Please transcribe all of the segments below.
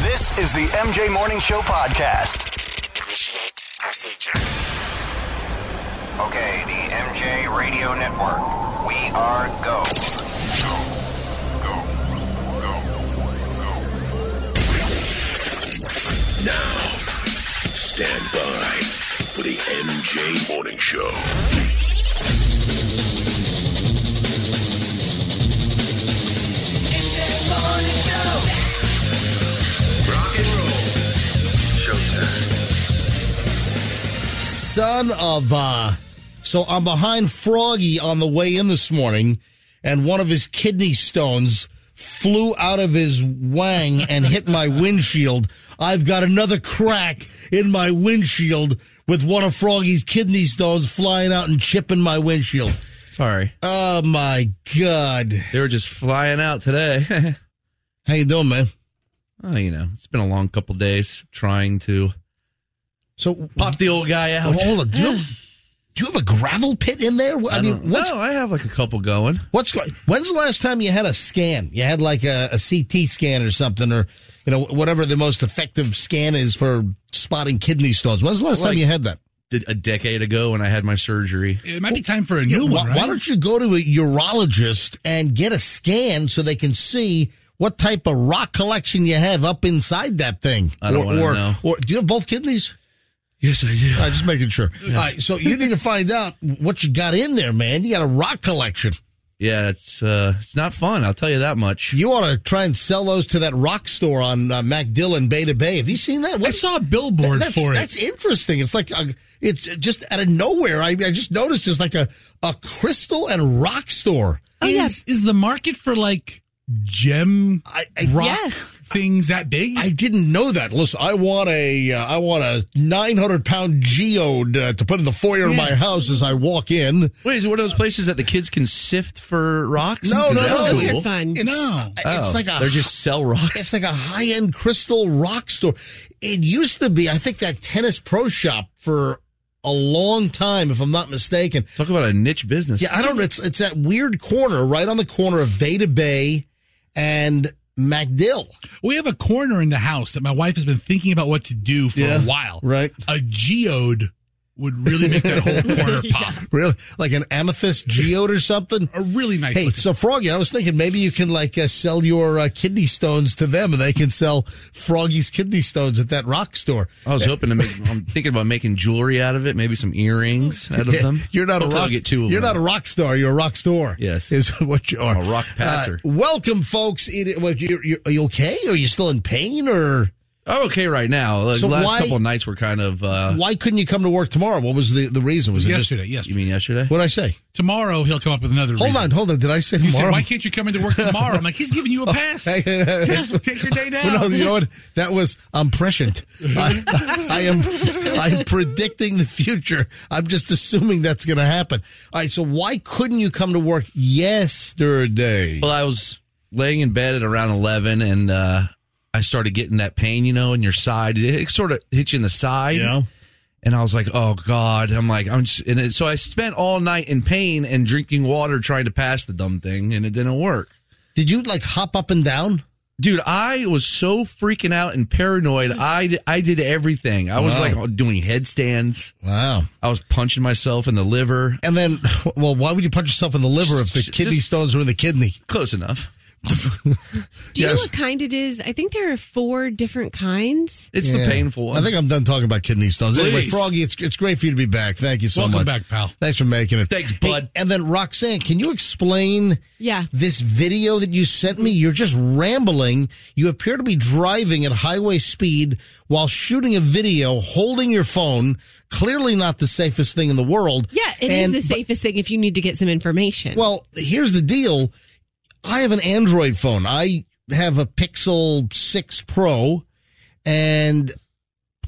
This is the MJ Morning Show podcast. Initiate procedure. Okay, the MJ Radio Network. We are go. Now, stand by for the MJ Morning Show. son of uh so I'm behind Froggy on the way in this morning and one of his kidney stones flew out of his wang and hit my windshield. I've got another crack in my windshield with one of Froggy's kidney stones flying out and chipping my windshield. Sorry. Oh my god. They were just flying out today. How you doing, man? oh, you know, it's been a long couple days trying to So pop the old guy out. hold on. Do you have, do you have a gravel pit in there? I, I mean, don't- what's no, I have like a couple going. What's going? When's the last time you had a scan? You had like a, a CT scan or something, or you know whatever the most effective scan is for spotting kidney stones. When's the last time Like- you had that? Did a decade ago when I had my surgery. It might be time for a You new know, why, one, right? why don't you go to a urologist and get a scan so they can see what type of rock collection you have up inside that thing? I don't or, wanna or, know. or do you have both kidneys? Yes, I do. I just making sure. All right, so you need to find out what you got in there, man. You got a rock collection. Yeah, it's uh, it's not fun. I'll tell you that much. You ought to try and sell those to that rock store on uh, MacDill Bay to Bay. Have you seen that? I What- saw a billboard that's, for it. That's interesting. It's like a, it's just out of nowhere. I, I just noticed it's like a a crystal and rock store. is, is the market for like gem I, I rock Yes. things that big? I didn't know that. Listen, I want a uh, I want a nine hundred pound geode uh, to put in the foyer of my house as I walk in. Wait, is it one of those places that the kids can sift for rocks? No, 'Cause no, that's no. Those cool. are fun. It's, No. uh, it's Oh, like a they're just sell rocks. It's like a high end crystal rock store. It used to be, I think, that tennis pro shop for a long time, if I'm not mistaken. Talk about a niche business. Yeah, I don't. It's it's that weird corner right on the corner of Bay to Bay and MacDill. We have a corner in the house that my wife has been thinking about what to do for Yeah, a while. right. A geode would really make that whole corner pop. Really, like an amethyst geode or something. A really nice Hey, looking- so Froggy, I was thinking maybe you can like uh, sell your uh, kidney stones to them, and they can sell Froggy's kidney stones at that rock store. I was hoping to make. I'm thinking about making jewelry out of it. Maybe some earrings out of them. You're not a Hopefully I'll rock. get two of you're them. not a rock star. You're a rock store. Yes. is what you are. I'm a rock passer. Uh, welcome, folks. It, what, you're, you're, are you okay? Are you still in pain? Or I'm okay right now. Like, So last why- couple of nights were kind of. Uh, why couldn't you come to work tomorrow? What was the, the reason? Was it yesterday, yes. you mean yesterday? What did I say? Tomorrow he'll come up with another Hold reason. on, hold on. Did I say You said, tomorrow? Oh, why can't you come into work tomorrow? I'm like, he's giving you a pass. Take your Well, day now. no, you know what? That was I'm prescient. I, I am I'm predicting the future. I'm just assuming that's going to happen. All right. So why couldn't you come to work yesterday? Well, I was laying in bed at around 11 and uh, I started getting that pain, you know, in your side. It, sort of hit you in the side. Yeah. And I was like, oh, God. I'm like, I'm just, and it, so I spent all night in pain and drinking water trying to pass the dumb thing and it didn't work. Did you like hop up and down? Dude, I was so freaking out and paranoid. I, di- I did everything. I was Wow. like doing headstands. Wow. I was punching myself in the liver. And then, well, why would you punch yourself in the liver if the Just- kidney just- stones were in the kidney? Close enough. Do you Yes. know what kind it is? I think there are four different kinds. It's Yeah. the painful one. I think I'm done talking about kidney stones. Anyway, Please. Froggy, it's, it's great for you to be back. Thank you so Welcome much. back, pal. Thanks for making it. Thanks, Hey, bud. and then Roxanne, can you explain Yeah. this video that you sent me? You're just rambling. You appear to be driving at highway speed while shooting a video, holding your phone. Clearly not the safest thing in the world. Yeah, it is And- the safest thing if you need to get some information. well, here's the deal. I have an Android phone. I have a Pixel 6 Pro. And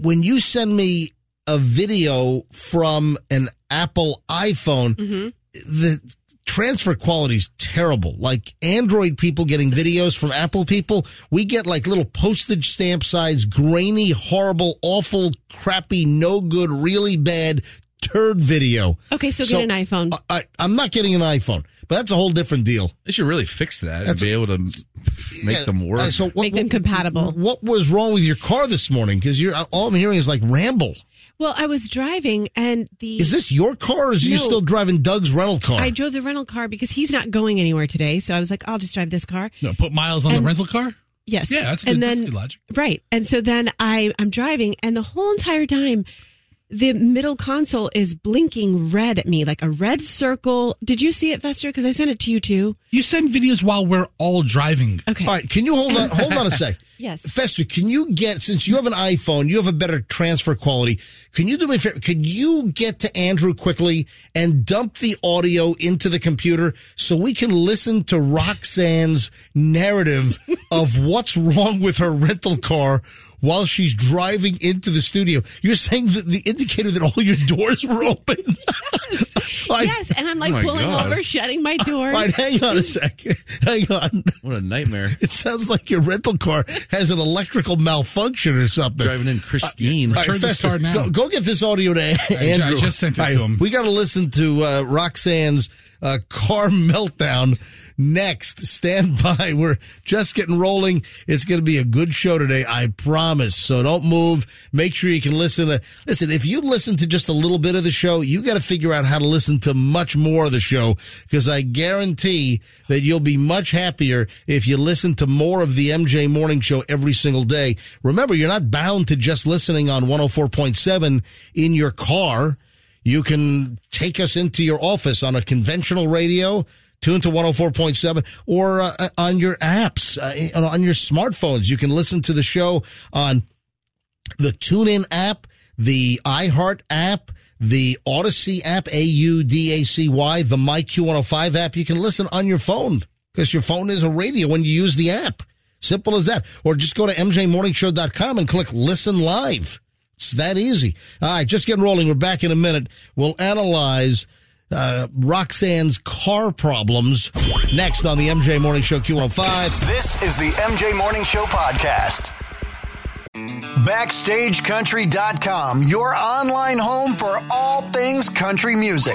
when you send me a video from an Apple iPhone, Mm-hmm. the transfer quality is terrible. Like Android people getting videos from Apple people, we get like little postage stamp size, grainy, horrible, awful, crappy, no good, really bad turd video. Okay, so, get an iPhone. I, I, I'm not getting an iPhone, but that's a whole different deal. They should really fix that and That's- be able to m- make Yeah, them work. uh, so what, Make them what- compatible. What was wrong with your car this morning? Because you're all I'm hearing is like ramble. well, I was driving and the Is this your car? or Is you No. still driving Doug's rental car? I drove the rental car because he's not going anywhere today, so I was like, I'll just drive this car. No, put miles on the And- rental car. Yes. Yeah, that's a and good- then, that's good logic. Right. And so then I, I'm driving, and the whole entire time, the middle console is blinking red at me, like a red circle. Did you see it, Fester? Because I sent it to you too. You send videos while we're all driving. Okay. All right, can you hold on? Hold on a sec. Yes. Fester, can you get since you have an iPhone, you have a better transfer quality. Can you do me a favor? Can you get to Andrew quickly and dump the audio into the computer so we can listen to Roxanne's narrative of what's wrong with her rental car while she's driving into the studio? You're saying that the indicator that all your doors were open. Like, yes. And I'm like my pulling God. over, shutting my door. Oh all right, hang on a sec. Hang on. what a nightmare. It sounds like your rental car has an electrical malfunction or something. Driving in Christine. All right, Turn this Fester, car now. Go, go get this audio to Andrew. I just sent it All to him. We got to listen to uh, Roxanne's uh, car meltdown next. Stand by. We're just getting rolling. It's going to be a good show today, I promise. So don't move. Make sure you can listen. To, listen, if you listen to just a little bit of the show, you got to figure out how to listen to much more of the show because I guarantee that you'll be much happier if you listen to more of the MJ Morning Show every single day. Remember, you're not bound to just listening on 104.7 in your car. You can take us into your office on a conventional radio, tune to 104.7, or uh, on your apps, uh, on your smartphones. You can listen to the show on the TuneIn app, the iHeart app, the Odyssey app, A U D A C Y, the MyQ105 app. You can listen on your phone because your phone is a radio when you use the app. Simple as that. Or just go to MJMorningShow.com and click listen live. It's that easy. All right, just getting rolling. We're back in a minute. We'll analyze uh, Roxanne's car problems next on the MJ Morning Show Q105. This is the MJ Morning Show podcast. BackstageCountry.com, your online home for all things country music.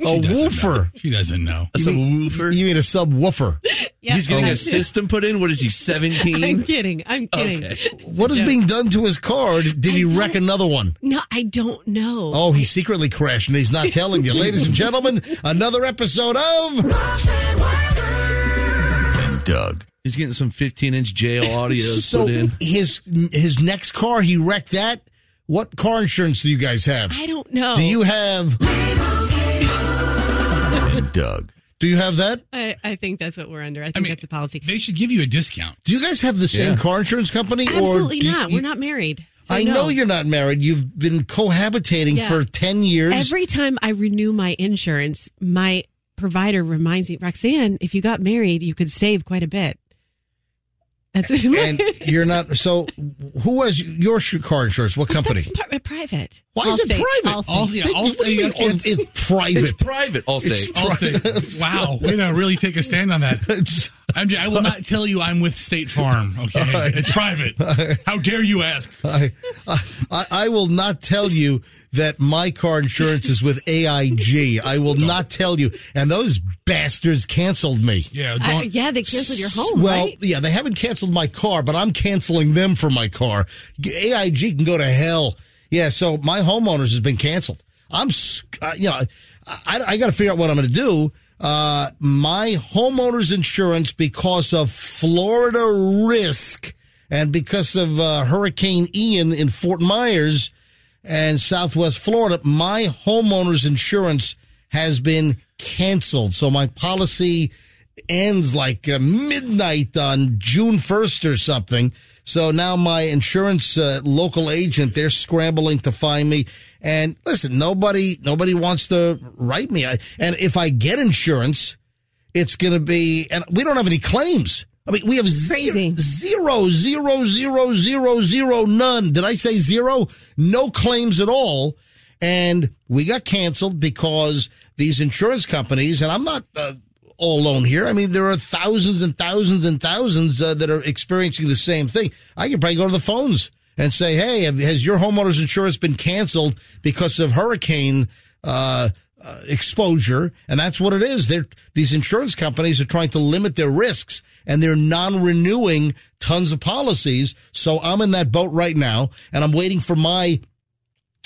a woofer. She doesn't know. That's a woofer. You mean a subwoofer? Yeah, He's getting I'm- a system put in. What is he, 17? I'm kidding. I'm kidding. Okay. What is Yeah. being done to his car? Did he don't- wreck another one? No, I don't know. Oh, he secretly crashed and he's not telling you. Ladies and gentlemen, another episode of. And Doug. He's getting some 15 inch jail audio So put in. his his next car, he wrecked that. What car insurance do you guys have? I don't know. Oh. Do you have And Doug. do you have that? I, I think that's what we're under. I think mean, that's a policy. They should give you a discount. Do you guys have the same Yeah. car insurance company? or Absolutely do you- not. you- we're not married. So I no. know you're not married. You've been cohabitating Yeah. for ten years. Every time I renew my insurance, my provider reminds me, Roxanne, if you got married, you could save quite a bit. That's what and you're not. So, who has your sh- car insurance? What company? It's pri- private. Why is it Allstate. private? Allstate. All- yeah, They- all- what do you mean, it's- it's, private. It's private, I'll say. I'll say, wow, way to really take a stand on that. I'm, j- I will not tell you I'm with State Farm. Okay, it's private. How dare you ask? I, I, I will not tell you that my car insurance is with AIG. I will not tell you. And those bastards canceled me. Yeah, I- don't. Uh, yeah, they canceled your home, Well, right? yeah, they haven't canceled my car, but I'm canceling them for my car. AIG can go to hell. Yeah, so my homeowners has been canceled. I'm, s- uh, you know, I, I got to figure out what I'm going to do. Uh, my homeowners insurance because of Florida risk and because of uh, Hurricane Ian in Fort Myers and Southwest Florida, my homeowners insurance has been canceled. So my policy ends like uh, midnight on June 1st or something. So now my insurance uh, local agent, they're scrambling to find me. And listen, nobody, nobody wants to write me. I, and if I get insurance, it's going to be, and we don't have any claims. I mean, we have zero, Crazy. zero, zero, zero, zero, zero, none. Did I say zero? No claims at all. And we got canceled because these insurance companies, and I'm not uh, all alone here. I mean, there are thousands and thousands and thousands uh, that are experiencing the same thing. I could probably go to the phones and say, "Hey, have, has your homeowner's insurance been canceled because of hurricane uh, uh, exposure?" And that's what it is. They're, these insurance companies are trying to limit their risks, and they're non-renewing tons of policies. So I'm in that boat right now, and I'm waiting for my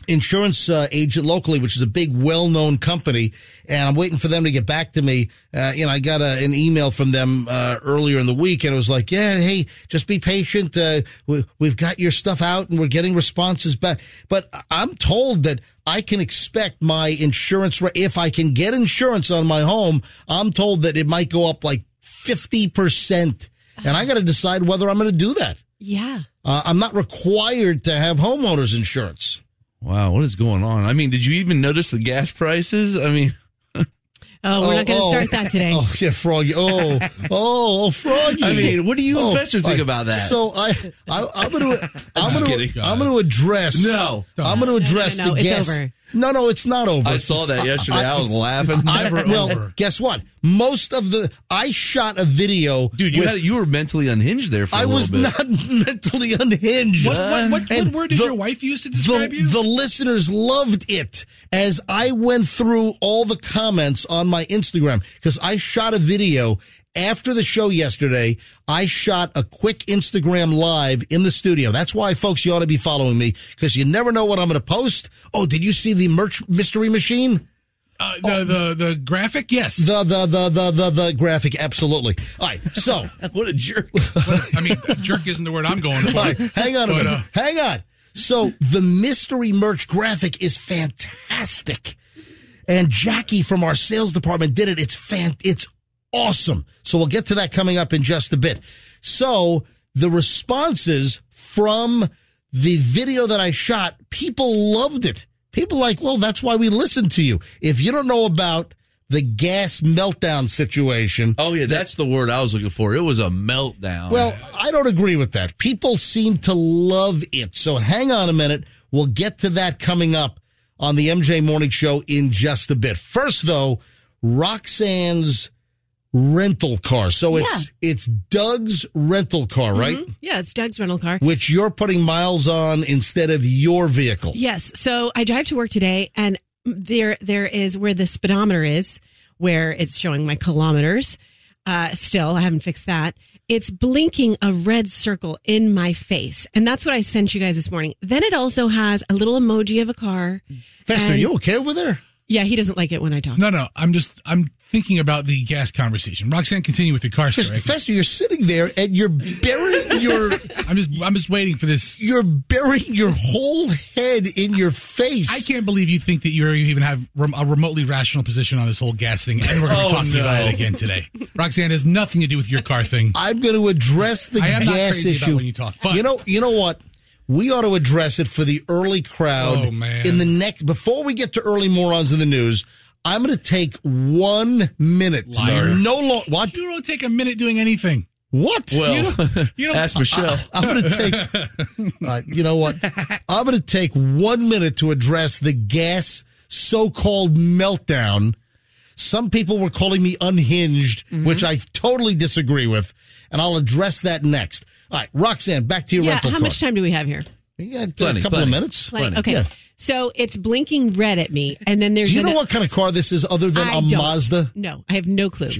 insurance uh, agent locally, which is a big, well-known company, and I'm waiting for them to get back to me. Uh, you know, I got a, an email from them uh, earlier in the week, and it was like, "Yeah, hey, just be patient. Uh, we, we've got your stuff out, and we're getting responses back." But I'm told that I can expect my insurance ra- if I can get insurance on my home. I'm told that it might go up like fifty percent, and I got to decide whether I'm going to do that. yeah. Uh, I'm not required to have homeowners insurance. Wow, what is going on? I mean, did you even notice the gas prices? I mean, Oh, we're not going to oh. start that today. Oh yeah, froggy. Oh, oh, froggy. I mean, what do you investors all think right. about that? So I, I I'm gonna, I'm kidding. gonna, I'm gonna address. No. I'm gonna address no, no, the it's gas. over. No, no, it's not over. I saw that yesterday. I, was laughing. well, guess what? Most of the I shot a video. Dude, you with- had you were mentally unhinged there for I a little was bit. not mentally unhinged. What, what, what, what And word did the- your wife use to the, describe you? the listeners loved it as I went through all the comments on my Instagram because I shot a video after the show yesterday. I shot a quick Instagram live in the studio. That's why, folks, you ought to be following me because you never know what I'm going to post. Oh, did you see the merch mystery machine? Oh. uh, the, the the graphic, yes. The the the the the, the graphic, absolutely. All right, so. what a jerk. I mean, jerk isn't the word I'm going All right, for. hang on a But, minute. uh, hang on. So the mystery merch graphic is fantastic, and Jackie from our sales department did it. It's fan. It's awesome. So we'll get to that coming up in just a bit. So the responses from the video that I shot, people loved it. People like, well, that's why we listen to you. If you don't know about the gas meltdown situation. Oh yeah, that's the word I was looking for. It was a meltdown. Well, I don't agree with that. People seem to love it. So hang on a minute. We'll get to that coming up on the MJ Morning Show in just a bit. First, though, Roxanne's rental car. So it's it's Doug's rental Mm-hmm. car, right? Yeah, it's Doug's rental car. Which you're putting miles on instead of your vehicle. Yes. So I drive to work today, and there there is where the speedometer is, where it's showing my kilometers. Uh, still, I haven't fixed that. It's blinking a red circle in my face, and that's what I sent you guys this morning. Then it also has a little emoji of a car. Fester, And- you okay over there? Yeah, he doesn't like it when I talk. uh, No, no. I'm just I'm thinking about the gas conversation. Roxanne, continue with the car Just story. Fester, you're sitting there and you're burying your I'm just I'm just waiting for this. you're burying your whole head in your face. I can't believe you think that you even have rem- a remotely rational position on this whole gas thing, and we're going to Oh, be talking about no. it again today. Roxanne it has nothing to do with your car thing. I'm going to address the I am not gas crazy about issue. when you talk, but- know, you know what? We ought to address it for the early crowd. Oh, man. In the next, before we get to early morons in the news, I'm going to take one minute. Liar. No long. What? You don't take a minute doing anything. What? well, You don't. ask Michelle. I'm going to take. Uh, you know what? I'm going to take one minute to address the gas so-called meltdown. Some people were calling me unhinged, Mm-hmm. which I totally disagree with, and I'll address that next. All right, Roxanne, back to your Yeah, rental how car. much time do we have here? You got Plenty, a couple plenty. of minutes. Like, Plenty. okay. Yeah. So it's blinking red at me, and then there's Do you know an- what kind of car this is other than I a don't. Mazda? No, I have no clue.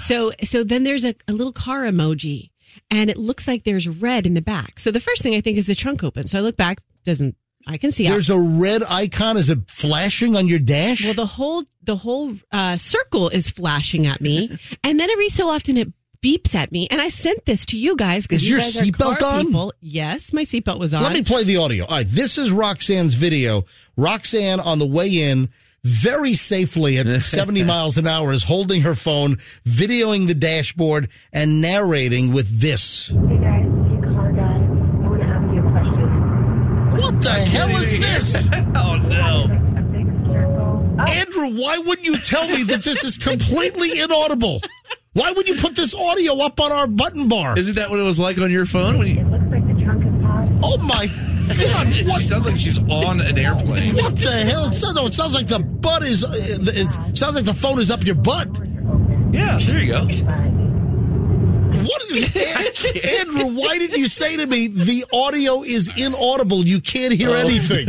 So so then there's a, a little car emoji and it looks like there's red in the back. So the first thing I think is the trunk open. So I look back, doesn't I can see out. There's a red icon. Is it flashing on your dash? well the whole the whole uh, circle is flashing at me and then every so often it beeps at me and I sent this to you guys Is you your guys are seatbelt car on? people. Yes, my seatbelt was on. Let me play the audio. All right, this is Roxanne's video. Roxanne on the way in, very safely at 70 miles an hour, is holding her phone, videoing the dashboard, and narrating with this. Hey guys, it's your car guy. I want to ask you a question. What the hell is this? oh no. A big circle. Andrew, why wouldn't you tell me that this is completely inaudible? Why would you put this audio up on our button bar? Isn't that what it was like on your phone? When you, It looks like the trunk is hot. Oh my God! she What, sounds like she's on an airplane. what the hell? It sounds, no, it sounds like the butt is. uh, the- It sounds like the phone is up your butt. Yeah, there you go. What is Andrew? Why didn't you say to me the audio is inaudible? You can't hear Oh, anything.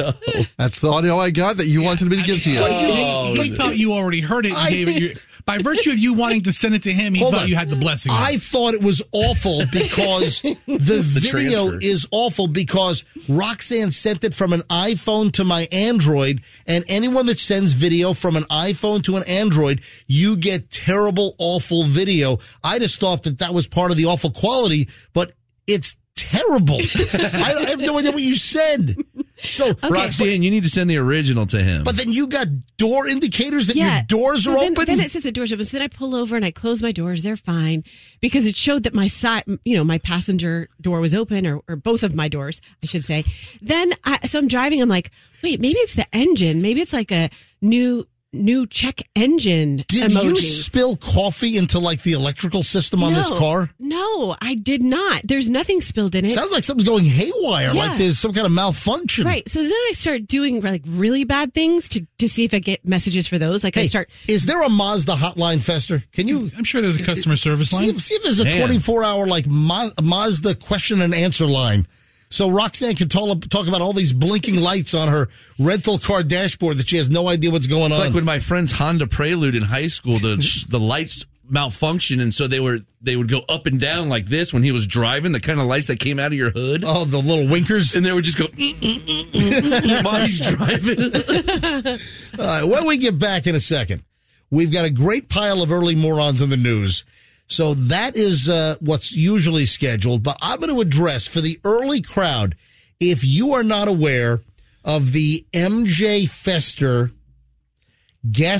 That's the audio I got that you wanted me to give to you. he, he thought you already heard it. And I- gave it your, by virtue of you wanting to send it to him, he Hold thought on. you had the blessing. I thought it was awful because the, video transfer. is awful because Roxanne sent it from an iPhone to my Android, and anyone that sends video from an iPhone to an Android, you get terrible, awful video. I just thought that that was part of the awful quality, but it's terrible. I, I have no idea what you said. So Roxanne, you need to send the original to him. But then you got door indicators that your doors So are then, open. Then it says the doors open. So then I pull over and I close my doors. They're fine because it showed that my side, you know, my passenger door was open or, or both of my doors, I should say. Then I, so I'm driving. I'm like, wait, maybe it's the engine. Maybe it's like a new, new check engine Did emoji. you spill coffee into like the electrical system on this No. car? No, I did not. There's nothing spilled in it. Sounds like something's going haywire. Like Yeah. there's some kind of malfunction. Right. So then I start doing like really bad things to, to see if I get messages for those. Like I Hey, start is there a Mazda hotline, Fester? Can you am sure there's a customer service see line. if, see if there's a Man. 24 hour like Ma- Mazda question and answer line? So Roxanne can tol- talk about all these blinking lights on her rental car dashboard that she has no idea what's going It's on. like when my friend's Honda Prelude in high school, the the lights malfunctioned, and so they were they would go up and down like this when he was driving. The kind of lights that came out of your hood, oh, the little winkers. and they would just go "Mm, mm, mm, mm, mm, mm," while he's driving. All right, when we get back in a second, we've got a great pile of early morons in the news. So that is uh, what's usually scheduled. But I'm going to address for the early crowd if you are not aware of the MJ Fester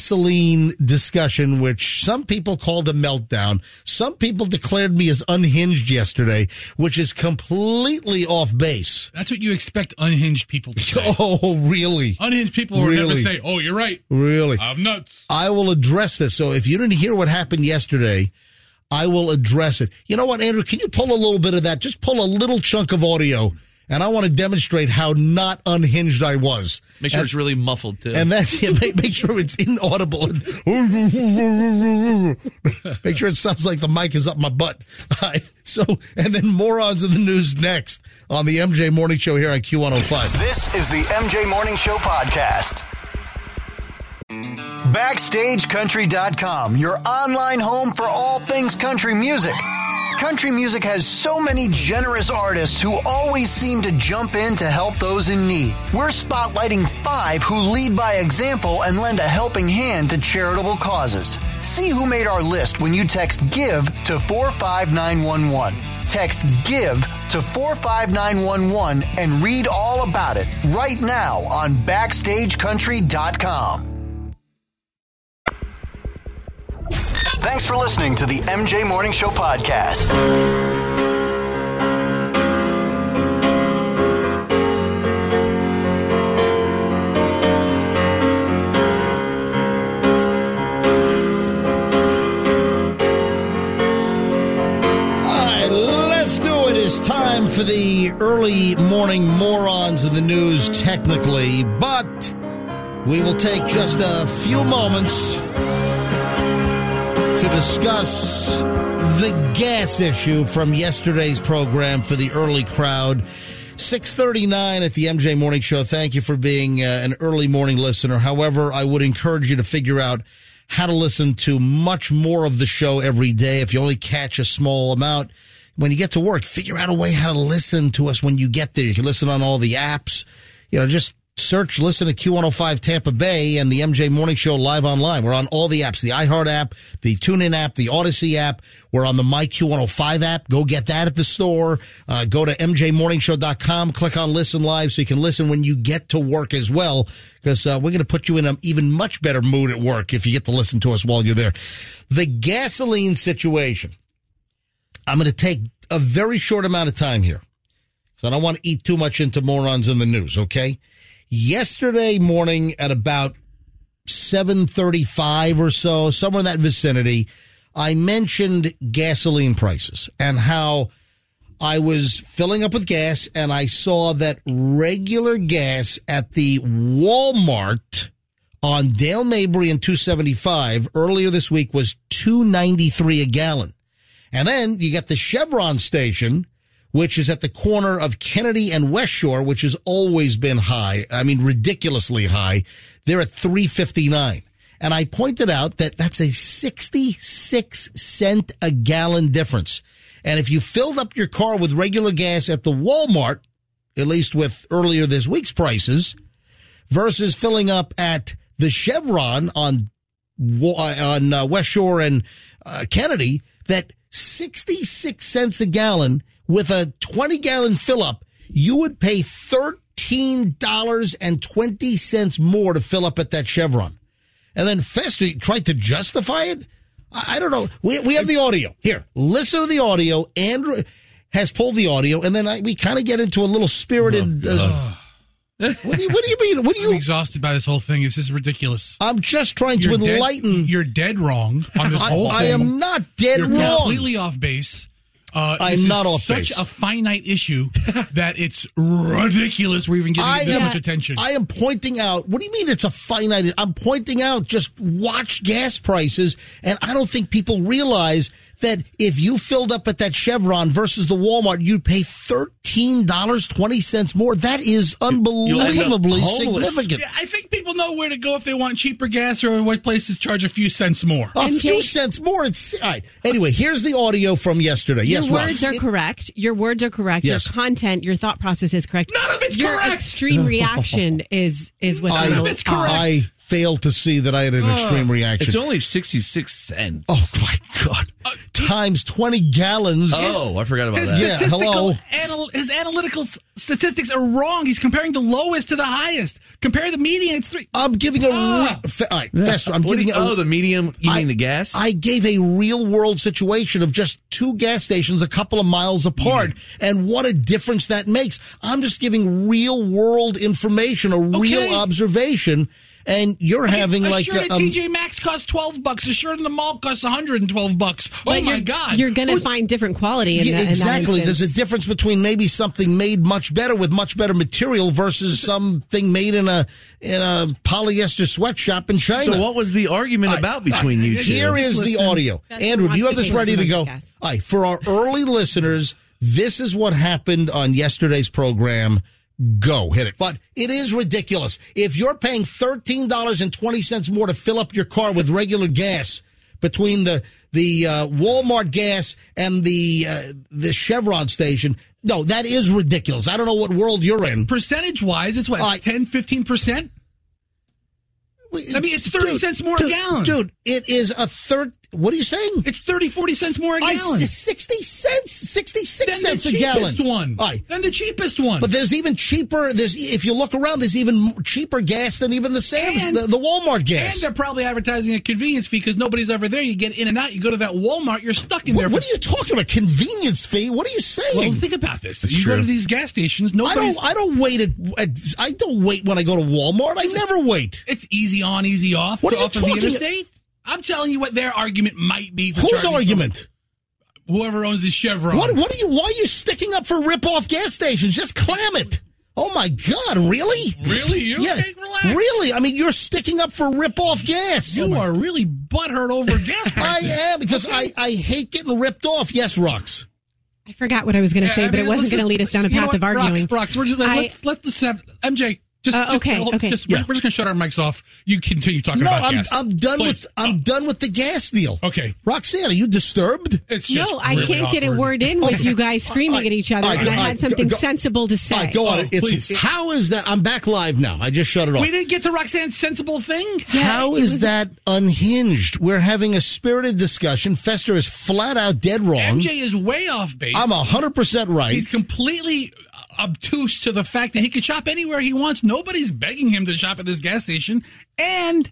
gasoline discussion, which some people called a meltdown. Some people declared me as unhinged yesterday, which is completely off base. That's what you expect unhinged people to say. Oh, really? Unhinged people will never Really? say, "Oh, you're right." Really? I'm nuts. I will address this. So if you didn't hear what happened yesterday, I will address it. You know what, Andrew? Can you pull a little bit of that? Just pull a little chunk of audio, and I want to demonstrate how not unhinged I was. Make sure And- it's really muffled too. and that's it. Make, make sure it's inaudible. make sure it sounds like the mic is up my butt. All right. So, and then morons of the news next on the MJ Morning Show here on Q105. This is the MJ Morning Show podcast. BackstageCountry.com, your online home for all things country music. Country music has so many generous artists who always seem to jump in to help those in need. We're spotlighting five who lead by example and lend a helping hand to charitable causes. See who made our list when you text GIVE to 45911. Text GIVE to 45911 and read all about it right now on BackstageCountry.com. Thanks for listening to the MJ Morning Show podcast. All right, let's do it. It's time for the early morning morons of the news, technically, but we will take just a few moments to discuss the gas issue from yesterday's program for the early crowd. 639 at the MJ Morning Show. Thank you for being uh, an early morning listener. However, I would encourage you to figure out how to listen to much more of the show every day. If you only catch a small amount, when you get to work, figure out a way how to listen to us when you get there. You can listen on all the apps. You know, just search, listen to Q105 Tampa Bay and the MJ Morning Show live online. We're on all the apps, the iHeart app, the TuneIn app, the Odyssey app. We're on the My Q105 app. Go get that at the store. Uh, go to MJMorningShow.com, click on listen live so you can listen when you get to work as well. Because uh, we're going to put you in an even much better mood at work if you get to listen to us while you're there. The gasoline situation. I'm going to take a very short amount of time here. So I don't want to eat too much into morons in the news, okay? Yesterday morning at about 7:35 or so, somewhere in that vicinity, I mentioned gasoline prices and how I was filling up with gas and I saw that regular gas at the Walmart on Dale Mabry and 275 earlier this week was 293 a gallon. And then you got the Chevron station, which is at the corner of Kennedy and West Shore, which has always been high. I mean, ridiculously high. They're at 359. And I pointed out that that's a 66 cent a gallon difference. And if you filled up your car with regular gas at the Walmart, at least with earlier this week's prices, versus filling up at the Chevron on Wa- on uh, West Shore and uh, Kennedy that 66 cents a gallon with a 20 gallon fill up, you would pay $13.20 more to fill up at that Chevron. And then Fester tried to justify it. I, I don't know. We, we have the audio here. Listen to the audio. Andrew has pulled the audio, and then I, we kind of get into a little spirited. uh, Oh, what, do you, what do you mean? What do I'm you? exhausted by this whole thing. This is ridiculous. I'm just trying to You're dead- enlighten. you're dead wrong on this I, whole I thing. am not dead You're wrong. completely off base. Uh, I'm this is not off such base. a finite issue that it's ridiculous we're even giving I it this am- much attention. I am pointing out. What do you mean it's a finite? I'm pointing out just watch gas prices, and I don't think people realize that if you filled up at that Chevron versus the Walmart, you'd pay thirteen dollars twenty cents more. That is unbelievably homeless. significant. Yeah, I think people know where to go if they want cheaper gas or what places charge a few cents more. A MJ. few cents more. It's all right. Anyway, here's the audio from yesterday. Uh, yes, your Rob. words are It- correct. Your words are correct. Yes. Your content, your thought process is correct. None of it's your correct. extreme reaction is is what's I, a little it's correct. off. I failed to see that I had an extreme reaction. it's only sixty six cents. Oh my god! Times twenty gallons. Oh, I forgot about His that. yeah, hello. statistical anal- his analytical s- statistics are wrong. He's comparing the lowest to the highest. Compare the median. It's three. I'm giving a. Ah. re- fe- all right, Fester, I'm What do giving you- a- oh, the medium. You I- mean the gas? I gave a real world situation of just two gas stations a couple of miles apart Mm-hmm. and what a difference that makes. I'm just giving real world information, a real observation, and you're having a like shirt at um, TJ Maxx costs twelve bucks. A shirt in the mall costs one hundred and twelve bucks. Oh But my you're, god! You're going to find different quality in Yeah, that. in that exactly. instance. There's a difference between maybe something made much better with much better material versus something made in a in a polyester sweatshop in China. So what was the argument about between you two? Here is the Listen. audio. That's Andrew, do you have this intoxicating ready to go? smoke All gas. right, for our early listeners, this is what happened on yesterday's program. Go hit it. But it is ridiculous. If you're paying $13.20 more to fill up your car with regular gas between the the uh, Walmart gas and the uh, the Chevron station, no, that is ridiculous. I don't know what world you're in. Percentage wise, it's what All right. 10 15 percent. I mean, it's 30 Dude, cents more dude, a gallon. Dude, it is a third. What are you saying? It's 30 40 cents more a I- gallon. 60 cents, 66 Then cents the a gallon. cheapest one. All right. Then the cheapest one. But there's even cheaper. There's if you look around, there's even more- cheaper gas than even the Sam's, And- the, the Walmart and gas. they're probably advertising a convenience fee because nobody's ever there. You get in and out. You go to that Walmart, you're stuck in there. What, what for- are you talking about? Convenience fee? What are you saying? Well, think about this. That's you go true. to these gas stations. I Nobody's. don't. I don't wait at, at. I don't wait when I go to Walmart. I never wait. it's easy on, easy off. What are you off of the talking- interstate. I'm telling you what their argument might be. For Whose charging argument? someone- whoever owns the Chevron. What? What are you? Why are you sticking up for rip-off gas stations? Just clam it. Oh my God! Really? Really? You? Okay, relax. Really? I mean, you're sticking up for rip-off gas. Oh You are really butthurt over gas I prices. am because I, I hate getting ripped off. Yes, Rocks. I forgot what I was going to say, Yeah, I but mean, it wasn't listen, going to lead us down a you know path what, of arguing. Brox, Brox, we're just like, I- let's let the seven, MJ. Just, Uh, just okay, hold- okay. Just, Yeah. We're just gonna shut our mics off. You continue talking No, about I'm gas. I'm done Please. with I'm done with the gas deal. Okay. Roxanne, are you disturbed? It's just No, I really can't get a awkward. word in with Okay. you guys All screaming right, at each other, all right, and I all right, had something go- go- sensible to say. All right, go on. Oh, It's- please. how is that? I'm back live now. I just shut it off. We didn't get to Roxanne's sensible thing. How is that unhinged? We're having a spirited discussion. Fester is flat out dead wrong. MJ is way off base. I'm hundred percent right. He's completely obtuse to the fact that he could shop anywhere he wants. Nobody's begging him to shop at this gas station, and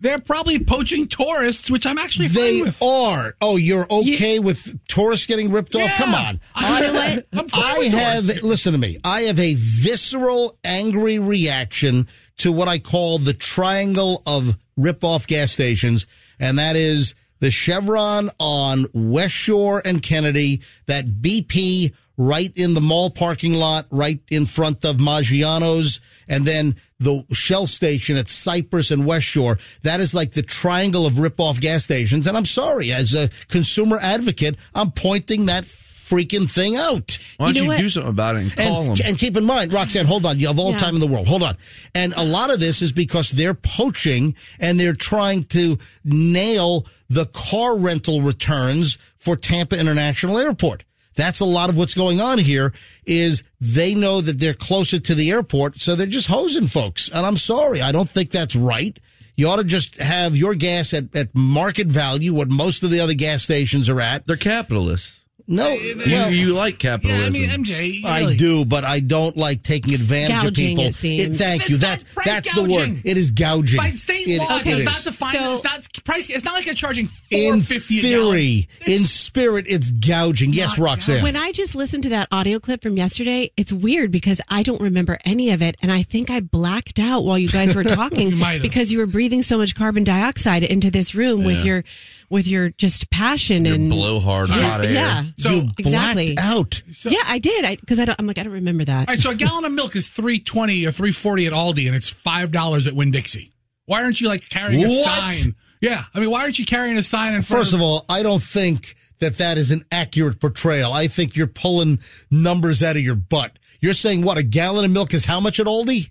they're probably poaching tourists, which I'm actually They fine with. are. Oh, you're okay with tourists getting ripped off? Yeah. Come on. I- You know what? I'm fine I with have, tourists. listen to me, I have a visceral, angry reaction to what I call the triangle of rip-off gas stations, and that is the Chevron on West Shore and Kennedy, that BP right in the mall parking lot, right in front of Maggiano's, and then the Shell station at Cypress and West Shore. That is like the triangle of rip-off gas stations. And I'm sorry, as a consumer advocate, I'm pointing that freaking thing out. Why don't You you, know what? do something about it and call And, them? and keep in mind, Roxanne, hold on. You have all Yeah. time in the world. Hold on. And a lot of this is because they're poaching and they're trying to nail the car rental returns for Tampa International Airport. That's a lot of what's going on here is they know that they're closer to the airport. So they're just hosing folks. And I'm sorry. I don't think that's right. You ought to just have your gas at, at market value, what most of the other gas stations are at. They're capitalists. No, well- you, you like Yeah, I capitalism. mean, MJ. I really. do, but I don't like taking advantage Gouging, of people. it seems. thank It's you. not That's price that's the gouging. word. It is gouging. By state It- law, it it's is. not defined. So- it's not price. It's not like they're charging four in fifty a gallon. theory, in spirit, it's gouging. Yes, Not Roxanne. When I just listened to that audio clip from yesterday, it's weird because I don't remember any of it, and I think I blacked out while you guys were talking might have. because you were breathing so much carbon dioxide into this room with your with your just passion Your and blowhard hot air. yeah, So- you exactly. blacked out. yeah, I did because I, don't. I'm like I don't remember that. All right, so a gallon of milk is three twenty or three forty at Aldi, and it's five dollars at Winn Dixie. Why aren't you like carrying a What? sign? Yeah, I mean, why aren't you carrying a sign in front First of all, I don't think that that is an accurate portrayal. I think you're pulling numbers out of your butt. You're saying what a gallon of milk is how much at Aldi?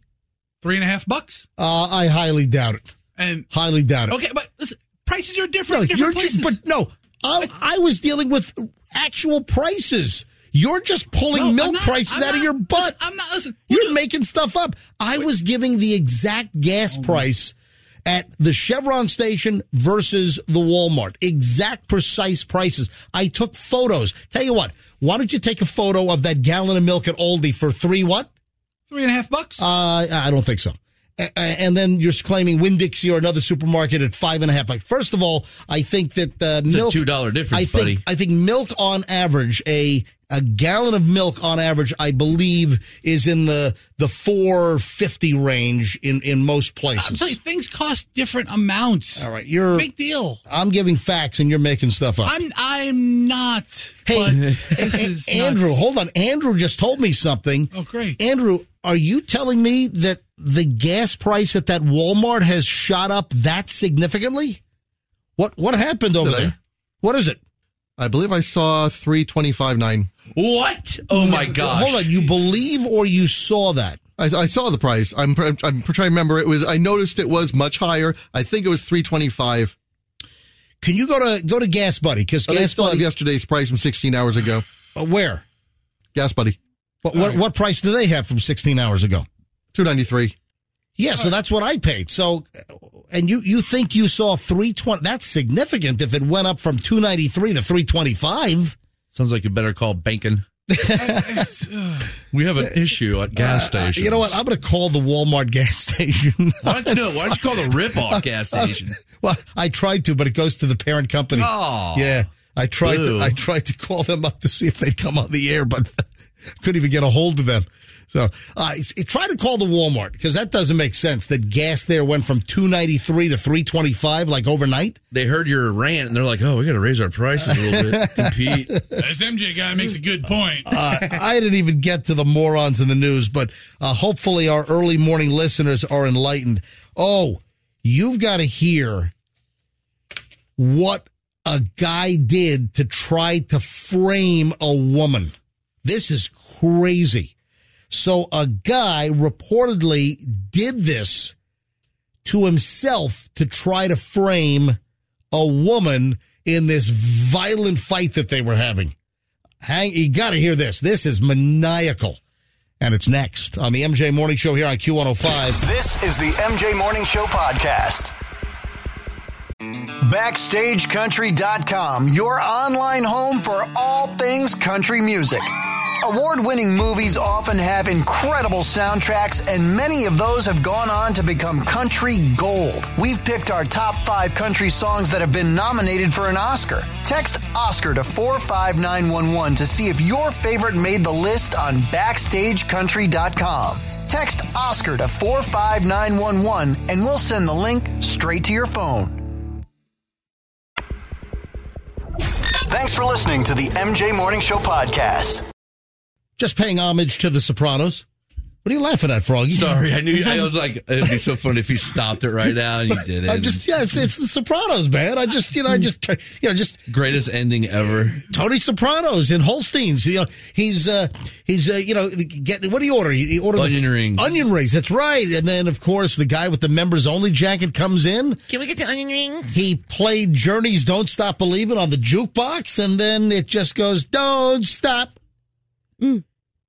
three and a half bucks? Uh, I highly doubt it. And Highly doubt it. okay, but listen, prices are No, different. in you're different just, places. but no, I, I was dealing with actual prices. You're just pulling No, I'm milk not- prices I'm out of not- your butt. listen, I'm not. Listen, Oh, You're making stuff up. I was giving the exact gas price at the Chevron station versus the Walmart. Exact precise prices. I took photos. Tell you what, why don't you take a photo of that gallon of milk at Aldi for three what? Three and a half bucks? Uh, I don't think so. A- a- And then you're claiming Winn Dixie or another supermarket at five and a half. bucks. First of all, I think that the a milk $2 difference, I think, buddy. I think milk on average, a a gallon of milk on average, I believe, is in the the four fifty range in in most I'm places. telling you, things cost different amounts. All right, you're big deal. I'm giving facts and you're making stuff up. I'm I'm not. Hey, but this A- is Andrew, nuts. hold on. Andrew just told me something. Oh, great. Andrew, are you telling me that the gas price at that Walmart has shot up that significantly? What what happened over Did I? there? What is it? I believe I saw three twenty five nine. What? Oh my gosh. Hold on. You believe or you saw that? I, I saw the price. I'm I'm trying to remember. It was I noticed it was much higher. I think it was three twenty five. Can you go to go to Gas Buddy? Because They Gas still have Buddy, yesterday's price from sixteen hours ago. uh, where? Gas Buddy, What what, what price do they have from 16 hours ago? two ninety three. Yeah, so that's what I paid. So, and you you think you saw 320? That's significant if it went up from 293 to Uh, 325. Sounds like you better call banking. It's, uh, We have an issue at gas Uh, stations. you know what? I'm going to call the Walmart gas station. Why don't you know? Why don't you call the rip-off gas station? well, I tried to, but it goes to the parent company. Oh. yeah. I tried Ew. to I tried to call them up to see if they'd come on the air, but couldn't even get a hold of them. So I try to call the Walmart because that doesn't make sense. That gas there went from two ninety three to three twenty five like overnight. They heard your rant and they're like, "Oh, we got to raise our prices a little bit, compete." This MJ guy makes a good point. Uh, I didn't even get to the morons in the news, but uh, hopefully our early morning listeners are enlightened. Oh, you've got to hear what a guy did to try to frame a woman. This is crazy. So a guy reportedly did this to himself to try to frame a woman in this violent fight that they were having. Hang, you got to hear this. This is maniacal. And it's next on the MJ Morning Show here on Q105. This is the MJ Morning Show podcast. BackstageCountry.com, your online home for all things country music. Award winning movies often have incredible soundtracks, and many of those have gone on to become country gold. We've picked our top five country songs that have been nominated for an Oscar. Text Oscar to 45911 to see if your favorite made the list on BackstageCountry.com. Text Oscar to 45911 and we'll send the link straight to your phone. Thanks for listening to the MJ Morning Show podcast. Just paying homage to the Sopranos. What are you laughing at, Froggy? Sorry, I knew. I was like, it'd be so funny if he stopped it right now and you did it. I just yeah, it's, it's the Sopranos, man. I just you know, I just you know, just greatest ending ever. Tony Sopranos in Holstein's. You know, he's uh he's uh, you know getting what do you order? He he ordered the- Onion rings. Onion rings. That's right. And then of course the guy with the members only jacket comes in. Can we get the onion rings? He played Journey's "Don't Stop Believing" on the jukebox, and then it just goes "Don't Stop."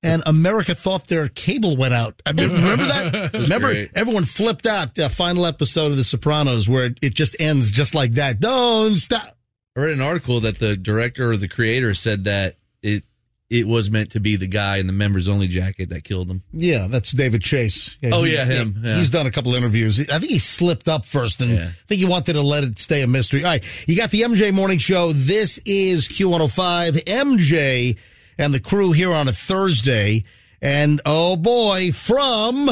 And America thought their cable went out. I mean, remember that? remember, great. everyone flipped out. Uh, final episode of The Sopranos, where it, it just ends just like that. Don't stop. I read an article that the director or the creator said that it it was meant to be the guy in the members only jacket that killed him. Yeah, that's David Chase. Oh, yeah, him. Yeah. He's done a couple interviews. I think he slipped up first, and Yeah. I think he wanted to let it stay a mystery. All right, you got the MJ Morning Show. This is Q105. MJ and the crew here on a Thursday. And oh boy, from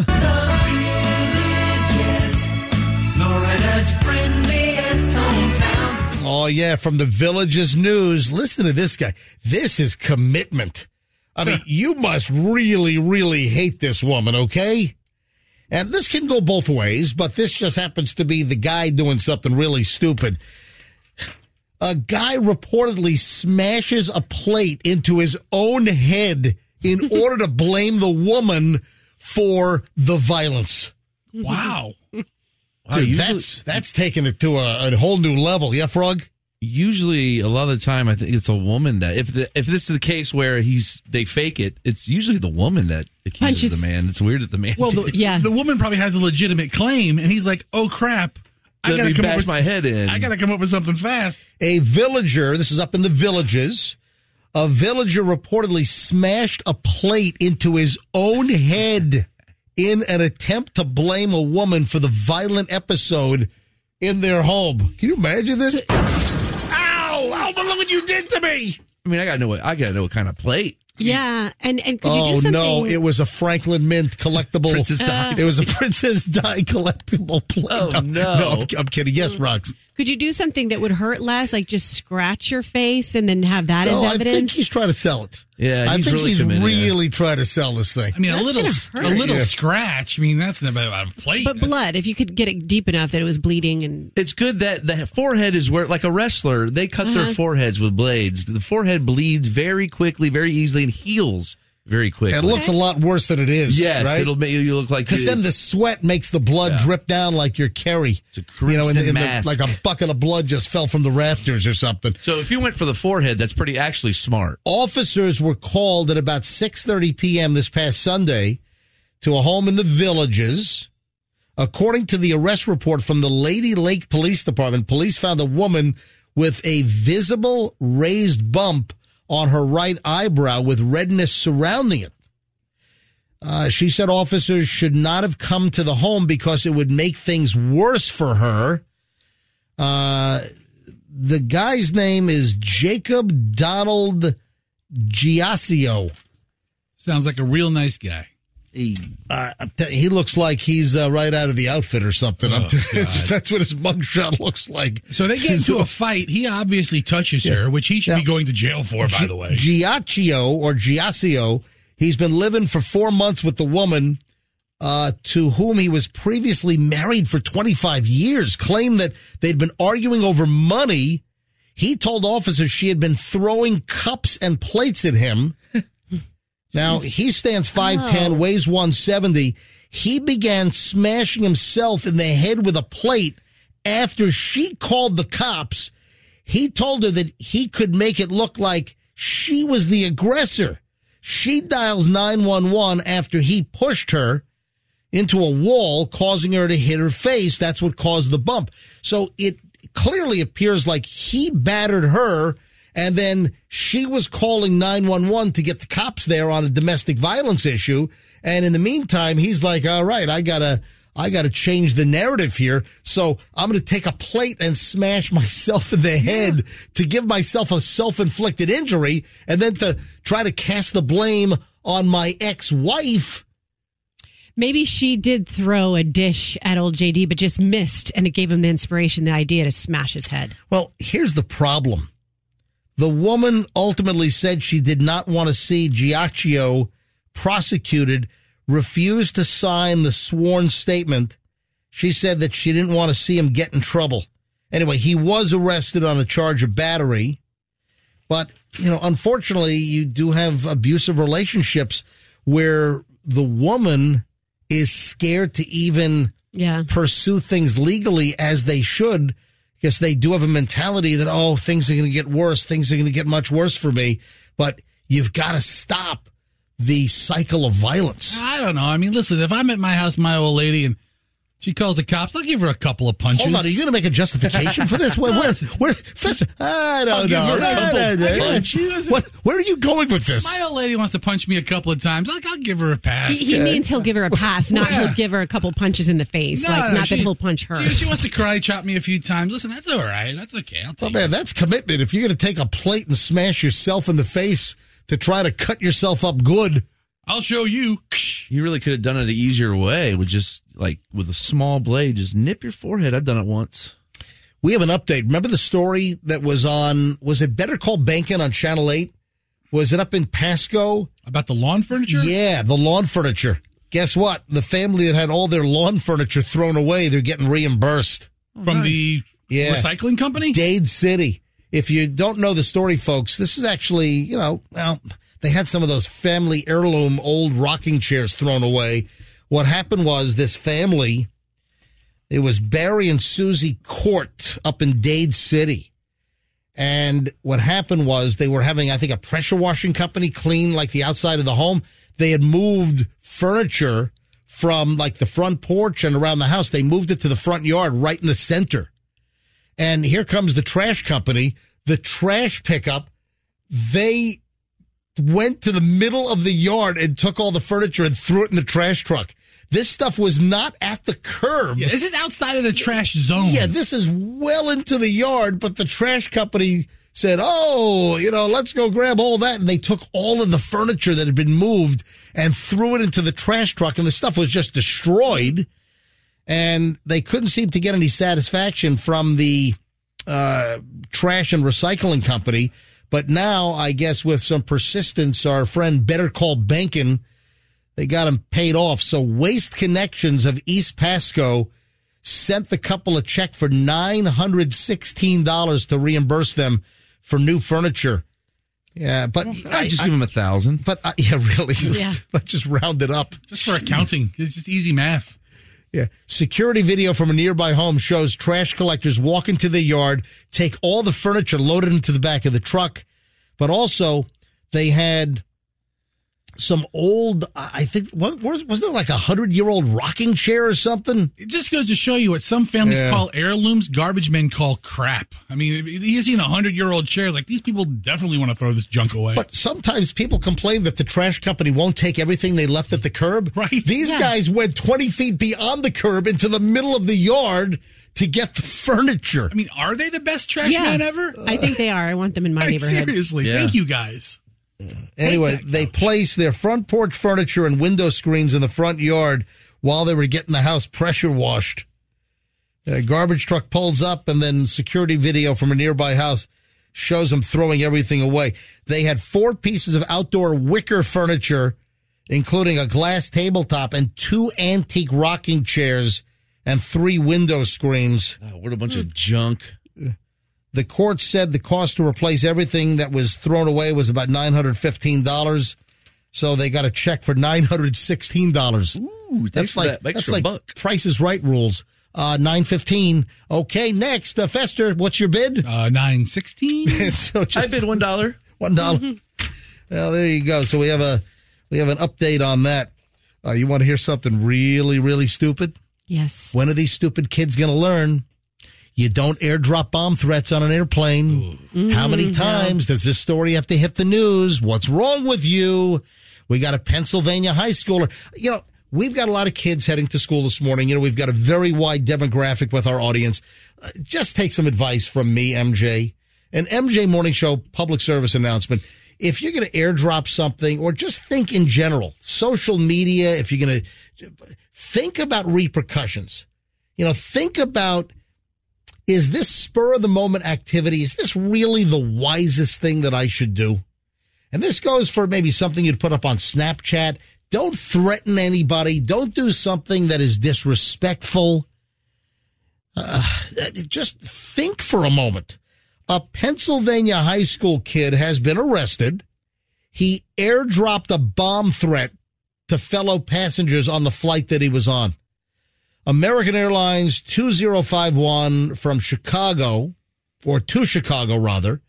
oh yeah, from the Villages News. Listen to this guy. This is commitment. I mean, you must really, really hate this woman, okay? And this can go both ways, but this just happens to be the guy doing something really stupid. A guy reportedly smashes a plate into his own head in order to blame the woman for the violence. wow. Wow, Dude, usually- that's that's taking it to a, a whole new level. Yeah, Frog? usually a lot of the time i think it's a woman that if the, if this is the case where he's they fake it it's usually the woman that accuses Punches. the man it's weird that the man Well, did the, it. Yeah. the woman probably has a legitimate claim, and he's like, "Oh crap, let me bash my head in. I gotta come up with something fast. A villager, this is up in the villages, a villager reportedly smashed a plate into his own head in an attempt to blame a woman for the violent episode in their home. Can you imagine this? Ow! Alma, look what you did to me! I mean, I gotta know what I gotta know what kind of plate. Yeah, and and could you Oh do something? no! It was a Franklin Mint collectible. Princess Di. It was a Princess Di collectible plate. Oh, no. no I'm, I'm kidding. Yes, Rox. could you do something that would hurt less, like just scratch your face and then have that no, as I think evidence? he's trying to sell it. Yeah, I he's think really he's committed. really trying to sell this thing. I mean, That's a little, gonna a hurt. little Yeah. scratch. I mean, that's not bad about a plate. but blood, if you could get it deep enough that it was bleeding and It's good that the forehead is where, like a wrestler, they cut their foreheads with blades. The forehead bleeds very quickly, very easily, and heals very quickly. It looks a lot worse than it is. yes, right? it'll make you look like Because you- then the sweat makes the blood Yeah. drip down like your carry. It's a crimson mask. like a bucket of blood just fell from the rafters or something. So if you went for the forehead, that's pretty actually smart. Officers were called at about 6:30 p.m. this past Sunday to a home in the villages. According to the arrest report from the Lady Lake Police Department, police found a woman with a visible raised bump on her right eyebrow with redness surrounding it. Uh, she said officers should not have come to the home because it would make things worse for her. Uh, the guy's name is Jacob Donald Giaccio. sounds like a real nice guy. Uh, I'm tell- he looks like he's uh, right out of the outfit or something. Oh, I'm t- that's what his mugshot looks like. So they get into a fight. He obviously touches her, which he should Yeah. be going to jail for, by the way. Giaccio or Giaccio. He's been living for four months with the woman uh, to whom he was previously married for 25 years. Claimed that they'd been arguing over money. He told officers she had been throwing cups and plates at him. now he stands 5'10, weighs 170. He began smashing himself in the head with a plate after she called the cops he told her that he could make it look like she was the aggressor. She dials 911 after he pushed her into a wall, causing her to hit her face. That's what caused the bump. So it clearly appears like he battered her and then she was calling 911 to get the cops there on a domestic violence issue. And in the meantime, he's like, all right, I gotta, I gotta change the narrative here. So I'm gonna take a plate and smash myself in the head to give myself a self-inflicted injury and then to try to cast the blame on my ex-wife. maybe she did throw a dish at old JD, but just missed, and it gave him the inspiration, the idea to smash his head. Well, here's the problem. The woman ultimately said she did not want to see Giacchio prosecuted, refused to sign the sworn statement. She said that she didn't want to see him get in trouble. Anyway, he was arrested on a charge of battery. But, you know, unfortunately, you do have abusive relationships where the woman is scared to even Yeah. pursue things legally as they should because they do have a mentality that oh things are going to get worse things are going to get much worse for me but you've got to stop the cycle of violence I don't know. I mean, listen, if I'm at my house, my old lady, and she calls the cops, I'll give her a couple of punches. Hold on, are you going to make a justification for this? Where, where, where, first, I don't give know. her a couple I don't know. punches. What, where are you going with this? my old lady wants to punch me a couple of times. I'll, I'll give her a He, pass. he means he'll give her a pass, not Yeah. he'll give her a couple punches in the face. No, like, no, not she- that he'll punch her. She, she wants to karate chop me a few times. Listen, that's all right. That's okay. I'll Oh take it. man, that's commitment. If you're going to take a plate and smash yourself in the face to try to cut yourself up good, I'll show you. You really could have done it an easier way with just like with a small blade, just nip your forehead. I've done it once. we have an update. Remember the story that was on, was it Better Call Banking on Channel 8? Was it up in Pasco? About the lawn furniture? Yeah, the lawn furniture. Guess what? The family that had all their lawn furniture thrown away, they're getting reimbursed. From the Yeah. recycling company? Dade City. If you don't know the story, folks, this is actually, you know, well, they had some of those family heirloom old rocking chairs thrown away. What happened was this family, it was Barry and Susie Court up in Dade City. And what happened was they were having, I think, a pressure washing company clean like the outside of the home. They had moved furniture from like the front porch and around the house. They moved it to the front yard right in the center. And here comes the trash company, the trash pickup. They went to the middle of the yard and took all the furniture and threw it in the trash truck. This stuff was not at the curb. Yeah, this is outside of the trash zone. Yeah, this is well into the yard, but the trash company said, "Oh, you know, let's go grab all that." And they took all of the furniture that had been moved and threw it into the trash truck and the stuff was just destroyed. And they couldn't seem to get any satisfaction from the uh, trash and recycling company. But now, I guess, with some persistence, our friend Better Call Bankin, they got him paid off. So Waste Connections of East Pasco sent the couple a check for $916 to reimburse them for new furniture. Yeah, but I just give him a thousand. But I, yeah, really, Yeah. let's just round it up. Just for accounting. It's just easy math. Yeah. Security video from a nearby home shows trash collectors walk into the yard, take all the furniture loaded into the back of the truck, but also they had some old, I I think, what, was- wasn't it like a hundred year old rocking chair or something? It just goes to show you what some families Yeah. call heirlooms, garbage men call crap. I mean, you've seen a hundred year old chairs. Like these people definitely want to throw this junk away. But sometimes people complain that the trash company won't take everything they left at the curb. Right. These Yeah. guys went 20 feet beyond the curb into the middle of the yard to get the furniture. I mean, are they the best trash men ever? I think they are. I want them in my I mean, neighborhood. seriously, Yeah. thank you guys. Anyway, they placed their front porch furniture and window screens in the front yard while they were getting the house pressure washed. A garbage truck pulls up, and then security video from a nearby house shows them throwing everything away. They had four pieces of outdoor wicker furniture, including a glass tabletop and two antique rocking chairs and three window screens. Wow, what a bunch of junk. The court said the cost to replace everything that was thrown away was about nine hundred fifteen dollars. So they got a check for nine hundred sixteen dollars. Ooh, That's like that that's extra like buck. Price is Right rules. Uh, nine fifteen. Okay, next, uh, Fester. What's your bid? Uh, nine sixteen. Mm-hmm. so I just bid one dollar. one dollar. Well, there you go. So we have a we have an update on that. Uh, you want to hear something really really stupid? Yes. When are these stupid kids going to learn? You don't airdrop bomb threats on an airplane. How many times does this story have to hit the news? What's wrong with you? We got a Pennsylvania high schooler. You know, we've got a lot of kids heading to school this morning. You know, we've got a very wide demographic with our audience. Uh, Just take some advice from me, MJ. An MJ Morning Show public service announcement. If you're going to airdrop something or just think in general, social media, if you're going to think about repercussions. You know, think about is this spur of the moment activity? Is this really the wisest thing that I should do? And this goes for maybe something you'd put up on Snapchat. Don't threaten anybody. Don't do something that is disrespectful. Uh, just think for a moment. A Pennsylvania high school kid has been arrested. He airdropped a bomb threat to fellow passengers on the flight that he was on. American Airlines 2051 from Chicago, or to Chicago rather,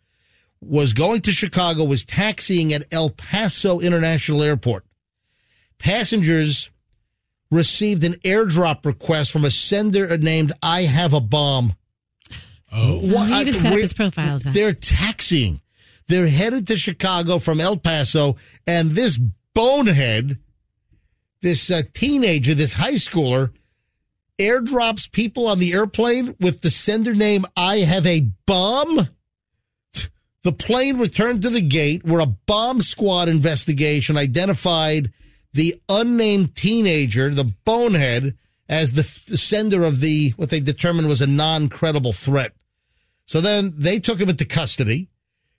was going to Chicago, was taxiing at El Paso International Airport. Passengers received an airdrop request from a sender named I Have a Bomb. Oh. What- Well, he I- even set up where- his profile as that. They're taxiing. They're headed to Chicago from El Paso, and this bonehead, this uh, teenager, this high schooler, airdrops people on the airplane with the sender name "I have a bomb." The plane returned to the gate where a bomb squad investigation identified the unnamed teenager, the bonehead, as the, the sender of the what they determined was a non-credible threat. So then they took him into custody.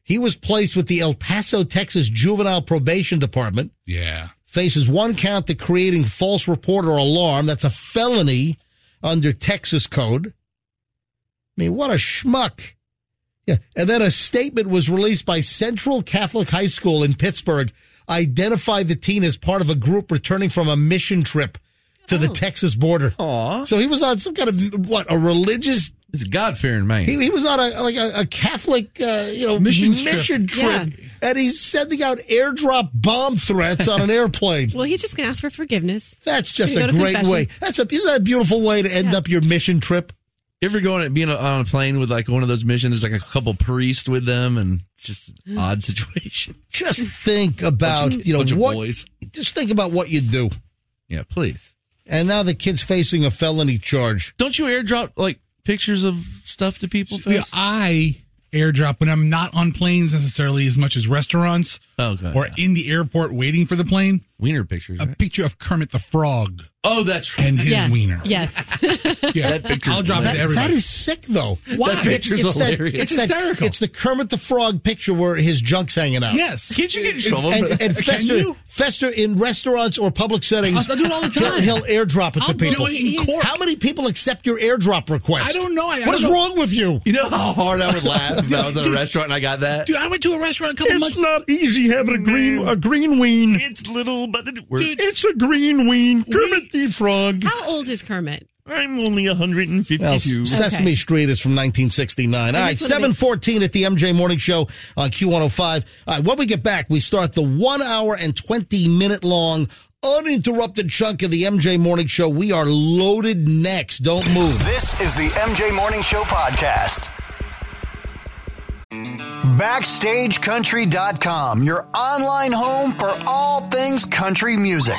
He was placed with the El Paso, Texas Juvenile Probation Department. Yeah. Faces one count of creating false report or alarm. That's a felony under Texas code. I mean, what a schmuck. Yeah. And then a statement was released by Central Catholic High School in Pittsburgh, identified the teen as part of a group returning from a Oh. mission trip to the Texas border. Aw. So he was on some kind of, what, a religious He's a God fearing man. He, he was on a like a, a Catholic, uh, you know, Mission mission, trip. trip, and he's sending out airdrop bomb threats on an airplane. Well, he's just going to ask for forgiveness. That's just Gonna a go to great confession. way. That's a isn't that a beautiful way to end up your mission trip? You ever going being on a plane with like one of those missions? There's like a couple priests with them, and it's just an odd situation. Just think about Bunch of- you know bunch of what. boys. Just think about what you do. Yeah, please. And now the kid's facing a felony charge. Don't you airdrop like pictures of stuff to people? Yeah, Fez? I airdrop when I'm not on planes necessarily as much as restaurants Okay. or in the airport waiting for the plane. Wiener pictures. A picture of Kermit the Frog. Oh, that's and his Yeah. wiener. Yes. Yeah, I'll drop it to everybody. That is sick, though. Why? It's- picture's it's that- hilarious. it's that- hysterical. it's the Kermit the Frog picture where his junk's hanging out. yes, Can't you get in trouble? for And, that? and Can fester, you? fester in restaurants or public settings. I'll- I'll do it all the time. He'll, he'll airdrop it I'll to do people. it in court. How many people accept your airdrop request? I don't know. I- I What is don't know. wrong with you? You know how hard I would laugh if I was at a restaurant and I got that. dude. I went to a restaurant a couple months. not easy having a green a green ween. It's little, but it works. It's a green ween. Kermit the Frog. How old is Kermit? I'm only 152. Well, Sesame Street is from 1969. All I right, just wanna make- 714 at the MJ Morning Show on Q105. All right, when we get back, we start the one hour and 20 minute long uninterrupted chunk of the MJ Morning Show. We are loaded next. Don't move. This is the MJ Morning Show podcast. BackstageCountry.com, your online home for all things country music.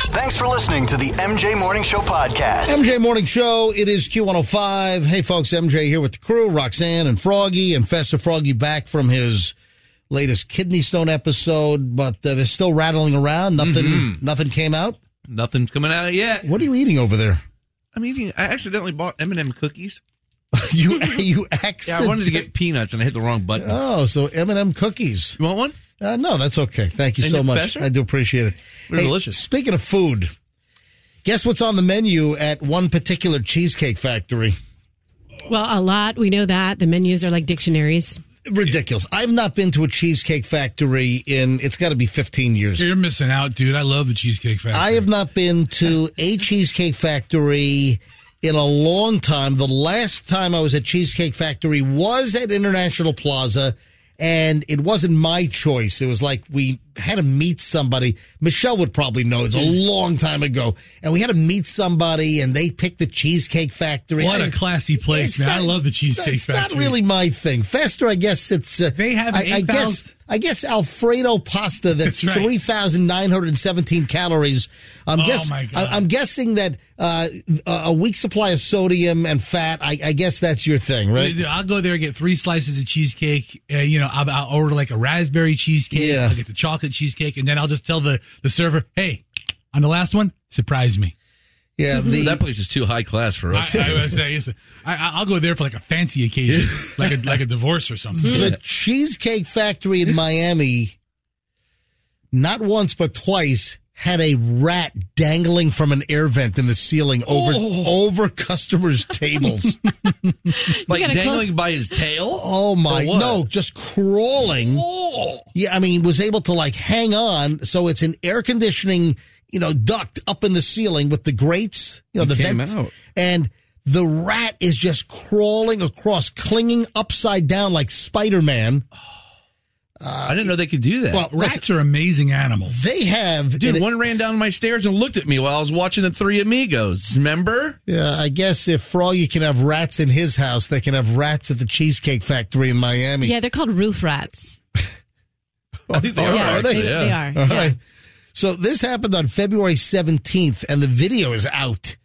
Thanks for listening to the MJ Morning Show podcast. MJ Morning Show, it is Q105. Hey, folks, MJ here with the crew, Roxanne and Froggy, and Festa Froggy back from his latest kidney stone episode, but uh, they're still rattling around. Nothing, Mm-hmm. nothing came out. Nothing's coming out of it yet. What are you eating over there? I'm eating. I accidentally bought M&M cookies. you you accident. Yeah, I wanted to get peanuts and I hit the wrong button. Oh, so M and M cookies. You want one? Uh, no, that's okay. Thank you And so they're much. better? I do appreciate it. They're delicious. Speaking of food, guess what's on the menu at one particular cheesecake factory? Well, a lot. We know that. The menus are like dictionaries. Ridiculous. I've not been to a cheesecake factory in it's got to be 15 years. You're missing out, dude. I love the Cheesecake Factory. I have not been to a cheesecake factory in a long time. The last time I was at Cheesecake Factory was at International Plaza, and it wasn't my choice. It was like we had to meet somebody. Michelle would probably know. It's a Hmm. long time ago, and we had to meet somebody, and they picked the Cheesecake Factory. what I- a classy place, It's man. I not- love the it's not- Cheesecake it's Factory. not really my thing. Fester, I guess it's. Uh, They have I, I 8,000 guess. I guess Alfredo pasta that's, That's right. 3,917 calories. I'm, Oh, guess, my God. I, am guessing that uh, a a week supply of sodium and fat, I, I guess that's your thing, right? Dude, I'll go there get three slices of cheesecake. Uh, you know, I'll, I'll order like a raspberry cheesecake. Yeah. I'll get the chocolate cheesecake, and then I'll just tell the the server, "Hey, on the last one, surprise me." Yeah, the, that place is too high class for us. I, I was saying, yes, I, I- I'll go there for like a fancy occasion, like a like a divorce or something. the Cheesecake Factory in Miami, not once but twice, had a rat dangling from an air vent in the ceiling over over customers' tables. Oh. like gotta close- dangling by his tail. Oh my! Or what? Oh. No, just crawling. Yeah, I mean, was able to like hang on. So it's an air conditioning, you know, duct up in the ceiling with the grates, you know, the came vents, out. and the rat is just crawling across, clinging upside down like Spider Man. I didn't know they could do that. Well, Rats are amazing animals. They have Dude, and it- one ran down my stairs and looked at me while I was watching the Three Amigos. Remember? Yeah, I guess if Froggy can have rats in his house, they can have rats at the Cheesecake Factory in Miami. Yeah, they're called roof rats. I think they yeah, are. actually, they, yeah. they are. All yeah. right. So this happened on February 17th, and the video is out.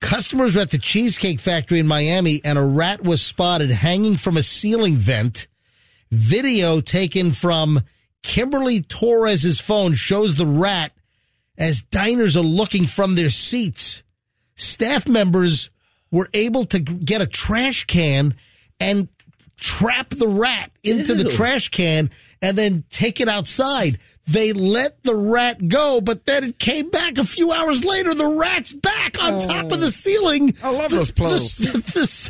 Customers were at the Cheesecake Factory in Miami, and a rat was spotted hanging from a ceiling vent. Video taken from Kimberly Torres's phone shows the rat as diners are looking from their seats. Staff members were able to g- get a trash can and trap the rat into the Ew. trash can and then take it outside. They let the rat go, but then it came back a few hours later. The rat's back Oh. on top of the ceiling. I love this place.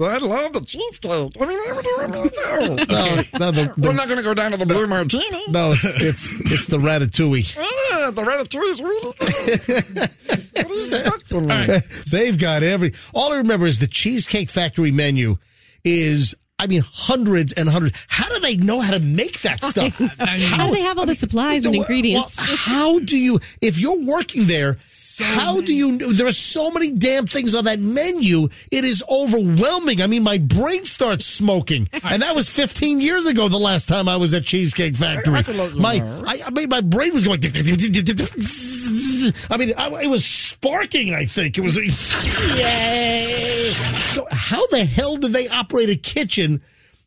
I love Oh, the cheesecake. I mean, I would do it No, no, the, the, We're not going to go down to the Blue Martini. no, it's it's it's the ratatouille. Ah, the ratatouille is really good. what do you expect from me? They've got every. All I remember is the Cheesecake Factory menu is. I mean, hundreds and hundreds. How do they know how to make that stuff? How do they have all the supplies and Well, ingredients? well, how do you, if you're working there, how do you? know- There are so many damn things on that menu. It is overwhelming. I mean, my brain starts smoking, and that was 15 years ago. The last time I was at Cheesecake Factory, I- I can let you my know. I, I mean, my brain was going. I mean, I, it was sparking. I think it was. Yay! So, how the hell did they operate a kitchen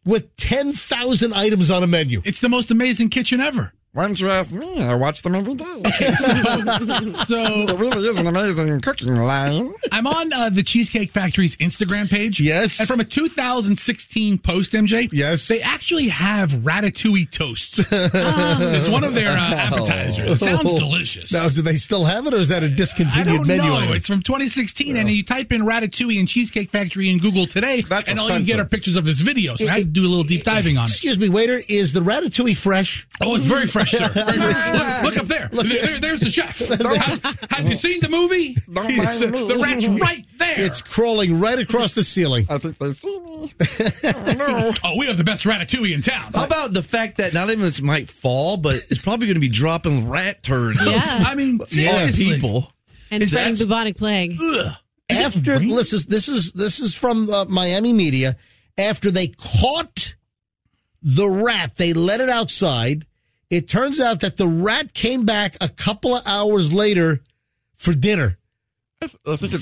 with 10,000 items on a menu? It's the most amazing kitchen ever. Why don't you ask me? I watch them every day. So it really is an amazing cooking line. I'm on uh, the Cheesecake Factory's Instagram page. Yes. And from a 2016 post, MJ. Yes. They actually have ratatouille toast. it's one of their uh, appetizers. It sounds Oh. delicious. Now, do they still have it, or is that a discontinued menu no, item? it's from 2016, and you type in Ratatouille and Cheesecake Factory in Google today, and all you get are offensive. pictures of this video. So I had to do a little deep diving on it. Excuse me, waiter. Is the ratatouille fresh? Oh, it's very fresh, sir. Very fresh. Look, look up there. There- there- There's the chef. Have, have you seen the movie? It's- mind me. The rat's right there. It's crawling right across the ceiling. I think they see me. Oh, we have the best ratatouille in town. How about the fact that not even this might fall, but it's probably going to be dropping rat turds. Yeah. I mean, seriously. people. and Is spreading that- bubonic plague. After listen, this is this is from uh, Miami media. After they caught the rat, they let it outside. It turns out that the rat came back a couple of hours later for dinner.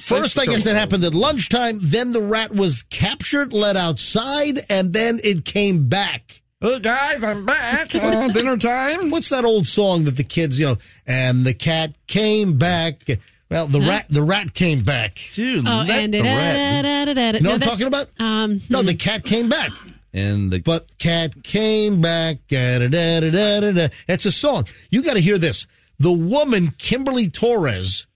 First, I guess that happened at lunchtime. Then the rat was captured, let outside, and then it came back. Oh, Hey guys, I'm back. Uh, dinner time. What's that old song that the kids, you know? And the cat came back. Well, the rat, the rat came back. Dude, Oh, and da- da- da- da- da- da- You know what I'm that's- talking about? Um, No, the cat came back. And the but cat came back. da- da- da- da- da- da- da. It's a song. You got to hear this. The woman Kimberly Torres,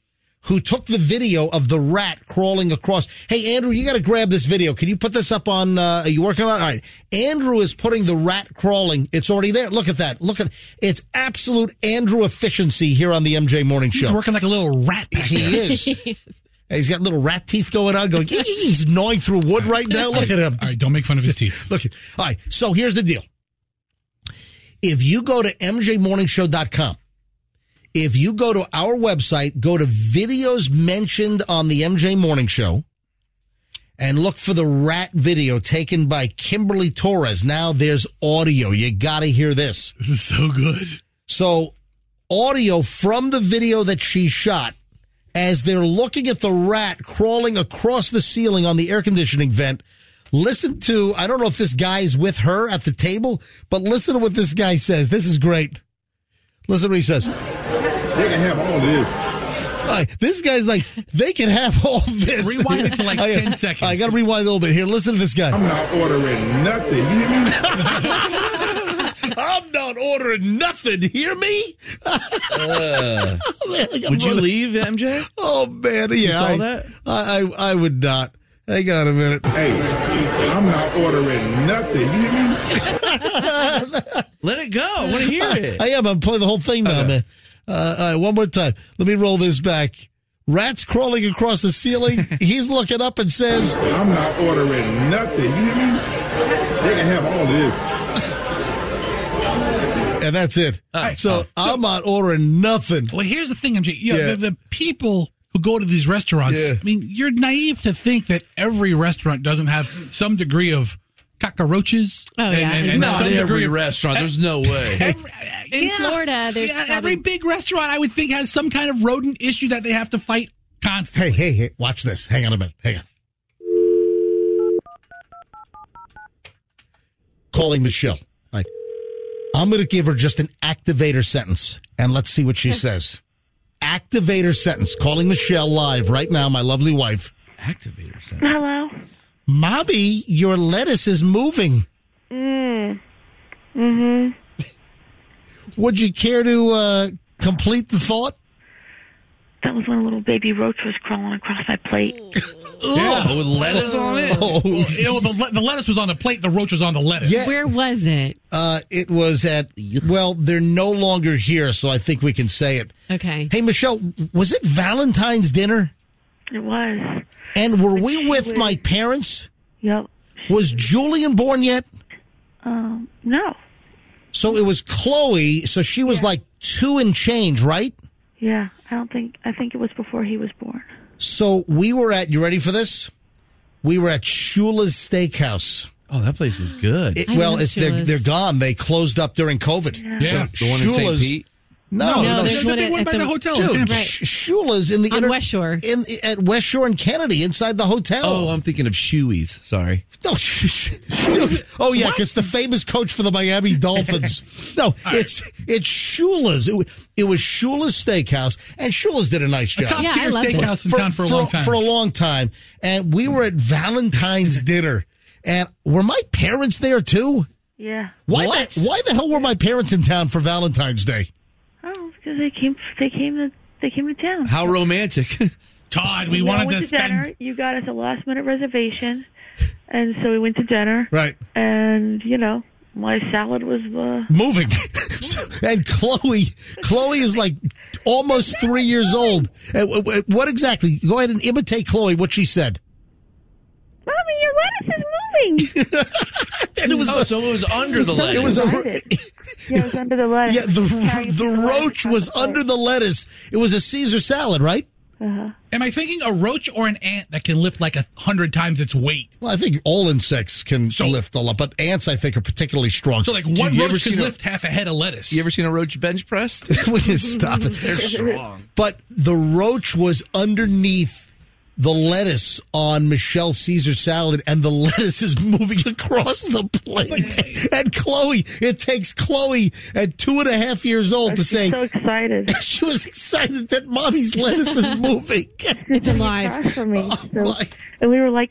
who took the video of the rat crawling across. Hey, Andrew, you got to grab this video. Can you put this up on? Uh, are you working on? it? All right. Andrew is putting the rat crawling. It's already there. Look at that. Look at it's absolute Andrew efficiency here on the MJ Morning Show. He's working like a little rat. back He there. is. He's got little rat teeth going on, going, "Ee, ee, ee." he's gnawing through wood right now. Look at him. All right, don't make fun of his teeth. Look at All right. So here's the deal. If you go to mjmorningshow.com, if you go to our website, go to videos mentioned on the MJ Morning Show and look for the rat video taken by Kimberly Torres. Now there's audio. You got to hear this. This is so good. So, audio from the video that she shot as they're looking at the rat crawling across the ceiling on the air conditioning vent. Listen to, I don't know if this guy's with her at the table, but listen to what this guy says. This is great. Listen to what he says. They can have all this. Like, this guy's like, they can have all this. Rewind it to like I- 10 seconds. I got to rewind a little bit here. Listen to this guy. I'm not ordering nothing. You hear me? I'm not ordering nothing. Hear me? Uh, would you leave, MJ? Oh man, yeah, You saw I, that? I, I I would not. Hang on a minute. Hey, I'm not ordering nothing. You hear me? Let it go. I want to hear it. I am. I'm playing the whole thing now, man. Uh, all right, one more time. Let me roll this back. Rats crawling across the ceiling. He's looking up and says, I'm not ordering nothing. You hear me? They can have all this. and that's it. so Uh, so- I'm not ordering nothing. Well, here's the thing, MJ. You know, Yeah. the, the people who go to these restaurants, Yeah. I mean, you're naive to think that every restaurant doesn't have some degree of cockroaches. Oh, yeah. Not some degree every of- restaurant. There's no way. Every, In yeah. Florida, there's Yeah, probably- every big restaurant, I would think, has some kind of rodent issue that they have to fight constantly. Hey, hey, hey! Watch this. Hang on a minute. Hang on. Calling Michelle. All right. I'm going to give her just an activator sentence, and let's see what she says. Activator sentence. Calling Michelle live right now, my lovely wife. Activator center. Hello. Mommy, your lettuce is moving. Mm. Mm-hmm. Would you care to uh, complete the thought? That was when a little baby roach was crawling across my plate. Yeah. with lettuce on it. Oh, you know, the, le- the lettuce was on the plate. The roach was on the lettuce. Where was it? Uh, it was at, well, they're no longer here, so I think we can say it. Okay. Hey, Michelle, was it Valentine's dinner? It was. And were we with my parents? Yep. Was Julian born yet? Um, no. So it was Chloe, so she was like two and change, right? Yeah, I don't think. I think it was before he was born. So we were at, you ready for this? We were at Shula's Steakhouse. Oh, that place is good. It, I well, love it's they're, Shula's. they're gone. They closed up during COVID. Yeah. The one in St. Pete? No, No, there's Shula's- one The big at- one at by the the- hotel in Dude, Tampa. Sh- Shula's in the on West Shore in at West Shore and Kennedy inside the hotel. Oh, I'm thinking of Shoeys. Sorry. No, dude. oh yeah, because the famous coach for the Miami Dolphins. no, it's it's Shula's. It, wa- it was Shula's Steakhouse, and Shula's did a nice A job. top-tier Yeah, I loved steakhouse it. in town for a long time. For a long time, and we were at Valentine's dinner, and were my parents there too? Yeah. Why? The, why the hell were my parents in town for Valentine's Day? Oh, because they came. They came to. They came to town. How romantic. Todd, all went dinner. You got us a last minute reservation, and so we went to dinner. Right. And you know, my salad was uh, moving. and Chloe, Chloe is like almost three years old. And wh- wh- What exactly? Go ahead and imitate Chloe. What she said. Mommy, your lettuce is moving. And it was Oh, so it was under the lettuce. It was a, yeah, it was under the lettuce. yeah. The the roach was under the lettuce. It was a Caesar salad, right? Uh-huh. Am I thinking a roach or an ant that can lift like a hundred times its weight? Well, I think all insects can lift a lot, but ants, I think, are particularly strong. So like one roach can lift half a head of lettuce. You ever seen a roach bench pressed? Stop it. They're strong. But the roach was underneath the lettuce on Michelle's Caesar salad, and the lettuce is moving across the plate. and Chloe, it takes Chloe at two and a half years old to say, so excited. she was excited that mommy's lettuce is moving. It's alive. Across from me. So- and we were like,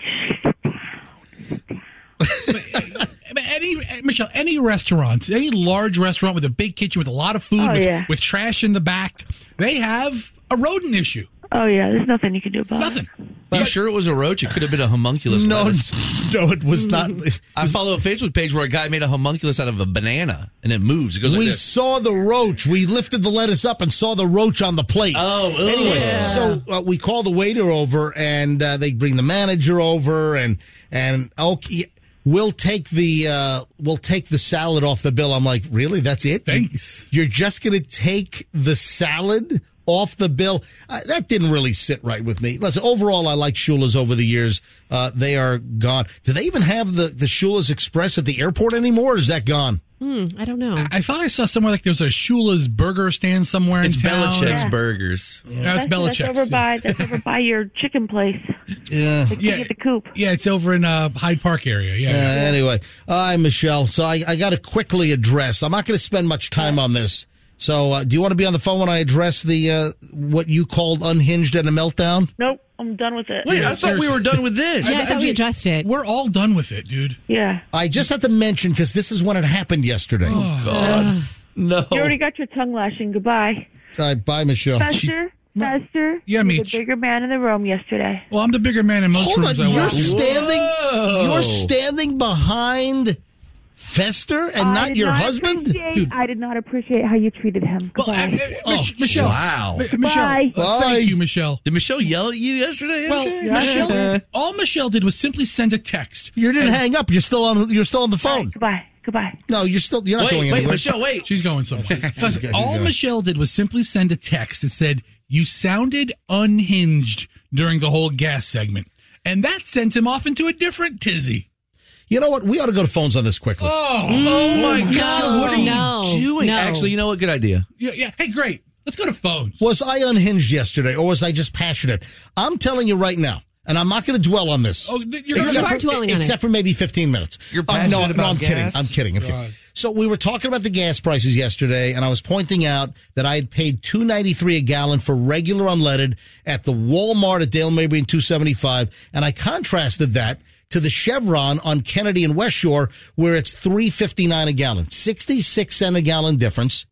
But Any eh, Michelle, any restaurant, any large restaurant with a big kitchen with a lot of food, Oh, with, yeah. with trash in the back, they have a rodent issue. "Oh yeah, there's nothing you can do about it." you sure it was a roach? It could have been a homunculus. No, lettuce. no, it was not. I follow a Facebook page where a guy made a homunculus out of a banana, and it moves. It goes. like we this. saw the roach. We lifted the lettuce up and saw the roach on the plate. Oh, ew. anyway, Yeah. so uh, we call the waiter over, and uh, they bring the manager over, and and okay, we'll take the uh, we'll take the salad off the bill. I'm like, really? That's it? Thanks. You're just gonna take the salad. Off the bill, uh, that didn't really sit right with me. Listen, overall, I like Shula's over the years. Uh, they are gone. Do they even have the the Shula's Express at the airport anymore? Or is that gone? Hmm, I don't know. I thought I saw somewhere like there's a Shula's burger stand somewhere It's in town. Belichick's burgers. that's That's Belichick's. over by that's over by your chicken place. Yeah. yeah. the coop. Yeah, it's over in uh, Hyde Park area. Yeah. Uh, yeah. anyway, all right, Michelle. So I, I got to quickly address. I'm not going to spend much time on this. So uh, do you want to be on the phone when I address the uh, what you called unhinged and a meltdown? Nope, I'm done with it. Wait, I thought we were done with this. Yeah, I thought we addressed it. We're all done with it, dude. Yeah. I just have to mention because this is when it happened yesterday. Oh God. no. You already got your tongue lashing. Goodbye. bye, Michelle. Fester, Fester. Yeah, you're me- The bigger man in the room yesterday. Well, I'm the bigger man in most Hold on, rooms. I you're walk in. standing, Whoa. you're standing behind Fester and I not did your not husband. appreciate- I did not appreciate how you treated him. Goodbye. Mich- Michelle. Wow. Mi- Michelle. Bye. uh, Thank you, Michelle. Did Michelle yell at you yesterday? Well, MJ? Michelle, all Michelle did was simply send a text. You didn't hang up. You're still on. You're still on the phone. Goodbye. Goodbye. No, you're still. You're not Wait, going wait, anywhere. Michelle, wait. She's going somewhere. good, all he's good. Michelle did was simply send a text that said, You sounded unhinged during the whole gas segment. And that sent him off into a different tizzy. You know what? We ought to go to phones on this quickly. Oh, Oh my No, God! What are no, you doing? no. Actually, you know what? Good idea. Yeah, yeah. Hey, great. Let's go to phones. Was I unhinged yesterday or was I just passionate? I'm telling you right now, and I'm not going to dwell on this. Oh, th- you're- except You for, are dwelling on it. Except for maybe 15 minutes. You're Uh, passionate no, no, about I'm kidding. gas? I'm kidding. I'm kidding. God. So we were talking about the gas prices yesterday, and I was pointing out that I had paid 2.93 a gallon for regular unleaded at the Walmart at Dale Mabry and 2.75, and I contrasted that to the Chevron on Kennedy and West Shore, where it's three fifty nine a gallon, sixty six cent a gallon difference.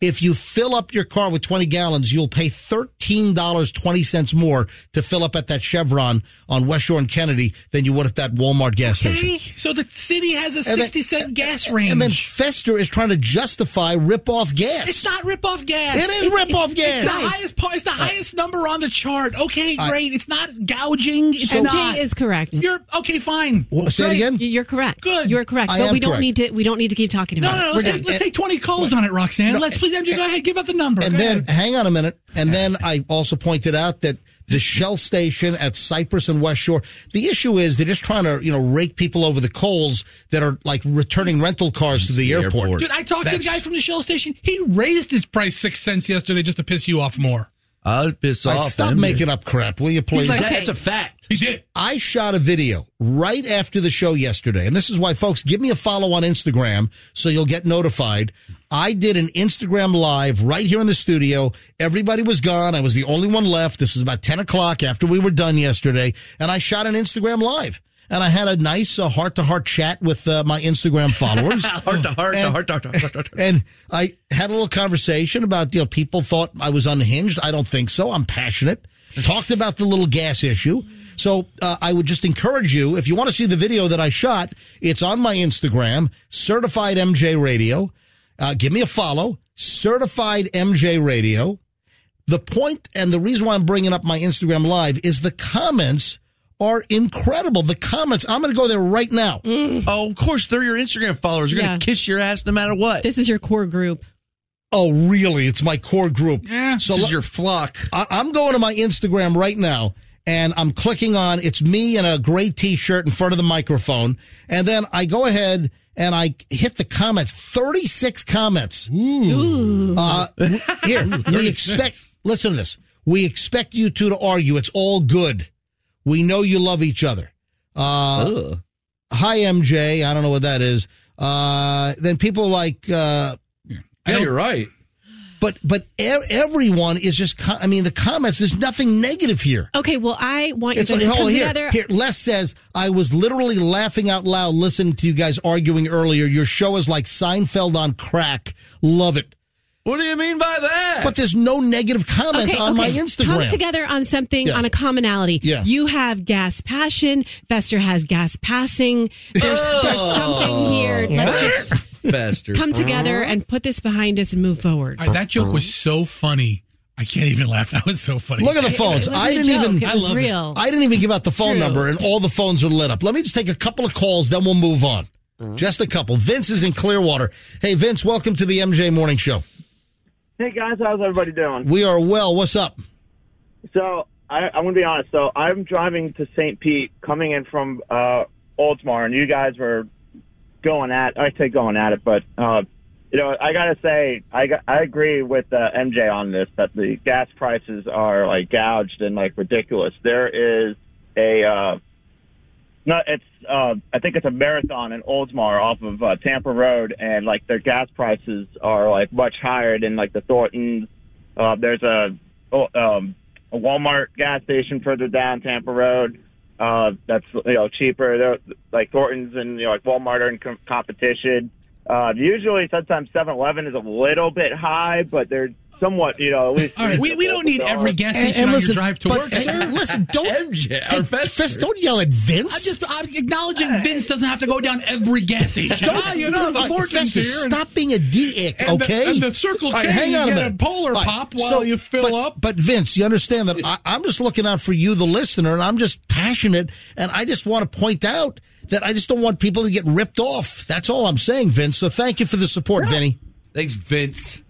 If you fill up your car with twenty gallons, you'll pay thirteen dollars twenty cents more to fill up at that Chevron on West Shore and Kennedy than you would at that Walmart gas station. Okay, so the city has a And then- 60 cent gas range. And then Fester is trying to justify rip off gas. It's not ripoff gas. It is rip-off gas. It's the Nice. highest part. It's the highest number on the chart. Okay, All right. great. It's not gouging. It's So- not. Jay is correct. You're okay. Fine. Wha- say it Great. again? You're correct. Good. You're correct. I but am we don't correct. need to. We don't need to keep talking No, about no, it. no. We're Let's, take, done. let's take twenty calls on it, Roxanne. No, let's please, MJ, go ahead. Give out the number. And Go then, ahead. hang on a minute. And then I also pointed out that the Shell station at Cypress and West Shore, the issue is they're just trying to, you know, rake people over the coals that are like returning rental cars to the, airport. dude, I talked to the guy from the Shell station. He raised his price six cents yesterday just to piss you off more. I'll piss Like, off. stop MJ. making up crap, will you please? He's like, That- okay. that's a fact. He did. I shot a video right after the show yesterday, and this is why, folks, give me a follow on Instagram so you'll get notified. I did an Instagram live right here in the studio. Everybody was gone. I was the only one left. This is about 10 o'clock after we were done yesterday, and I shot an Instagram live. And I had a nice heart to heart chat with uh, my Instagram followers. Heart to heart to And- heart to heart to heart to heart. and I had a little conversation about, you know, people thought I was unhinged. I don't think so. I'm passionate. Talked about the little gas issue. So uh, I would just encourage you, if you want to see the video that I shot, it's on my Instagram, Certified MJ Radio. Uh, give me a follow, Certified MJ Radio. The point and the reason why I'm bringing up my Instagram live is the comments are incredible. The comments, I'm going to go there right now. Oh, of course, they're your Instagram followers. You're Yeah. going to kiss your ass no matter what. This is your core group. Oh, really? It's my core group. Yeah. So this let- is your flock. I, I'm going to my Instagram right now and I'm clicking on it's me in a gray t-shirt in front of the microphone. And then I go ahead and I hit the comments, 36 comments. Uh, w- here, we 36. expect, listen to this. We expect you two to argue. It's all good. We know you love each other. Uh, hi, MJ. I don't know what that is. Uh, then people like, uh, Yeah, you're right. but, but e- everyone is just, co- I mean, the comments, there's nothing negative here. Okay. Well, I want you It's guys like, to oh, come here, together. here. Les says, I was literally laughing out loud listening to you guys arguing earlier. Your show is like Seinfeld on crack. Love it. What do you mean by that? But there's no negative comment Okay, on my okay. Instagram. Come together on something Yeah. on a commonality. Yeah. You have gas passion. Fester has gas passing. There's, Oh. there's something here. Let's just Bastard. come together and put this behind us and move forward. All right, that joke was so funny. I can't even laugh. That was so funny. Look at the phones. wasn't I a didn't joke. even. It I was love it. real. I didn't even give out the phone True. number, and all the phones are lit up. Let me just take a couple of calls, then we'll move on. Just a couple. Vince is in Clearwater. Hey, Vince, welcome to the MJ Morning Show. Hey guys, how's everybody doing? We are well. What's up? So I, I'm gonna be honest. So I'm driving to St. Pete, coming in from uh, Oldsmar, and you guys were going at. I say going at it, but uh, you know, I gotta say, I got- I agree with uh, MJ on this that the gas prices are like gouged and like ridiculous. There is a uh, no, it's uh, I think it's a marathon in Oldsmar off of uh, Tampa Road, and like their gas prices are like much higher than like the Thorntons. Uh, there's a oh, um, a Walmart gas station further down Tampa Road uh, that's you know cheaper. They're, like Thorntons and you know like Walmart are in com- competition. Uh, usually, sometimes Seven Eleven is a little bit high, but they're somewhat you know at least. All right, we, we don't need every gas station on your drive to Oh, but- work, and sir. listen, don't MJ, or Fester. Fest, don't yell at Vince. I'm just I'm acknowledging Vince doesn't have to go down every gas station. Don't- Ah, you know, the Fester, fortune's here. and- Stop being a dick, And the- okay? and the Circle All right, K, you get a minute. Polar All right, Pop while you fill but- up. But Vince, you understand that I, I'm just looking out for you, the listener, and I'm just passionate, and I just want to point out that I just don't want people to get ripped off. That's all I'm saying, Vince. So thank you for the support, Vinny. Thanks, Vince.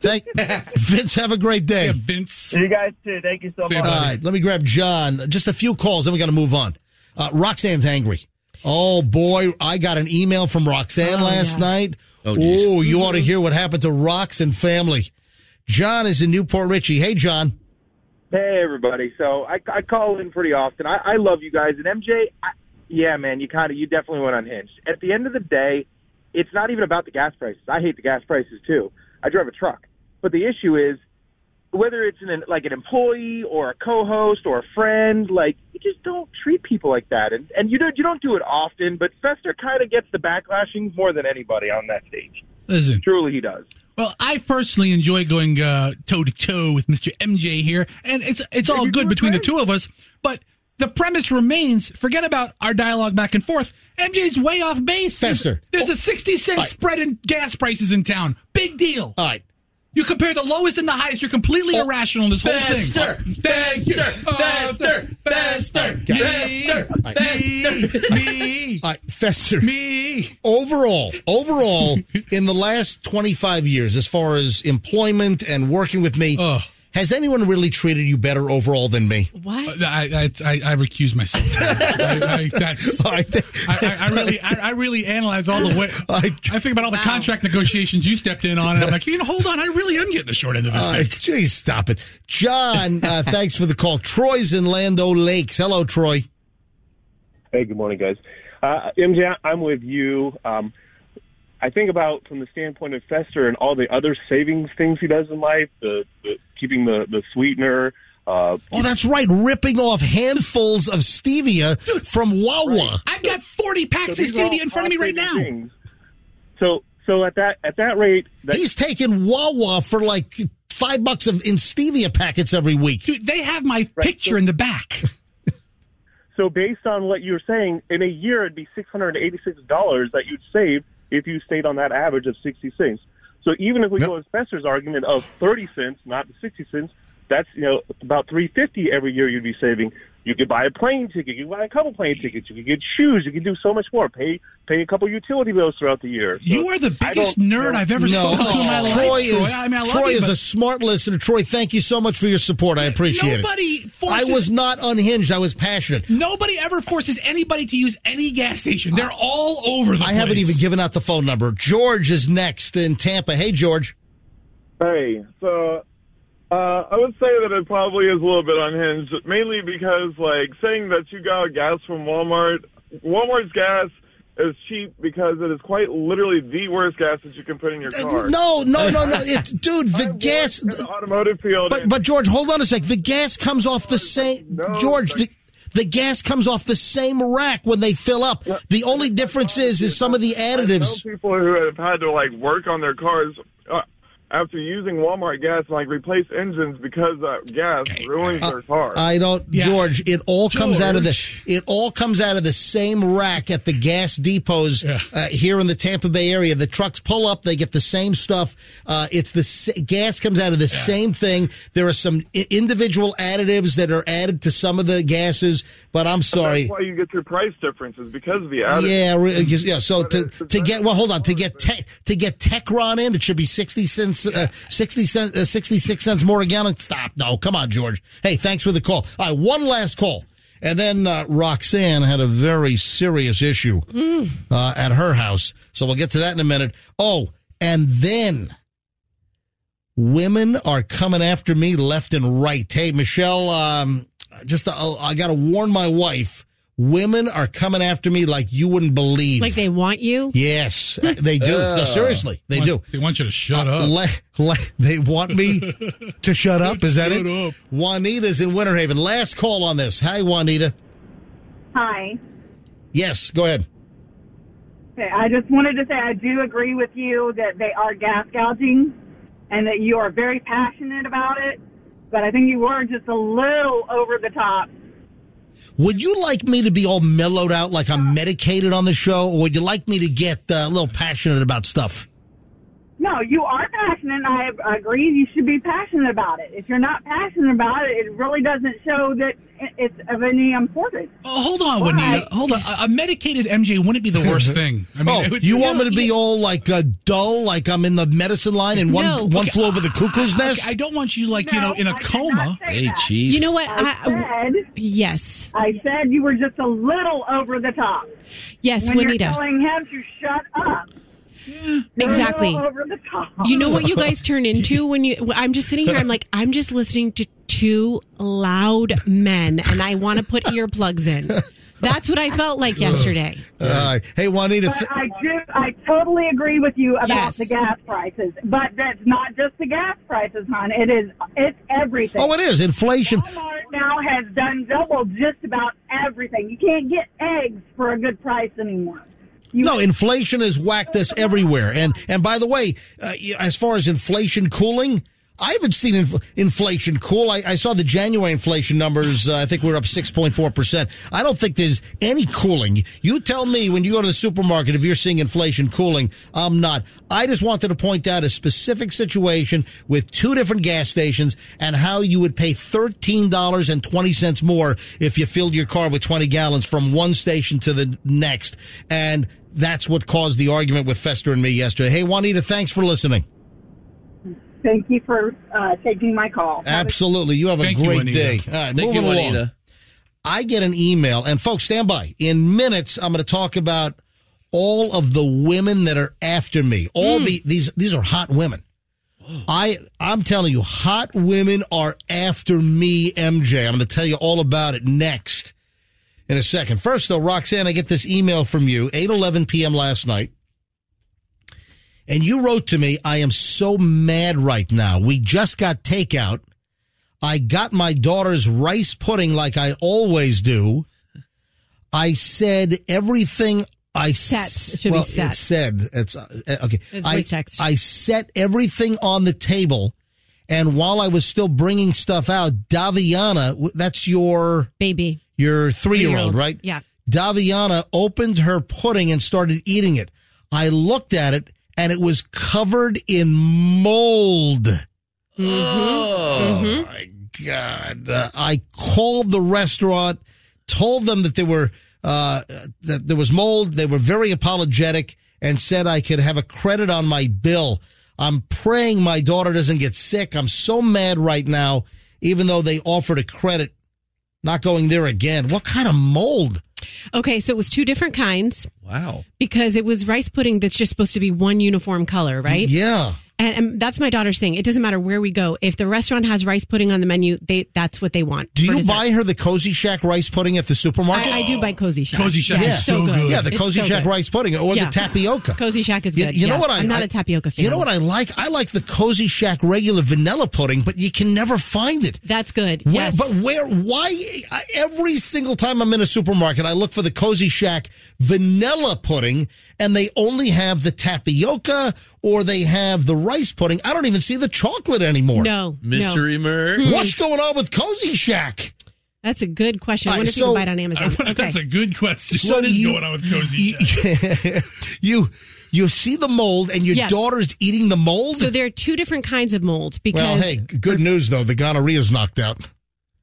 Thank Vince. Have a great day. Yeah, Vince. You guys too. Thank you so much. All right, let me grab John. Just a few calls, then we got to move on. Uh, Roxanne's angry. Oh boy, I got an email from Roxanne last night. Oh, Oh, geez. you ought to hear what happened to Rox and family. John is in Newport Richie. Hey, John. Hey, everybody. So I, I call in pretty often. I, I love you guys. And MJ, I, yeah, man, you kind of, you definitely went unhinged. At the end of the day, it's not even about the gas prices. I hate the gas prices too. I drive a truck. But the issue is whether it's an like an employee or a co-host or a friend, like you just don't treat people like that, and and you don't you don't do it often. But Fester kind of gets the backlashings more than anybody on that stage. Listen. Truly, he does. Well, I personally enjoy going uh, toe to toe with Mr. MJ here, and it's it's all good between the two of us. But the premise remains: forget about our dialogue back and forth. MJ's way off base. Fester. There's, there's a sixty cent spread in gas prices in town. Big deal. All right. Oh. You compare the lowest and the highest. You're completely irrational in this whole thing. Fester, Fester, Fester, Fester, Fester, Fester. Me. All right, Fester. Me. Overall, overall, in the last 25 years, as far as employment and working with me, has anyone really treated you better overall than me? What? Uh, I, I, I, I recuse myself. I, I, that's, I, I, I really, I, I really analyze all the way. I, think about all the contract negotiations you stepped in on, and I'm like, you know, hold on, I really am getting the short end of this All thing. right, Jeez, Uh, stop it. John, uh, thanks for the call. Troy's in Lando Lakes. Hello, Troy. Hey, good morning, guys. Uh, MJ, I'm with you. Um, I think about from the standpoint of Fester and all the other savings things he does in life, the, the keeping the the sweetener. Uh, Oh, that's right. Ripping off handfuls of stevia from Wawa. I've got 40 packs So of these are all stevia in front of me right now. cost-saving things. So, so at that at that rate, that, He's taking Wawa for like five bucks of in stevia packets every week. Dude, they have my picture in the back. so based on what you're saying, in a year it'd be six hundred and eighty six dollars that you'd save if you stayed on that average of sixty cents. So even if we go with Spencer's argument of thirty cents, not the sixty cents, that's you know about three fifty every year you'd be saving. You could buy a plane ticket, you could buy a couple plane tickets, you could get shoes, you could do so much more. Pay pay a couple utility bills throughout the year. So You are the I biggest don't- nerd I've ever spoken to in my life. Troy is, I mean, I love Troy you, is but- a smart listener. Troy, thank you so much for your support. I appreciate Nobody it. forces- I was not unhinged. I was passionate. Nobody ever forces anybody to use any gas station. They're all over the I haven't place. even given out the phone number. George is next in Tampa. Hey, George. Hey, so uh, I would say that it probably is a little bit unhinged, mainly because like saying that you got gas from Walmart, Walmart's gas is cheap because it is quite literally the worst gas that you can put in your car. Uh, No, no, no, no. It's, dude, the gas. automotive field. But, but, George, hold on a sec. The gas comes off the same. George, the, the gas comes off the same rack when they fill up. The only difference is, is some of the additives. I know people who have had to like work on their cars uh, after using Walmart gas, like replace engines because that gas ruins Uh, their car. I don't, George. It all comes out of the. It all comes out of the same rack at the gas depots uh, here in the Tampa Bay area. The trucks pull up; they get the same stuff. Uh, it's the s- gas comes out of the same thing. There are some I- individual additives that are added to some of the gases, but I'm sorry. That's why you get your price differences because of the additives. Yeah, re- yeah. So to to get well, hold on. To get tech to get Techron in, it should be sixty cents, uh, sixty cent, uh, sixty six cents more a gallon. Stop. No, come on, George. Hey, thanks for the call. All right, one last call, and then uh, Roxanne had a very serious issue uh, at her house. So we'll get to that in a minute. Oh, and then women are coming after me left and right. Hey, Michelle, um, just uh, I got to warn my wife. Women are coming after me like you wouldn't believe. Like they want you? yes, they do. No, seriously, they Want- do. They want you to shut Uh, up. le- le- they want me to shut up. Is that Shut it? Juanita's in Winter Haven. Last call on this. Hi, Juanita. Hi. Yes, go ahead. Okay, I just wanted to say I do agree with you that they are gas gouging and that you are very passionate about it, but I think you were just a little over the top. Would you like me to be all mellowed out like I'm medicated on the show, or would you like me to get uh, a little passionate about stuff? No, you are passionate. and I agree you should be passionate about it. If you're not passionate about it, it really doesn't show that i- it's of any importance. Oh, hold on, Juanita. Hold on. A- A medicated MJ wouldn't be the worst thing. I mean, oh, it would- you want me to be all like uh, dull, like I'm in the medicine line and one No. one flew over the cuckoo's I- nest? I don't want you like you know in a coma. Hey, chief. You know what? I said, yes. I said you were just a little over the top. Yes, when Juanita. You're telling him to shut up. You're a little Exactly. over the top. You know Oh. what you guys turn into when you? when I'm just sitting here. I'm like, I'm just listening to two loud men, and I want to put earplugs in. That's what I felt like yesterday. All right. Hey, Juanita. But I do. I totally agree with you about Yes. the gas prices, but that's not just the gas prices, hon. It is. It's everything. Oh, it is inflation. Walmart now has done double just about everything. You can't get eggs for a good price anymore. No, inflation has whacked us everywhere. And and by the way, uh, y- as far as inflation cooling, I haven't seen infl- inflation cool. I, I saw the January inflation numbers. Uh, I think we're up six point four percent. I don't think there's any cooling. You tell me when you go to the supermarket if you're seeing inflation cooling. I'm not. I just wanted to point out a specific situation with two different gas stations and how you would pay thirteen dollars and twenty cents more if you filled your car with twenty gallons from one station to the next. And that's what caused the argument with Fester and me yesterday. Hey, Juanita, thanks for listening. Thank you for uh, taking my call. Absolutely. You have a Thank you, great Juanita. day. All right, Thank moving you, along. Juanita. I get an email, and folks, stand by. In minutes, I'm going to talk about all of the women that are after me. All the these these are hot women. I I'm telling you, hot women are after me, MJ. I'm going to tell you all about it next in a second. First, though, Roxanne, I get this email from you, 8:11 p.m. last night. And you wrote to me, I am so mad right now. We just got takeout. I got my daughter's rice pudding like I always do. I said everything I Set. It said. should be Well, set. it said. It's uh, okay. It's I, voice text. I set everything on the table. And while I was still bringing stuff out, Daviana, w- that's your baby, your three year old, Three-year-old. right? Yeah. Daviana opened her pudding and started eating it. I looked at it and it was covered in mold. Oh Mm-hmm. my God. Uh, I called the restaurant, told them that they were, uh, that there was mold. They were very apologetic and said I could have a credit on my bill. I'm praying my daughter doesn't get sick. I'm so mad right now, even though they offered a credit. Not going there again. What kind of mold? Okay, so it was two different kinds Wow. because it was rice pudding that's just supposed to be one uniform color, right? Yeah. And, and that's my daughter's thing. It doesn't matter where we go. If the restaurant has rice pudding on the menu, they that's what they want. Do for you dessert. buy her the Cozy Shack rice pudding at the supermarket? I, I do buy Cozy Shack. Cozy Shack yeah, is it's so good. Yeah, the It's Cozy Shack good. rice pudding or the tapioca. Cozy Shack is You- good. you know yeah. what I- I'm not I- a tapioca fan. You know what I like? I like the Cozy Shack regular vanilla pudding, but you can never find it. That's good. Where, yes. But where? Why? I- Every single time I'm in a supermarket, I look for the Cozy Shack vanilla pudding, and they only have the tapioca or they have the rice pudding. I don't even see the chocolate anymore. No, Hmm. no. Mystery Merc. What's going on with Cozy Shack? That's a good question. I All right, wonder if you so- can buy it on Amazon. I- okay. that's a Good question. So what is you- going on with Cozy? you you see the mold, and your Yes. daughter's eating the mold. so there are two different kinds of mold because well, hey, good news though. The gonorrhea's knocked out.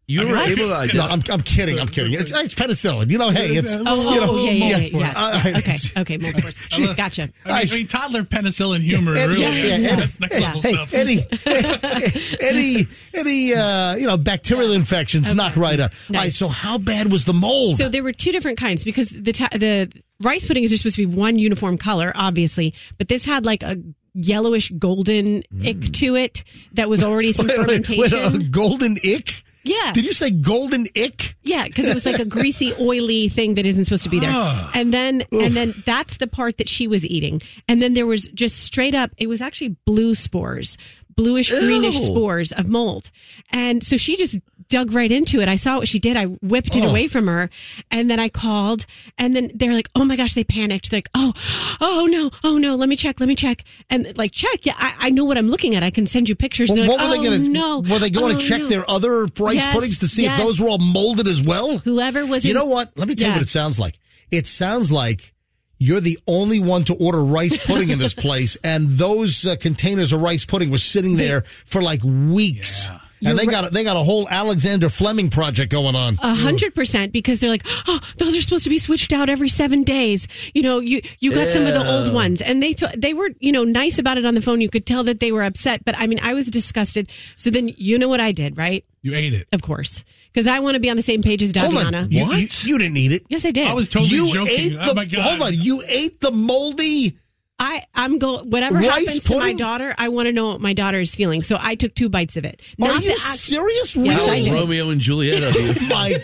You were What? able to No, identify- I'm, I'm kidding. I'm kidding. It's, it's penicillin. You know, hey, it's. oh, you know, Uh, oh, yeah, yeah, yeah, yeah. All right. Okay, okay, mold source. gotcha. I mean, I mean, toddler penicillin humor, Ed- really. yeah, yeah, Ed- That's next Ed- level hey, stuff. Eddie, any any uh, you know bacterial infections knock right up. All right, so how bad was the mold? So there were two different kinds because the ta- the rice puddings are supposed to be one uniform color, obviously, but this had like a yellowish golden ick to it that was already some Wait, wait, fermentation. wait, Mm. a golden ick? Yeah. Did you say golden ick? Yeah, because it was like a greasy, oily thing that isn't supposed to be there. Ah. And then, Oof. and then that's the part that she was eating. And then there was just straight up. It was actually blue spores, bluish greenish Ew. spores of mold. And so she just dug right into it. I saw what she did. I whipped it Oh. away from her, and then I called. And then they're like, "Oh my gosh!" They panicked. They're like, "Oh, oh no, oh no! Let me check. Let me check." And like, check. Yeah, I, I know what I'm looking at. I can send you pictures. Well, And they're what were like, they going "Oh, to? No, Were they going Oh, to check no." their other rice Yes, puddings to see yes. if those were all molded as well? Whoever was You in- know what? Let me tell you Yeah. what it sounds like. It sounds like you're the only one to order rice pudding in this place, and those uh, containers of rice pudding were sitting there for like weeks. And You're they ri- Uh, got a- they got a whole Alexander Fleming project going on. A hundred percent because they're like, oh, those are supposed to be switched out every seven days. You know, you you got some of the old Ew. ones, and they t- they were you know nice about it on the phone. You could tell that they were upset, but I mean, I was disgusted. So then you know what I did, right? You ate it, of course, because I want to be on the same page as Hold Daviana. on, you, you, you didn't eat it. Yes, I did. Oh you Ate the, Hold on, you ate the moldy I I'm go whatever Rice happens to my pudding? daughter. I want to know what my daughter is feeling. So I took two bites of it. Are Not you to act- serious? Yes, How I is did. Romeo and Juliet of you? Oh, My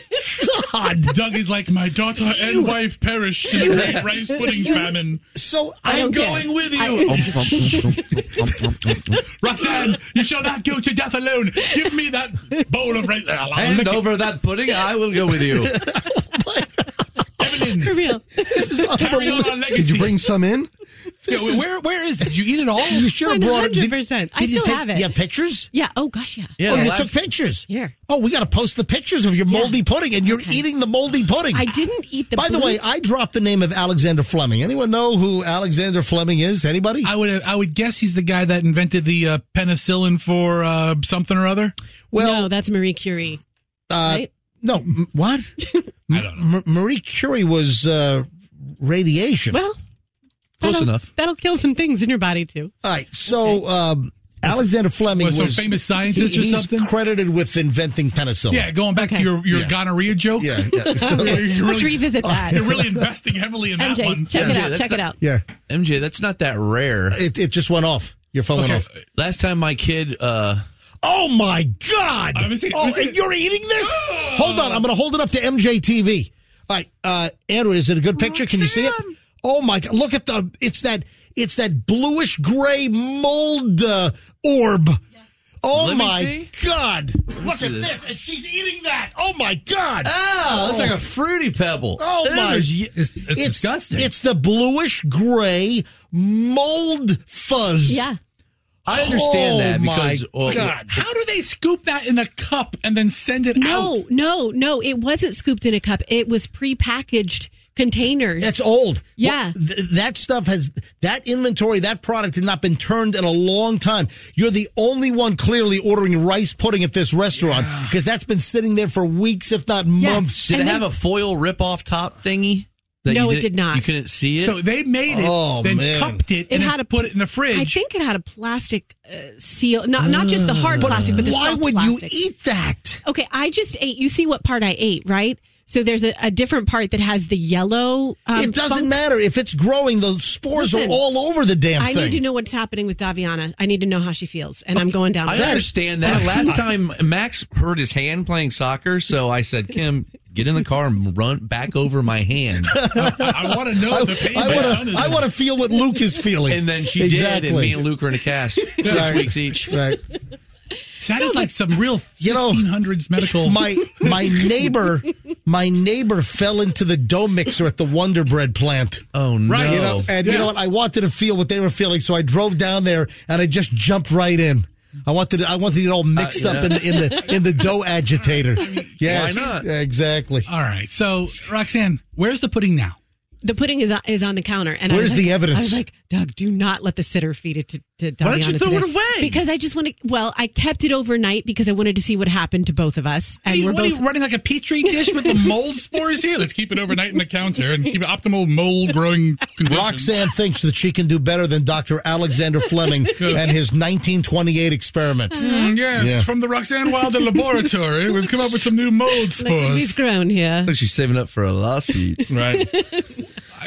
God, Doug is like my daughter and wife perished in the great rice pudding famine. So I I'm don't care. going with I- you. Roxanne, you shall not go to death alone. Give me that bowl of rice. Hand over that pudding. I will go with you. For real. This is Carry on our Did legacy. you bring some in? Yeah, This is- where, where is it? You eat it all? You should have brought it. Did- 100%. I did you still take- have it. Yeah, pictures. Yeah. Oh gosh. Yeah. oh, you took last- pictures. Yeah. Oh, we got to post the pictures of your moldy pudding, and you're eating the moldy pudding. I didn't eat the. By the blue- way, I dropped the name of Alexander Fleming. Anyone know who Alexander Fleming is? Anybody? I would I would guess he's the guy that invented the uh, penicillin for uh, something or other. no, that's Marie Curie. Uh, right? No, m- what? M- Marie Curie was uh, radiation. Well, Close that'll- enough. That'll kill some things in your body too. All right, so um, Alexander Fleming Was was, some famous scientist he- or he's something? credited with inventing penicillin. Yeah, going back to your, your Yeah. gonorrhea joke. Yeah, yeah. So- You're- you're Let's really- revisit that. You're really investing heavily in that MJ, one. check it Yeah, out. that's Check it not- out. Yeah. MJ, that's not that rare. It, it just went off. Your phone went off. Last time my kid, uh, Oh my God! I'm saying- oh, I'm saying- and you're eating this? Hold on, I'm going to hold it up to MJTV. All right, uh, Andrew, is it a good picture? Can you see it? Oh my God! Look at the it's that it's that bluish gray mold uh, orb. Oh Let me my see. God! Look see at this. this, and she's eating that. Oh my God! oh, that's like a fruity pebble. Oh Ew, my! there's ye- It's, it's disgusting. It's the bluish gray mold fuzz. Yeah. I understand Oh that my because well, God. How do they scoop that in a cup and then send it out? No, no, no. It wasn't scooped in a cup. It was prepackaged containers. That's old. Yeah. Well, th- that stuff has that inventory, that product had not been turned in a long time. You're the only one clearly ordering rice pudding at this restaurant because that's been sitting there for weeks, if not months. did it And have then- a foil rip off top thingy? that No, you it didn't- did not. You couldn't see it. So they made it, Oh, then man. cupped it, It and had had a- to put it in the fridge. I think it had a plastic uh, seal, not not just the Ah. hard plastic, but the Why soft would plastic. you eat that? Okay, I just ate. You see what part I ate, right? So there's a, a different part that has the yellow. Um, it doesn't funk. matter if it's growing. Those spores Listen, are all over the damn I thing. need to know what's happening with Daviana. I need to know how she feels, and I'm going down. I with her. understand that. Last time Max hurt his hand playing soccer, so I said, "Kim, get in the car and run back over my hand." I want to know the pain I my wanna- son is I in. want to feel what Luke is feeling. And then she did, and me and Luke were in a cast six Right. weeks each. Right. That is like some real You know, 1600s medical. my my neighbor my neighbor fell into the dough mixer at the Wonder Bread plant. Oh no! Right, You know, and you Yeah. know what? I wanted to feel what they were feeling, so I drove down there and I just jumped right in. I wanted I wanted it all Uh, mixed up in the in the in the dough agitator. Yes, not? Exactly. All right. So, Roxanne, where's the pudding now? the pudding is on, is on the counter, and I Where's was like- the evidence? I was like, Doug, do not let the sitter feed it to, to Daviana. Why don't you throw today." it away? Because I just want to. Well, I kept it overnight because I wanted to see what happened to both of us, and What are you- we're what are both. you running like a petri dish with the mold spores here? Let's keep it overnight in the counter and keep it optimal mold growing condition. Roxanne thinks that she can do better than Dr. Alexander Fleming and his 1928 experiment. Mm, yes, Yeah. from the Roxanne Wilder laboratory, we've come up with some new mold like, we've spores. grown here. So she's saving up for a lawsuit. Right.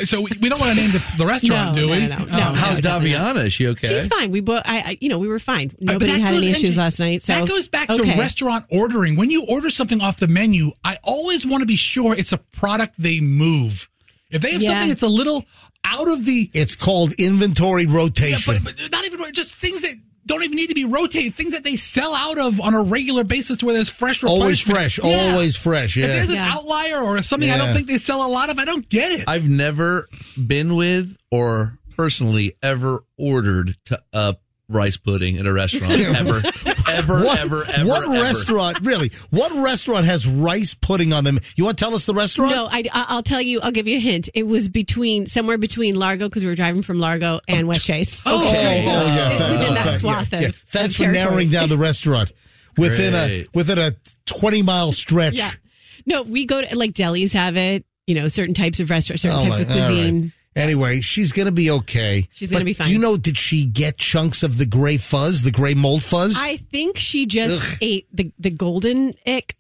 So we, we don't want to name the, the restaurant, No, do no, we? no, Oh. no, no. How's definitely Daviana? Is she okay? She's fine. We both, I, I, you know, we were fine. But Nobody that had any goes- issues and last night. So that goes back okay. to restaurant ordering. When you order something off the menu, I always want to be sure it's a product they move. If they have Yeah. something that's a little out of the, It's called inventory yeah, rotation. but, but not even just things that don't even need to be rotated, things that they sell out of on a regular basis, to where there's fresh. always replenishment. fresh. Yeah. Always fresh. If Yeah. there's an Yeah. outlier or something I Yeah. don't think they sell a lot of, I don't get it. I've never been with or personally ever ordered to, uh, rice pudding at a restaurant ever, ever, what, ever, ever. what ever. restaurant really what restaurant has rice pudding on them you want to tell us the restaurant No, I, I- I'll tell you. I'll give you a hint. It was between somewhere between Largo because we were driving from Largo and West Chase. oh, oh, yeah We thank- did oh, that thank- swath yeah, of- yeah. of thanks for territory. narrowing down the restaurant within a Great. within a 20 mile stretch Yeah. No, we go to like delis have it. You know, certain types of restaurants, certain Oh, types of my- all right. cuisine. Anyway, she's gonna be okay. She's gonna But be fine. Do you know? Did she get chunks of the gray fuzz, the gray mold fuzz? I think she just ate the the golden ick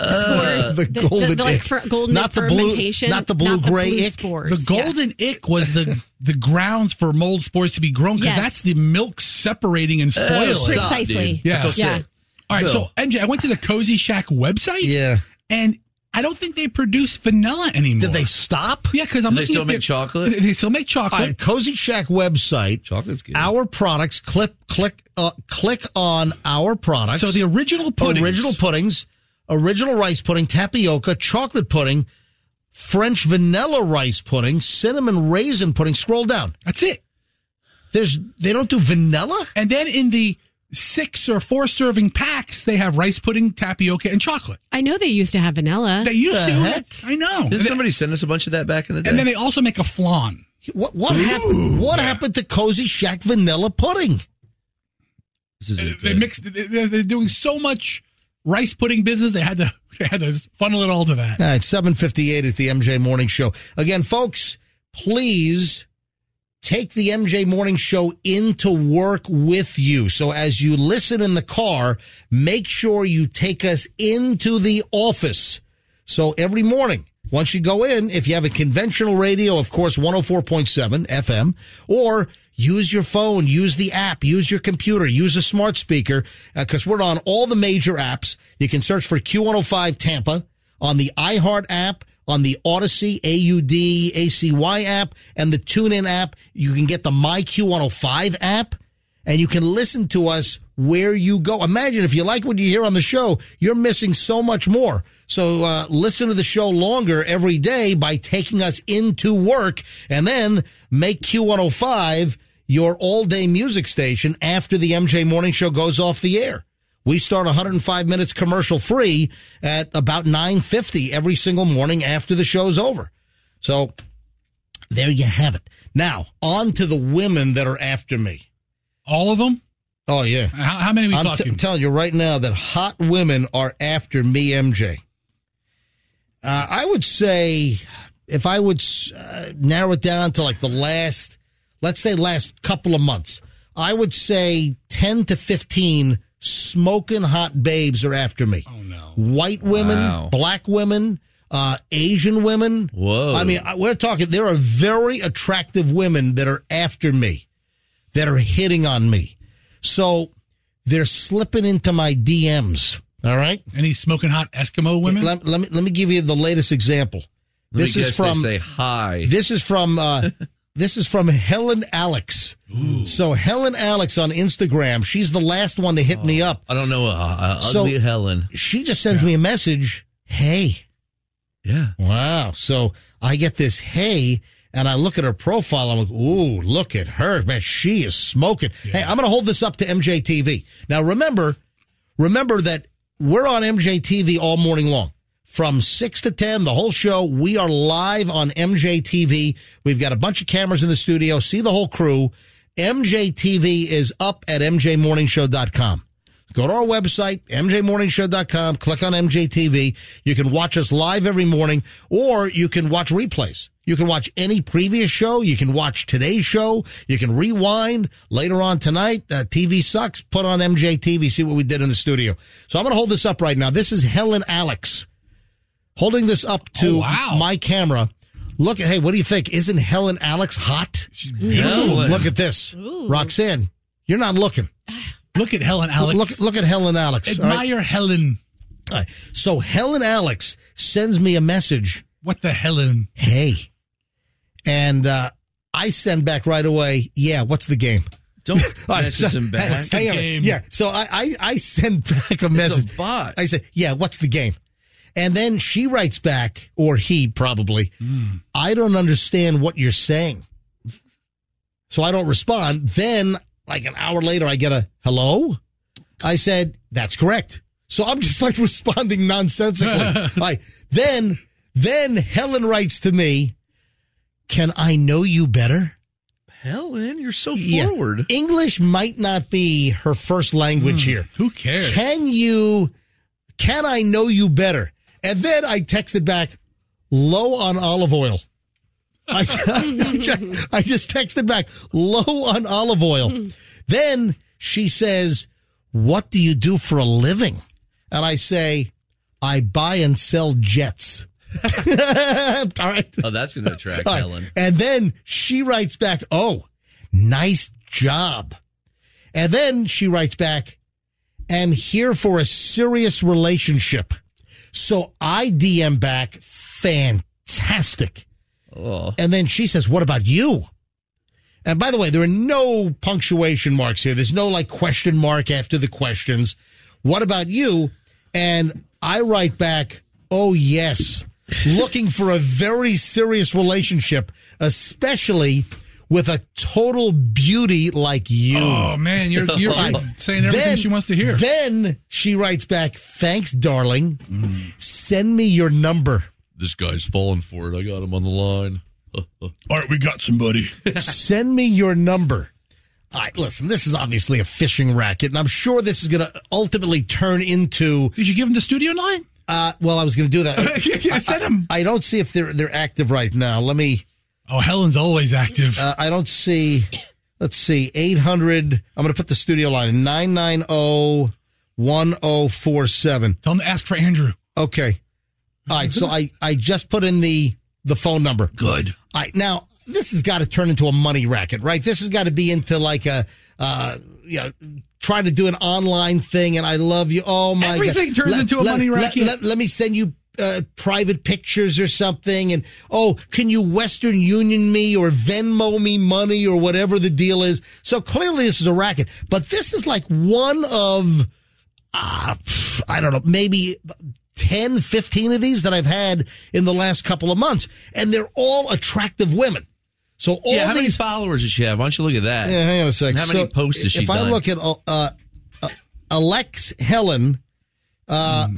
Uh, the the- golden the, like, ick. fer- golden not the fermentation, blue, not the blue not the gray blue ick. spore. The golden ick was the the grounds for mold spores to be grown because Yes. that's the milk separating and Oh, spoiling. stop, Precisely. dude. I Yeah. feel Yeah. sick. All right. Bill. So MJ, I went to the Cozy Shack website. Yeah. And I don't think they produce vanilla anymore. Did they stop? Yeah, because I'm Do they looking still at make their- chocolate? They- They still make All chocolate. right, Cozy Shack website. Chocolate's good. Our products. Click, click, uh, click on our products. Oh, So the original puddings. original puddings, original rice pudding, tapioca, chocolate pudding, French vanilla rice pudding, cinnamon raisin pudding. Scroll down. That's it. There's they don't do vanilla. And then in the six or four serving packs, they have rice pudding, tapioca, and chocolate. I know they used to have vanilla. They used to. I know. Did somebody send us a bunch of that back in the day? And then they also make a flan. What what happened? What happened to Cozy Shack vanilla pudding? This is They- They mixed. they- They're, they're doing so much rice pudding business. They had to. They had to funnel it all to that. All right, 758 at the MJ Morning Show. Again, folks, please take the MJ Morning Show into work with you. So as you listen in the car, make sure you take us into the office. So every morning, once you go in, if you have a conventional radio, of course, 104.7 FM, or use your phone, use the app, use your computer, use a smart speaker, because we're on all the major apps. You can search for Q105 Tampa on the iHeart app, on the Odyssey, AUD, ACY app, and the TuneIn app. You can get the MyQ105 app and you can listen to us where you go. Imagine if you like what you hear on the show, you're missing so much more. So uh, listen to the show longer every day by taking us into work and then make Q105 your all day music station after the MJ Morning Show goes off the air. We start 105 minutes commercial free at about 9:50 every single morning after the show's over. So there you have it. Now, on to the women that are after me. All of them? Oh yeah. How, how many we I'm talking? t- telling you right now that hot women are after me, MJ. Uh, I would say if I would s- uh, narrow it down to like the last, let's say last couple of months, I would say 10 to 15 smoking hot babes are after me. Oh no. White women, Wow. black women, uh, Asian women. Whoa. I mean, I- we're talking, there are very attractive women that are after me, that are hitting on me. So they're slipping into my DMs. All right. Any smoking hot Eskimo women? Let, let me, let me give you the latest example. Let me This is guess they from, say hi. this is from, uh, this is from Helen Alex. So Helen Alex on Instagram, she's the last one to hit me up. I don't know. Uh, uh, So- ugly Helen. She just sends me a message. Hey. Yeah. Wow. So I get this hey, and I look at her profile. I'm like, ooh, look at her. Man, she is smoking. Hey, I'm going to hold this up to MJTV. Now, remember, remember that we're on MJTV all morning long. From 6 to 10, the whole show, we are live on MJTV. We've got a bunch of cameras in the studio. See the whole crew. MJTV is up at MJMorningShow.com. Go to our website, mjmorningshow.com, click on MJTV. You can watch us live every morning or you can watch replays. You can watch any previous show. You can watch today's show. You can rewind later on tonight. Uh, TV sucks. Put on MJTV. See what we did in the studio. So I'm going to hold this up right now. This is Helen Alex holding this up to Oh, my camera. Look at, hey, what do you think? Isn't Helen Alex hot? She's beautiful. Look at this. Roxanne, you're not looking. Look at Helen Alex. Look, look at Helen Alex. all right? Admire Helen. All right. So Helen Alex sends me a message. What the Helen? Hey. And uh, I send back right away, yeah, what's the game? Don't All right, message so- him back. hey, hang on. Yeah. So I, I, I send back a message. bot. I said, yeah, what's the game? And then she writes back, or he probably, Hmm. I don't understand what you're saying. So I don't respond. Then, like an hour later, I get a hello. I said, that's correct. So I'm just like responding nonsensically. All right. Then, then Helen writes to me, can I know you better? Helen, you're so Yeah. forward. English might not be her first language here. Hmm. Who cares? Can you, can I know you better? And then I texted back, low on olive oil. I, I just, I just texted back, low on olive oil. Then she says, what do you do for a living? And I say, I buy and sell jets. All right. Oh, that's going to attract All right. Helen. And then she writes back, Oh, nice job. And then she writes back, Am here for a serious relationship. So I DM back, Fantastic. And then she says, What about you? And by the way, there are no punctuation marks here. There's no like question mark after the questions. What about you? And I write back, oh, yes, looking for a very serious relationship, especially with a total beauty like you. Oh, man, you're- you're saying everything she wants to hear. Then she writes back, thanks, darling. Mm. Send me your number. This guy's falling for it. I got him on the line. All right, we got somebody. Send me your number. All right, listen, this is obviously a fishing racket, and I'm sure this is going to ultimately turn into. Did you give him the studio line? Uh, well, I was going to do that. I, sent him. I, don't see if they're they're active right now. Let me. Oh, Helen's always active. Uh, I don't see. Let's see, 800. I'm going to put the studio line oh, 990 1047. Tell them to ask for Andrew. oh Okay. All right, so I I just put in the the phone number. Good. All right, now this has got to turn into a money racket, right? This has got to be into like a uh, you know, trying to do an online thing, and I love you. Oh my! Everything God. turns into a money racket. Let, let me send you. Uh, private pictures or something, and oh, can you Western Union me or Venmo me money or whatever the deal is? So clearly, this is a racket, but this is like one of ah, pff, I don't know, maybe 10, 15 of these that I've had in the last couple of months. And they're all attractive women. So all yeah, how many these. followers does she have? Why don't you look at that? yeah, hang on a sec. How many So posts has she If done? I look at uh, uh, Alex Helen, uh,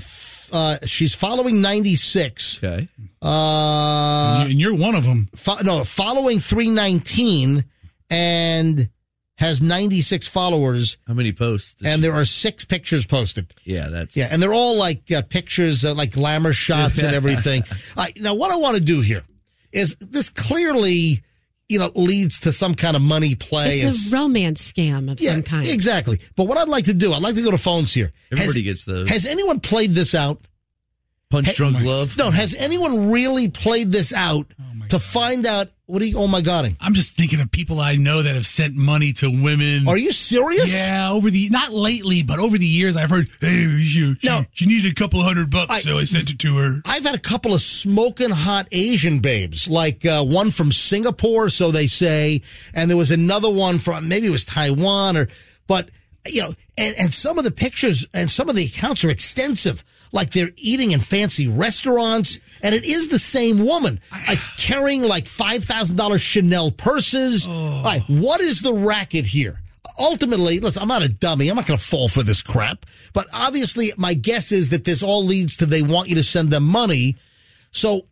uh, she's following 96. Okay. Uh, and you're one of them. Fo- no, following 319 and has 96 followers. How many posts? And there are six pictures posted. yeah, that's Yeah, and they're all like uh, pictures, uh, like glamour shots and everything. All right, now, what I want to do here is this clearly, you know, leads to some kind of money play. It's a and s- romance scam of some kind. exactly. But what I'd like to do, I'd like to go to phones here. Everybody has, gets those. Has anyone played this out? Punch drunk love. No, has anyone really played this out Oh to find out what are you? Oh my god! Um, I'm just thinking of people I know that have sent money to women. Are you serious? Yeah, over the not lately, but over the years, I've heard, "Hey, you, she, she needed a couple hundred bucks, I- so I sent it to her." I've had a couple of smoking hot Asian babes, like uh, one from Singapore, so they say, and there was another one from maybe it was Taiwan or, but you know, and, and some of the pictures and some of the accounts are extensive. Like they're eating in fancy restaurants, and it is the same woman, like carrying like five thousand dollars Chanel purses. All right, what is the racket here? ultimately, listen, I'm not a dummy. I'm not going to fall for this crap. But obviously, my guess is that this all leads to they want you to send them money. So,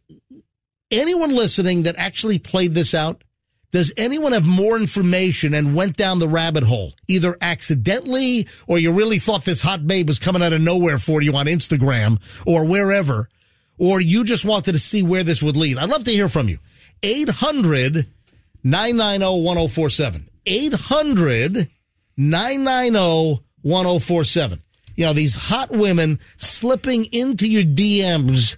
anyone listening that actually played this out, does anyone have more information and went down the rabbit hole, either accidentally or you really thought this hot babe was coming out of nowhere for you on Instagram or wherever, or you just wanted to see where this would lead? I'd love to hear from you. 800- 990-1047. 800-990-1047. You know, these hot women slipping into your DMs.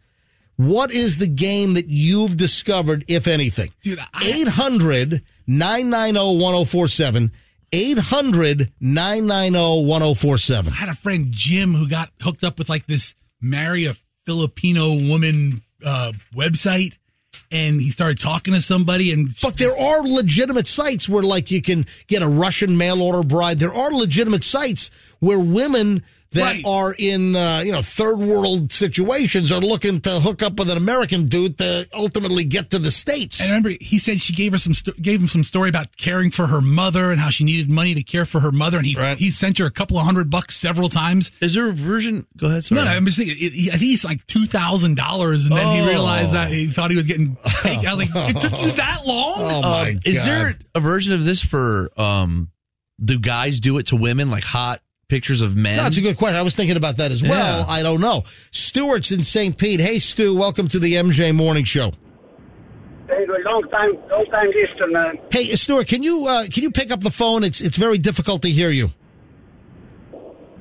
What is the game that you've discovered, if anything? Dude, 800-990-1047. 800-990-1047. I had a friend Jim who got hooked up with like this marry a Filipino woman uh, website, and he started talking to somebody, and But there are legitimate sites where, like, you can get a Russian mail order bride. There are legitimate sites where women that are in, uh, you know, third world situations are looking to hook up with an American dude to ultimately get to the states. And I remember he said she gave her some sto- gave him some story about caring for her mother and how she needed money to care for her mother, and he he sent her a couple of hundred bucks several times. Is there a version? Go ahead. No, no, I'm just thinking. It, he- I think he's like two thousand dollars, and then Oh. he realized that he thought he was getting. Taken. I was like, it took you that long? Oh Um, Is there a version of this for um do guys do it to women like hot pictures of men? That's a good question. I was thinking about that as well. Yeah. I don't know. Stuart's in St. Pete. Hey, Stu, welcome to the MJ Morning Show. Hey, long time, long time listener. uh, Hey, Stuart, can you uh, can you pick up the phone? It's it's very difficult to hear you.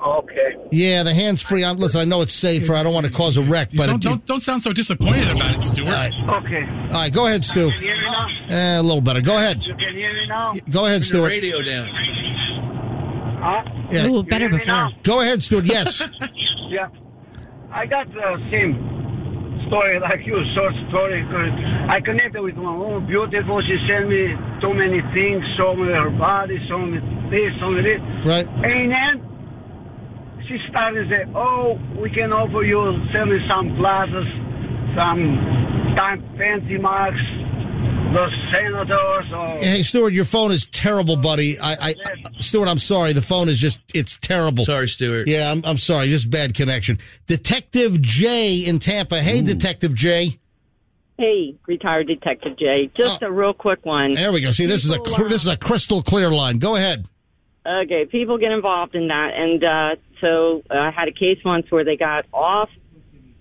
Okay. Yeah, the hands free. I'm Listen, I know it's safer. I don't want to cause a wreck, but don't, it, don't, don't sound so disappointed about it, Stuart. Okay. all right, go ahead, Stu. Can you hear me now? Eh, a little better. Go ahead. You can hear me now? Go ahead, Stuart. down. Huh? Yeah. You Ah. hear me now? Go ahead, Stuart. Yes. Yeah. I got the same story like you, short story. I connected with my own beautiful. She sent me too many things, show me her body, show me this, show me this. Right. And then she started to say, oh, we can offer you sell me some plazas, some time fancy marks, the senators or... Hey, Stuart, your phone is terrible, buddy. I, I, Stuart, I'm sorry. The phone is just, it's terrible. Sorry, Stuart. Yeah, I'm, I'm sorry. Just bad connection. Detective J in Tampa. Hey, Detective J. Oh. Hey, retired Detective Jay. Just a real quick one. There we go. See, this is a, cr- this is a crystal clear line. Go ahead. Okay, people get involved in that, and uh, so I had a case once where they got off,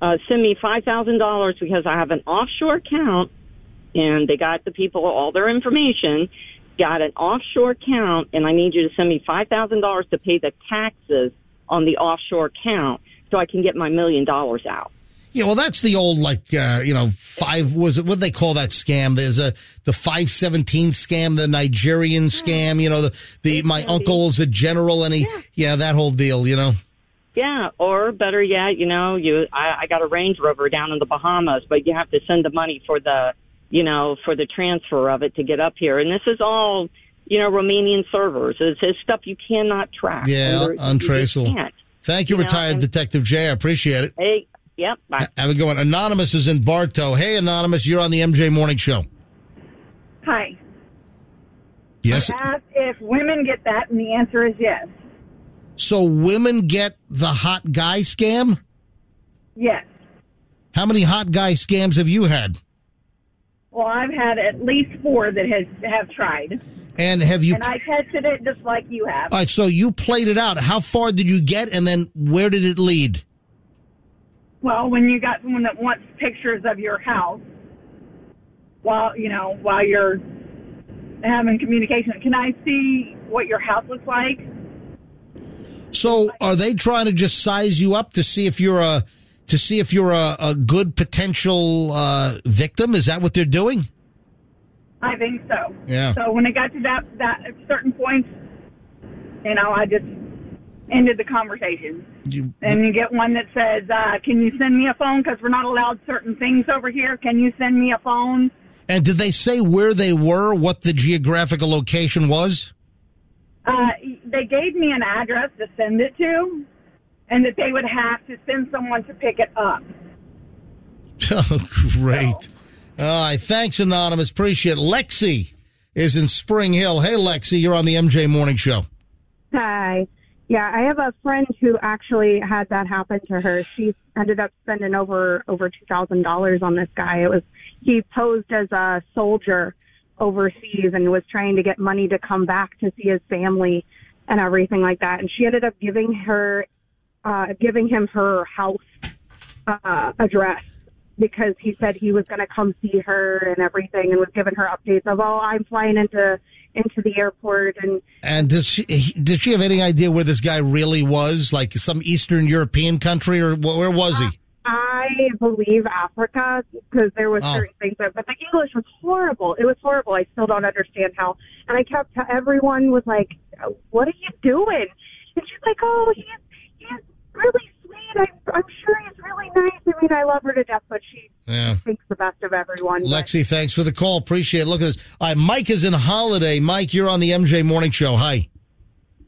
uh, send me five thousand dollars because I have an offshore account, and they got the people all their information, got an offshore account, and I need you to send me five thousand dollars to pay the taxes on the offshore account so I can get my million dollars out. Yeah, well, that's the old like uh, you know five was it what do they call that scam? There's a the five seventeen scam, the Nigerian scam. You know the the my uncle's a general and he yeah. that whole deal. You know. Yeah, or better yet, you know, you I, I got a Range Rover down in the Bahamas, but you have to send the money for the, you know, for the transfer of it to get up here. And this is all, you know, Romanian servers. It's, it's stuff you cannot track. Yeah, Under- you just untraceable. can't. Thank you, You know, retired and- Detective J. I appreciate it. Hey, yep. Bye. Have a good one. Anonymous is in Bartow. Hey, Anonymous, you're on the MJ Morning Show. Hi. Yes. I asked if women get that, and the answer is yes. So women get the hot guy scam. Yes. How many hot guy scams have you had? Well, I've had at least four that has have tried, And have you? and I tested it just like you have. All right, so you played it out. How far did you get, and then where did it lead? Well, when you got someone that wants pictures of your house while you know while you're having communication, can I see what your house looks like? So, are they trying to just size you up to see if you're a to see if you're a, a good potential uh, victim? Is that what they're doing? I think so. Yeah. So when it got to that that certain point, you know, I just ended the conversation. You, And you get one that says, uh, "Can you send me a phone? Because we're not allowed certain things over here. Can you send me a phone?" and did they say where they were, what the geographical location was? Uh, they gave me an address to send it to, and that they would have to send someone to pick it up. Oh, great. All right, thanks, anonymous. Appreciate. it. Lexi is in Spring Hill. Hey, Lexi, you're on the MJ Morning Show. Hi. Yeah, I have a friend who actually had that happen to her. She ended up spending over over two thousand dollars on this guy. It was he posed as a soldier overseas and was trying to get money to come back to see his family and everything like that. And she ended up giving her uh giving him her house uh address because he said he was going to come see her and everything and was giving her updates of oh I'm flying into into the airport and And did she he- did she have any idea where this guy really was? Like some Eastern European country, or wh- where was he? I believe Africa because there was Oh. certain things, that, but the English was horrible. It was horrible. I still don't understand how. And I kept everyone was like, "What are you doing?" And she's like, "Oh, he's he's really sweet. I, I'm sure he's really nice. I mean, I love her to death, but she Yeah. thinks the best of everyone." but- Lexi, thanks for the call. Appreciate it. Look at this. All right, Mike is in Holiday. Mike, you're on the MJ Morning Show. Hi.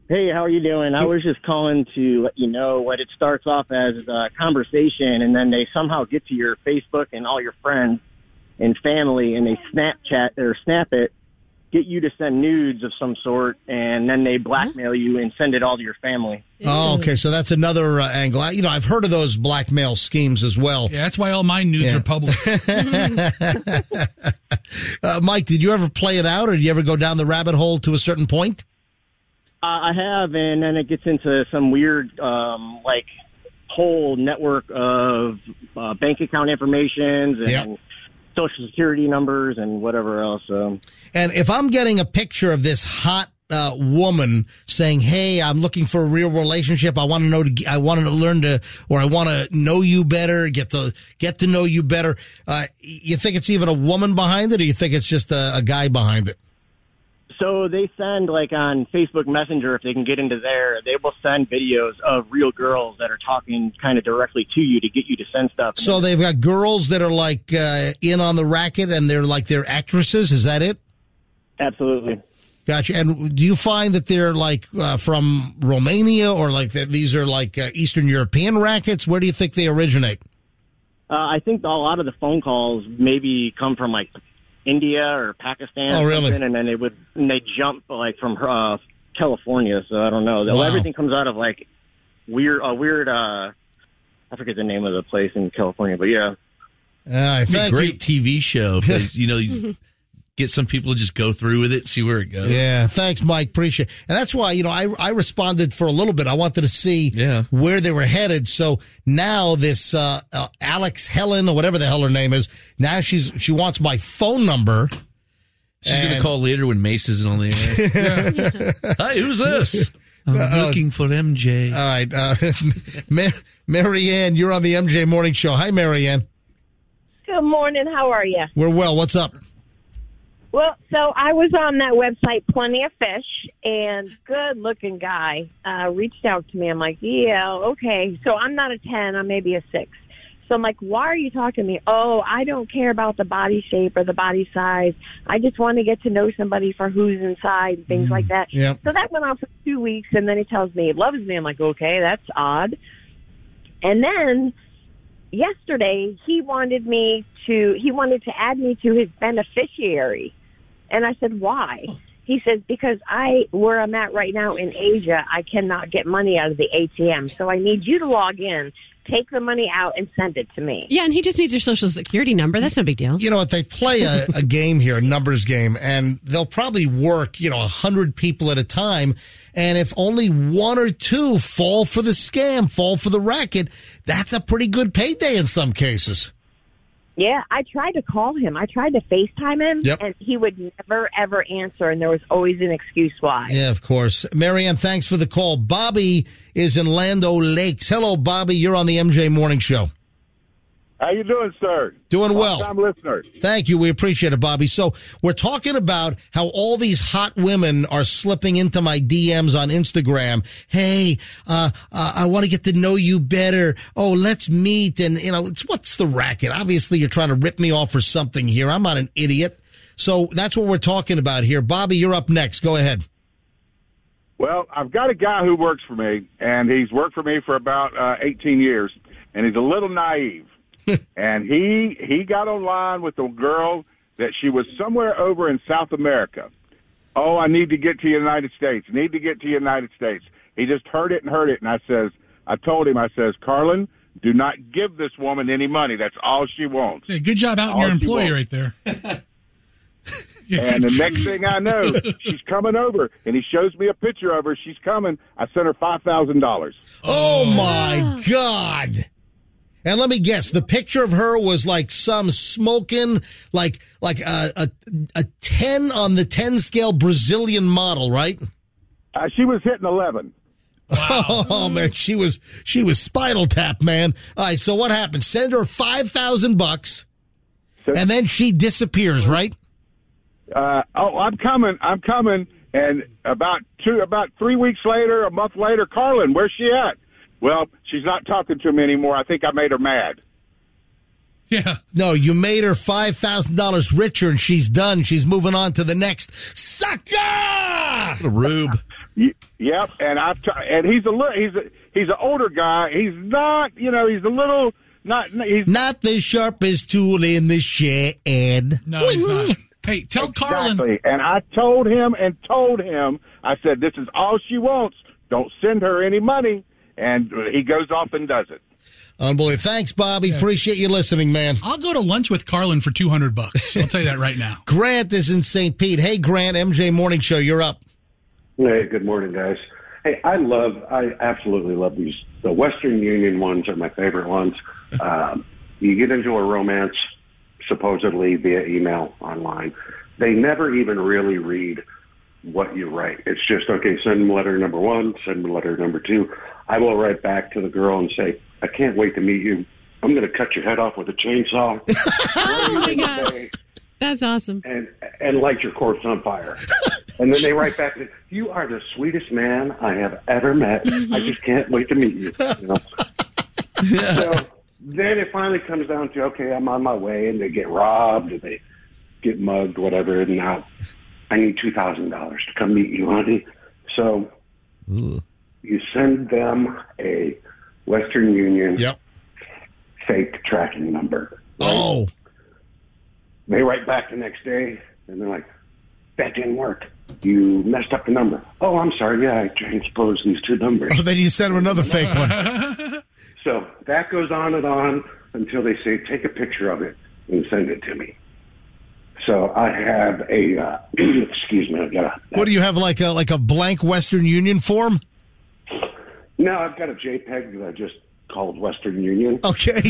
Hey, how are you doing? I was just calling to let you know what it starts off as a conversation, and then they somehow get to your Facebook and all your friends and family, and they Snapchat or snap it, get you to send nudes of some sort, and then they blackmail you and send it all to your family. Oh, okay. So that's another uh, angle. I, you know, I've heard of those blackmail schemes as well. Yeah, that's why all my nudes Yeah. are public. Uh, Mike, did you ever play it out, or did you ever go down the rabbit hole to a certain point? Uh, I have, and then it gets into some weird, um, like, whole network of uh, bank account informations and social security numbers and whatever else. um. So. And if I'm getting a picture of this hot uh, woman saying, "Hey, I'm looking for a real relationship. I want to know. To, I want to learn to, or I want to know you better. Get the get to know you better." Uh, you think it's even a woman behind it, or you think it's just a, a guy behind it? So they send like on Facebook Messenger if they can get into there, they will send videos of real girls that are talking kind of directly to you to get you to send stuff. So they've got girls that are like uh, in on the racket, and they're like they're actresses. Is that it? Absolutely. Gotcha. And do you find that they're like uh, from Romania or like that these are like uh, Eastern European rackets? Where do you think they originate? Uh, I think a lot of the phone calls maybe come from like India or Pakistan. Oh, or really? something, And then they would and they jump like from uh, California. So I don't know. Wow. Everything comes out of like weird, a weird. uh I forget the name of the place in California, but yeah. I It'd be a thank great TV show. if they- you know, you get some people to just go through with it, see where it goes. Yeah, thanks, Mike. Appreciate, and that's why you know I I responded for a little bit. I wanted to see where they were headed. So now this uh, uh, Alex Helen or whatever the hell her name is, now she's she wants my phone number. She's gonna And- call later when Mace isn't on the air. Hey, who's this? I'm looking for MJ. Uh, All right, uh, Mar- Marianne, you're on the MJ Morning Show. Hi, Marianne. Good morning. How are you? We're well. What's up? Well, so I was on that website, Plenty of Fish, and good looking guy uh, reached out to me. I'm like, yeah, okay. So I'm not a 10, I'm maybe a 6. So I'm like, why are you talking to me? Oh, I don't care about the body shape or the body size. I just want to get to know somebody for who's inside and things like that. yep. So that went on for two weeks, and then he tells me he loves me. I'm like, okay, that's odd. And then yesterday he wanted me to he wanted to add me to his beneficiary and i said why he says because i where i'm at right now in asia i cannot get money out of the atm so i need you to log in take the money out and send it to me Yeah, and he just needs your social security number. That's no big deal. You know what? They play a, a game here, a numbers game, and they'll probably work, you know, a hundred people at a time. And if only one or two fall for the scam, fall for the racket, that's a pretty good payday in some cases. yeah i tried to call him i tried to facetime him Yep. and he would never ever answer and there was always an excuse why Yeah, of course. Marianne, thanks for the call. Bobby is in Lando Lakes. Hello, Bobby. You're on the MJ Morning Show. How you doing, sir? Doing well. Long-time listener. Thank you. We appreciate it, Bobby. So we're talking about how all these hot women are slipping into my DMs on Instagram. Hey, uh, uh, I want to get to know you better. Oh, let's meet. And you know, it's what's the racket? Obviously, you're trying to rip me off for something here. I'm not an idiot. So that's what we're talking about here. Bobby, you're up next. Go ahead. Well, I've got a guy who works for me, and he's worked for me for about uh, 18 years, and he's a little naive. and he he got online with a girl that she was somewhere over in South America. Oh, I need to get to the United States. Need to get to the United States. He just heard it and heard it, and I says, I told him, I says, Carlin, do not give this woman any money. That's all she wants. Hey, good job outing All your she employee wants. right there. And the next thing I know, she's coming over, and he shows me a picture of her. She's coming. I sent her five thousand dollars. Oh my God. And let me guess, the picture of her was like some smoking, like, like a, a, a 10 on the 10 scale Brazilian model, right? Uh, she was hitting 11. Oh man, she was, she was spinal tap, man. All right. So what happened? Send her 5,000 bucks and then she disappears, right? Uh, oh, I'm coming. I'm coming. And about two, about three weeks later, a month later, Carlin, where's she at? Well, she's not talking to me anymore. I think I made her mad. Yeah. No, you made her $5,000 richer and she's done. She's moving on to the next sucker. Rube. Y- Yep, and I've t- and he's a li- he's a, he's an older guy. He's not, you know, he's a little not. He's Not the sharpest tool in the shed. No, he's not. Hey, tell Carlin. And I told him and told him, I said, this is all she wants. Don't send her any money. And he goes off and does it. Unbelievable. Thanks, Bobby. Appreciate you listening, man. I'll go to lunch with Carlin for 200 bucks. I'll tell you that right now. Grant is in St. Pete. Hey, Grant, MJ Morning Show, you're up. Hey, good morning, guys. Hey, I love, I absolutely love these. The Western Union ones are my favorite ones. Um, you get into a romance, supposedly via email online. They never even really read what you write. It's just okay. Send letter number one. Send letter number two. I will write back to the girl and say, "I can't wait to meet you. I'm going to cut your head off with a chainsaw." Oh my gosh. That's awesome. and light your corpse on fire. And then they write back, "You are the sweetest man I have ever met. I just can't wait to meet you." you know? so then it finally comes down to, okay, I'm on my way, and they get robbed, and they get mugged, whatever. And now I need two thousand dollars to come meet you, honey. So you send them a Western Union fake tracking number. Oh, They write back the next day, and they're like, "That didn't work. You messed up the number." Oh, I'm sorry. Yeah, I transposed these two numbers. Oh, then you sent him another fake one. So that goes on and on until they say, "Take a picture of it and send it to me." So I have a uh, excuse me. I've got a What do you have like a like a blank Western Union form? no. I've got a JPEG that I just called Western Union. Okay.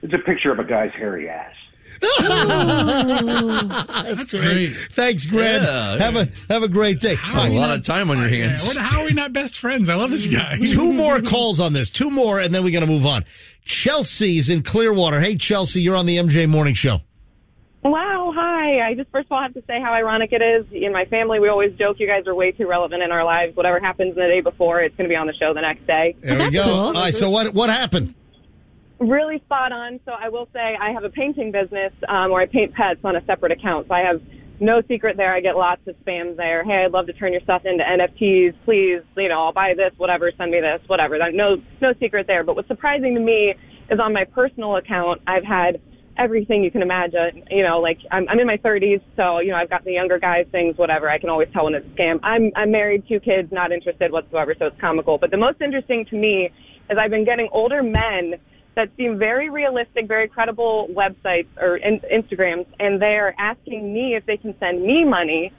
it's a picture of a guy's hairy ass. Oh, that's great. Thanks, Greg. Yeah. have a have a great day. have a lot of time on your hands. What- how are we not best friends? I love this guy. Two more calls on this. Two more, and then we're going to move on. Chelsea's in Clearwater. Hey, Chelsea, you're on the MJ Morning Show. Wow, hi. I just first of all have to say how ironic it is. In my family, we always joke you guys are way too relevant in our lives. Whatever happens the day before, it's going to be on the show the next day. There we go. All right. So what what happened? Really spot on. So I will say I have a painting business um, where I paint pets on a separate account. So I have no secret there. I get lots of spams there. Hey, I'd love to turn your stuff into NFTs. Please, you know, I'll buy this, whatever. Send me this, whatever. There- No, no secret there. But what's surprising to me is on my personal account, I've had everything you can imagine. You know, like I'm, I'm in my 30s, so you know I've got the younger guys things, whatever. I can always tell when it's a scam. I'm I'm married, two kids, not interested whatsoever, so it's comical. But the most interesting to me is I've been getting older men that seem very realistic, very credible websites or in, Instagrams, and they're asking me if they can send me money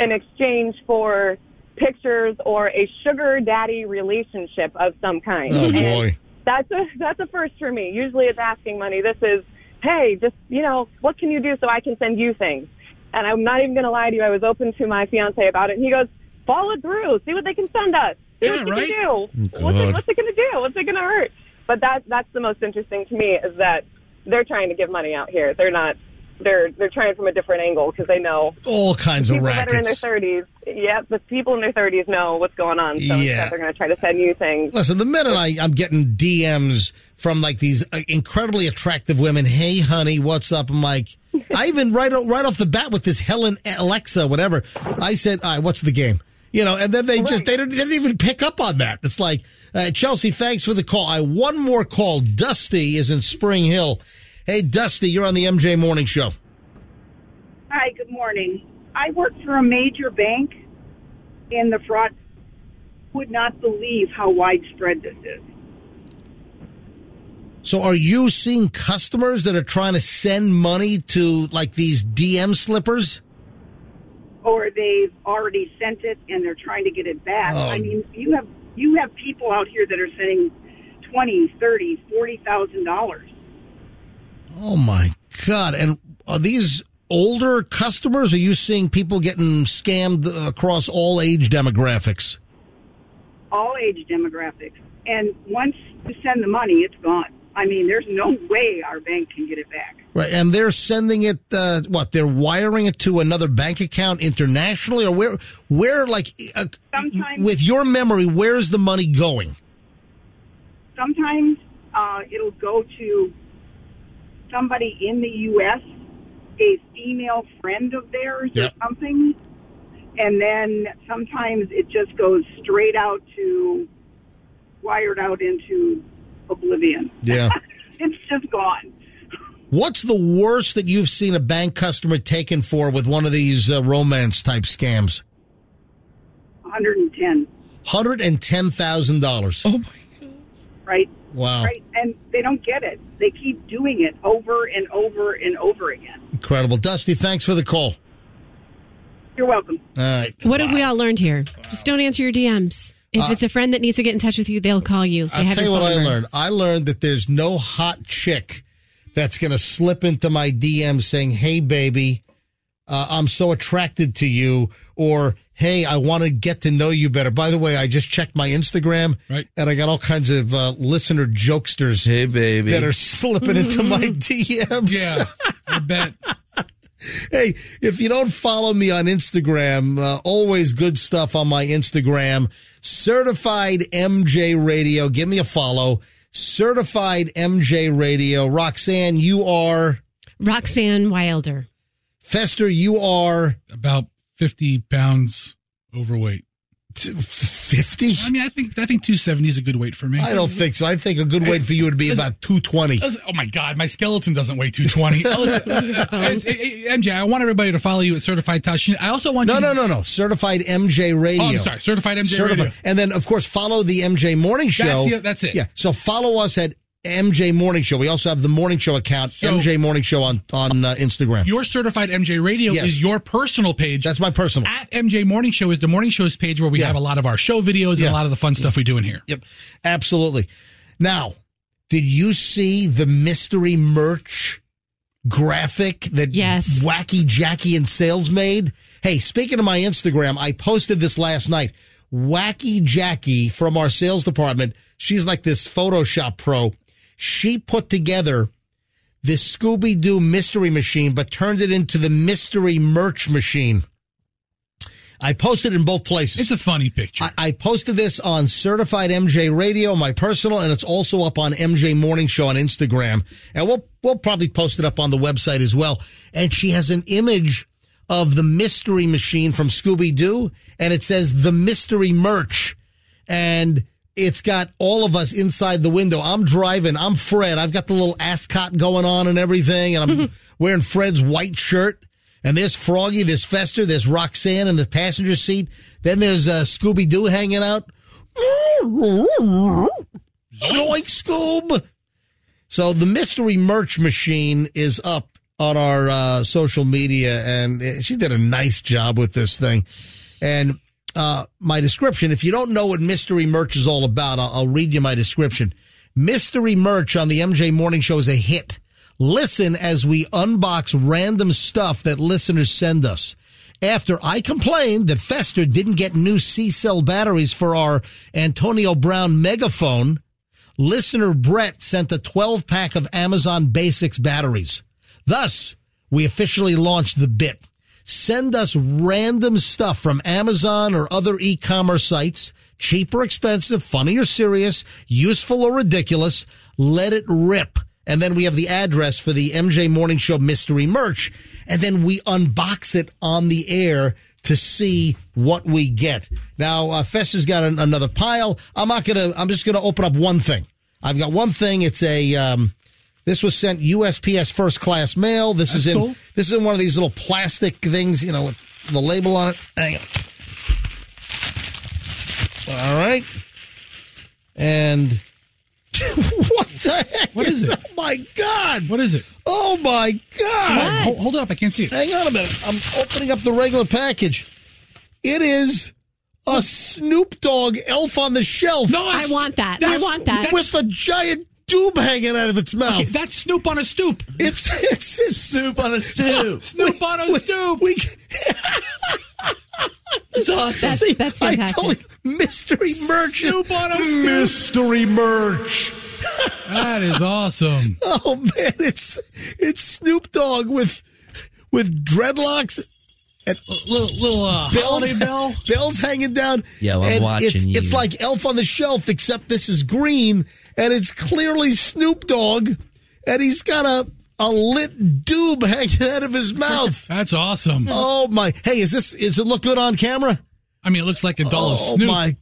in exchange for pictures or a sugar daddy relationship of some kind. Oh, And boy. that's a that's a first for me. Usually it's asking money. This is, hey, just you know, what can you do so I can send you things? And I'm not even gonna lie to you, I was open to my fiance about it and he goes, Follow through, see what they can send us. See Yeah, what they right? can do. Oh, what's, God. it, what's it gonna do? What's it gonna hurt? But that that's the most interesting to me is that they're trying to give money out here. They're not they're they're trying from a different angle because they know All kinds of people that are in their rackets. thirties. Yep, but people in their thirties know what's going on. So instead Yeah. they're gonna try to send you things. Listen, the minute I, I'm getting DMs from like these uh, incredibly attractive women, hey, honey, what's up? I'm like, I even right, o- right off the bat with this Helen Alexa, whatever, I said, all right, what's the game? You know, and then they just, they didn't, they didn't even pick up on that. It's like, uh, Chelsea, thanks for the call. I One more call. Dusty is in Spring Hill. Hey, Dusty, you're on the MJ Morning Show. Hi, good morning. I work for a major bank, and the fraud would not believe how widespread this is. So are you seeing customers that are trying to send money to like these DM slippers? Or they've already sent it and they're trying to get it back. Oh. I mean, you have you have people out here that are sending twenty, thirty, forty thousand dollars. Oh my God! And are these older customers? Are you seeing people getting scammed uh, across all age demographics? all age demographics. And once you send the money, it's gone. I mean, there's no way our bank can get it back. Right, and they're sending it. Uh, what they're wiring it to another bank account internationally, or where? Where, like, uh, with your memory, where's the money going? Sometimes uh, it'll go to somebody in the U.S., a female friend of theirs Yep. or something. And then sometimes it just goes straight out to, wired out into oblivion. Yeah. It's just gone. What's the worst that you've seen a bank customer taken for with one of these uh, romance type scams? 110, Hundred and ten thousand dollars. Oh my! right? Wow! Right. And they don't get it. They keep doing it over and over and over again. Incredible, Dusty. Thanks for the call. You're welcome. All right. What have we all learned here? Just don't answer your DMs. If Uh, it's a friend that needs to get in touch with you, they'll call you. They I'll have tell you your what phone I number. learned. I learned that there's no hot chick that's going to slip into my DM saying, "Hey, baby, uh, I'm so attracted to you, or hey, I want to get to know you better. By the way, I just checked my Instagram, right. and I got all kinds of uh, listener jokesters, hey baby, that are slipping into my DMs. Yeah, I bet. Hey, if you don't follow me on Instagram, uh, always good stuff on my Instagram. Certified MJ Radio. Give me a follow. Certified MJ Radio. Roxanne, you are. Roxanne Wilder. Fester, you are. About 50 pounds overweight. 50? I mean, I think I think 270 is a good weight for me. I don't think so. I think a good weight for you would be Listen, about 220. listen- Oh my God, my skeleton doesn't weigh 220. Oh, listen, it's- it- it- MJ, I want everybody to follow you at Certified Tosh. I also want No, you no, no, no. Certified MJ Radio. Oh, I'm sorry. Certified MJ Radio. And then, of course, follow the MJ Morning Show. the- that's it. Yeah. So follow us at MJ Morning Show. We also have the Morning Show account, MJ Morning Show on on uh, Instagram. Your certified MJ Radio Yes. is your personal page. That's my personal. At MJ Morning Show is the morning show's page where we have a lot of our show videos and a lot of the fun stuff we do in here. Yep, absolutely. Now, did you see the mystery merch graphic that yes. Wacky Jackie and Sales made? Hey, speaking of my Instagram, I posted this last night. Wacky Jackie from our sales department, she's like this Photoshop pro. She put together this Scooby Doo mystery machine, but turned it into the mystery merch machine. I posted in both places. It's a funny picture. I, I posted this on Certified MJ Radio, my personal, and it's also up on MJ Morning Show on Instagram, and we'll we'll probably post it up on the website as well. And she has an image of the mystery machine from Scooby Doo, and it says the mystery merch, and it's got all of us inside the window. I'm driving. I'm Fred. I've got the little ascot going on and everything, and I'm wearing Fred's white shirt. And there's Froggy, there's Fester, there's Roxanne in the passenger seat. Then there's uh, Scooby Doo hanging out. Zoink Scoob! So the mystery merch machine is up on our uh, social media, and uh, she did a nice job with this thing. And uh, my description, if you don't know what mystery merch is all about, I'll, I'll read you my description. Mystery merch on the MJ Morning Show is a hit. Listen as we unbox random stuff that listeners send us after I complained that Fester didn't get new C cell batteries for our Antonio Brown megaphone, listener Brett sent a 12 pack of Amazon Basics batteries. Thus, we officially launched the bit. Send us random stuff from Amazon or other e commerce sites, cheap or expensive, funny or serious, useful or ridiculous. Let it rip. And then we have the address for the MJ Morning Show mystery merch. And then we unbox it on the air to see what we get. Now, uh, Fester's got an, another pile. I'm not going to, I'm just going to open up one thing. I've got one thing. It's a, um, this was sent USPS first class mail. This is in, cool. this is in one of these little plastic things, you know, with the label on it. Hang on. All right. And what the heck? What is it? Oh my God. What is it? Oh my God. Come on, Hold, hold it up. I can't see it. Hang on a minute. I'm opening up the regular package. It is a Snoop Dogg elf on the shelf. No, I want that. I With- want that. With a giant doob hanging out of its mouth. Okay, that's Snoop on a stoop. It's, it's, it's Snoop on a stoop. Snoop on a stoop. We, That's awesome. See, That's- that's I told fantastic. you, mystery merch. Snoop on a stoop. Mystery merch. That is awesome. Oh man, it's it's Snoop Dogg with with dreadlocks and little, little uh, holiday bell? bells hanging down. Yo, I'm and watching it's, you. It's like Elf on the Shelf, except this is green, and it's clearly Snoop Dogg, and he's got a a lit doob hanging out of his mouth. That's awesome. Oh my! Hey, is this is it look good on camera? I mean, it looks like a doll oh, of Snoop. my!